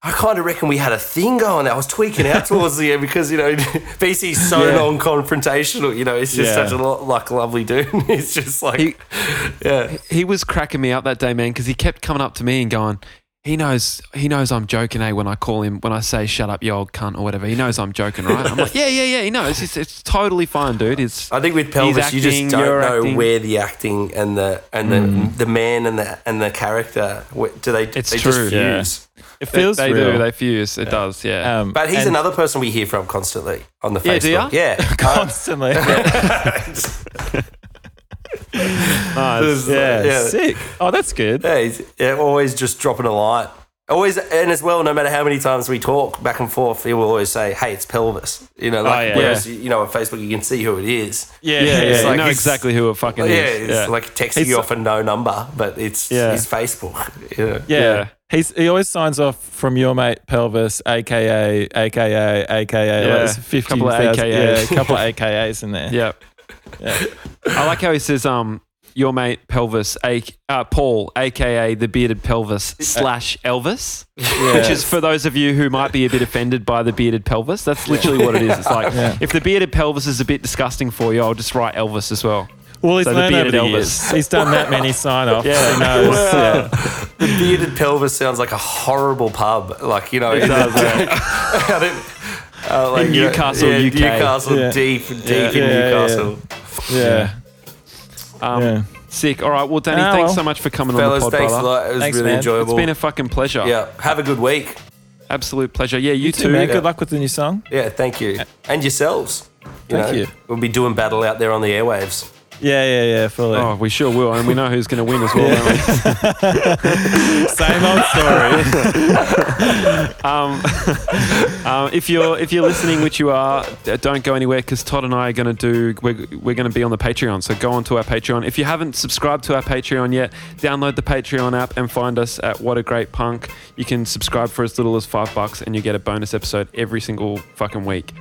Speaker 4: I kind of reckon we had a thing going. I was tweaking out towards the end because you know *laughs* BC's so
Speaker 3: Yeah.
Speaker 4: non-confrontational. You know, it's just
Speaker 3: Yeah.
Speaker 4: such a lo- like lovely dude. *laughs* It's just like,
Speaker 1: He-
Speaker 4: yeah,
Speaker 1: He was cracking me up that day, man, because he kept coming up to me and going, he knows he knows I'm joking, eh, when I call him, when I say shut up, you old cunt or whatever. He knows I'm joking, right? I'm like, yeah, yeah, yeah, he knows. It's, it's totally fine, dude. It's
Speaker 4: I think with
Speaker 1: he's
Speaker 4: pelvis,
Speaker 1: acting,
Speaker 4: you just
Speaker 1: you're
Speaker 4: don't know
Speaker 1: acting. Mm.
Speaker 4: where the acting and the and the the man and the and the character wh- do they
Speaker 1: It's
Speaker 4: they
Speaker 1: true.
Speaker 4: just
Speaker 3: Yeah.
Speaker 4: fuse.
Speaker 3: It
Speaker 1: They,
Speaker 3: feels
Speaker 1: they
Speaker 3: real.
Speaker 1: do, they fuse. It does, yeah.
Speaker 3: um,
Speaker 4: But he's
Speaker 3: and
Speaker 4: another person we hear from constantly on the
Speaker 1: Yeah, do ya?
Speaker 3: *laughs*
Speaker 4: Facebook. Yeah, Uh,
Speaker 1: *laughs*
Speaker 3: constantly. *laughs* nice.
Speaker 1: uh,
Speaker 3: Yeah,
Speaker 4: yeah.
Speaker 3: sick. Oh, that's good.
Speaker 4: Yeah, he's yeah, always just dropping a line. Always, and as well, no matter how many times we talk back and forth, he will always say, "Hey, it's pelvis." You know, like
Speaker 3: Oh, yeah.
Speaker 4: whereas you know on Facebook you can see who it is.
Speaker 3: Yeah,
Speaker 1: yeah, yeah,
Speaker 4: it's
Speaker 1: you
Speaker 4: like
Speaker 1: know
Speaker 4: he's-
Speaker 1: exactly who it fucking
Speaker 4: Yeah,
Speaker 1: is.
Speaker 4: it's like texting you
Speaker 3: It's-
Speaker 4: off a no number, but it's
Speaker 3: Yeah.
Speaker 4: his Facebook. *laughs* You know.
Speaker 3: Yeah.
Speaker 1: Yeah.
Speaker 3: He's, he always signs off from your mate Pelvis, aka, aka, aka.
Speaker 1: Yeah.
Speaker 3: Like there's 50,
Speaker 1: Couple of
Speaker 3: thousand-
Speaker 1: AKAs.
Speaker 3: Yeah, a
Speaker 1: *laughs*
Speaker 3: couple of AKAs in there.
Speaker 1: Yeah. I like how he says, um, your mate Pelvis, a, uh, Paul, aka the bearded pelvis slash Elvis, which is for those of you who might be a bit offended by the bearded pelvis. That's literally what it
Speaker 3: *laughs*
Speaker 1: is. It's like
Speaker 3: Yeah.
Speaker 1: if the bearded pelvis is a bit disgusting for you, I'll just write Elvis as well.
Speaker 3: Well, he's
Speaker 1: So the
Speaker 3: learned over
Speaker 1: bearded
Speaker 3: the
Speaker 1: Elvis.
Speaker 3: years. He's done that many sign
Speaker 1: *laughs*
Speaker 3: offs.
Speaker 1: Yeah.
Speaker 3: He knows. Yeah.
Speaker 4: The bearded pelvis sounds like a horrible pub. Like you know, it
Speaker 1: does,
Speaker 4: *laughs* uh, like,
Speaker 1: In
Speaker 4: you know,
Speaker 1: Newcastle,
Speaker 4: yeah,
Speaker 1: UK.
Speaker 4: Newcastle,
Speaker 3: Yeah.
Speaker 4: deep, deep
Speaker 3: Yeah.
Speaker 4: in
Speaker 3: Yeah, yeah,
Speaker 4: Newcastle.
Speaker 3: Yeah.
Speaker 1: Um,
Speaker 3: Yeah.
Speaker 1: Sick. All right. Well, Danny,
Speaker 3: Ah,
Speaker 1: thanks
Speaker 3: well.
Speaker 1: so much for coming
Speaker 4: Fellas,
Speaker 1: on the pod,
Speaker 4: thanks a
Speaker 1: brother.
Speaker 4: lot. It was
Speaker 3: Thanks,
Speaker 4: really
Speaker 3: man. It's been
Speaker 1: It's
Speaker 4: enjoyable.
Speaker 1: been a fucking pleasure.
Speaker 4: yeah, have a good week.
Speaker 1: Absolute pleasure. Yeah, you,
Speaker 3: Too,
Speaker 1: too.
Speaker 3: man. Good luck with the new song.
Speaker 4: Yeah, thank you. And yourselves. You
Speaker 3: Thank
Speaker 4: know,
Speaker 3: you.
Speaker 4: We'll be doing battle out there on the airwaves. *laughs*
Speaker 3: Yeah, yeah, yeah, fully.
Speaker 1: Oh, we sure will. And we know who's going to win as well. don't we?
Speaker 3: Same old story.
Speaker 1: Um, um, if you're if you're listening, which you are, d- don't go anywhere because Todd and I are going to do. We're, we're going to be on the Patreon, so go onto our Patreon. If you haven't subscribed to our Patreon yet, download the Patreon app and find us at What a Great Punk. You can subscribe for as little as five bucks, and you get a bonus episode every single fucking week.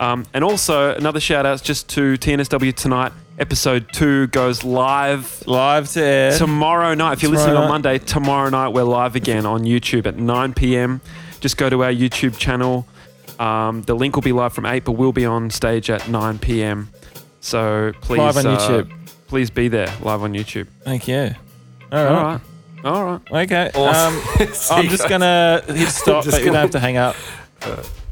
Speaker 1: Um, and also another shout out just to TNSW tonight. Episode two goes live
Speaker 3: Live to air.
Speaker 1: tomorrow night. If you're
Speaker 3: Tomorrow
Speaker 1: listening on
Speaker 3: night.
Speaker 1: Monday, tomorrow night we're live again on YouTube at 9 p.m. Just go to our YouTube channel. Um, the link will be live from 8, but we'll be on stage at 9 p.m. So please,
Speaker 3: Live on
Speaker 1: uh,
Speaker 3: YouTube.
Speaker 1: please be there live on YouTube.
Speaker 3: Thank you.
Speaker 1: All
Speaker 3: All
Speaker 1: right, all right.
Speaker 3: right. Okay.
Speaker 4: Awesome.
Speaker 3: Um, I'm just gonna hit stop,
Speaker 4: Just
Speaker 3: but you don't
Speaker 4: gonna-
Speaker 3: have to hang up.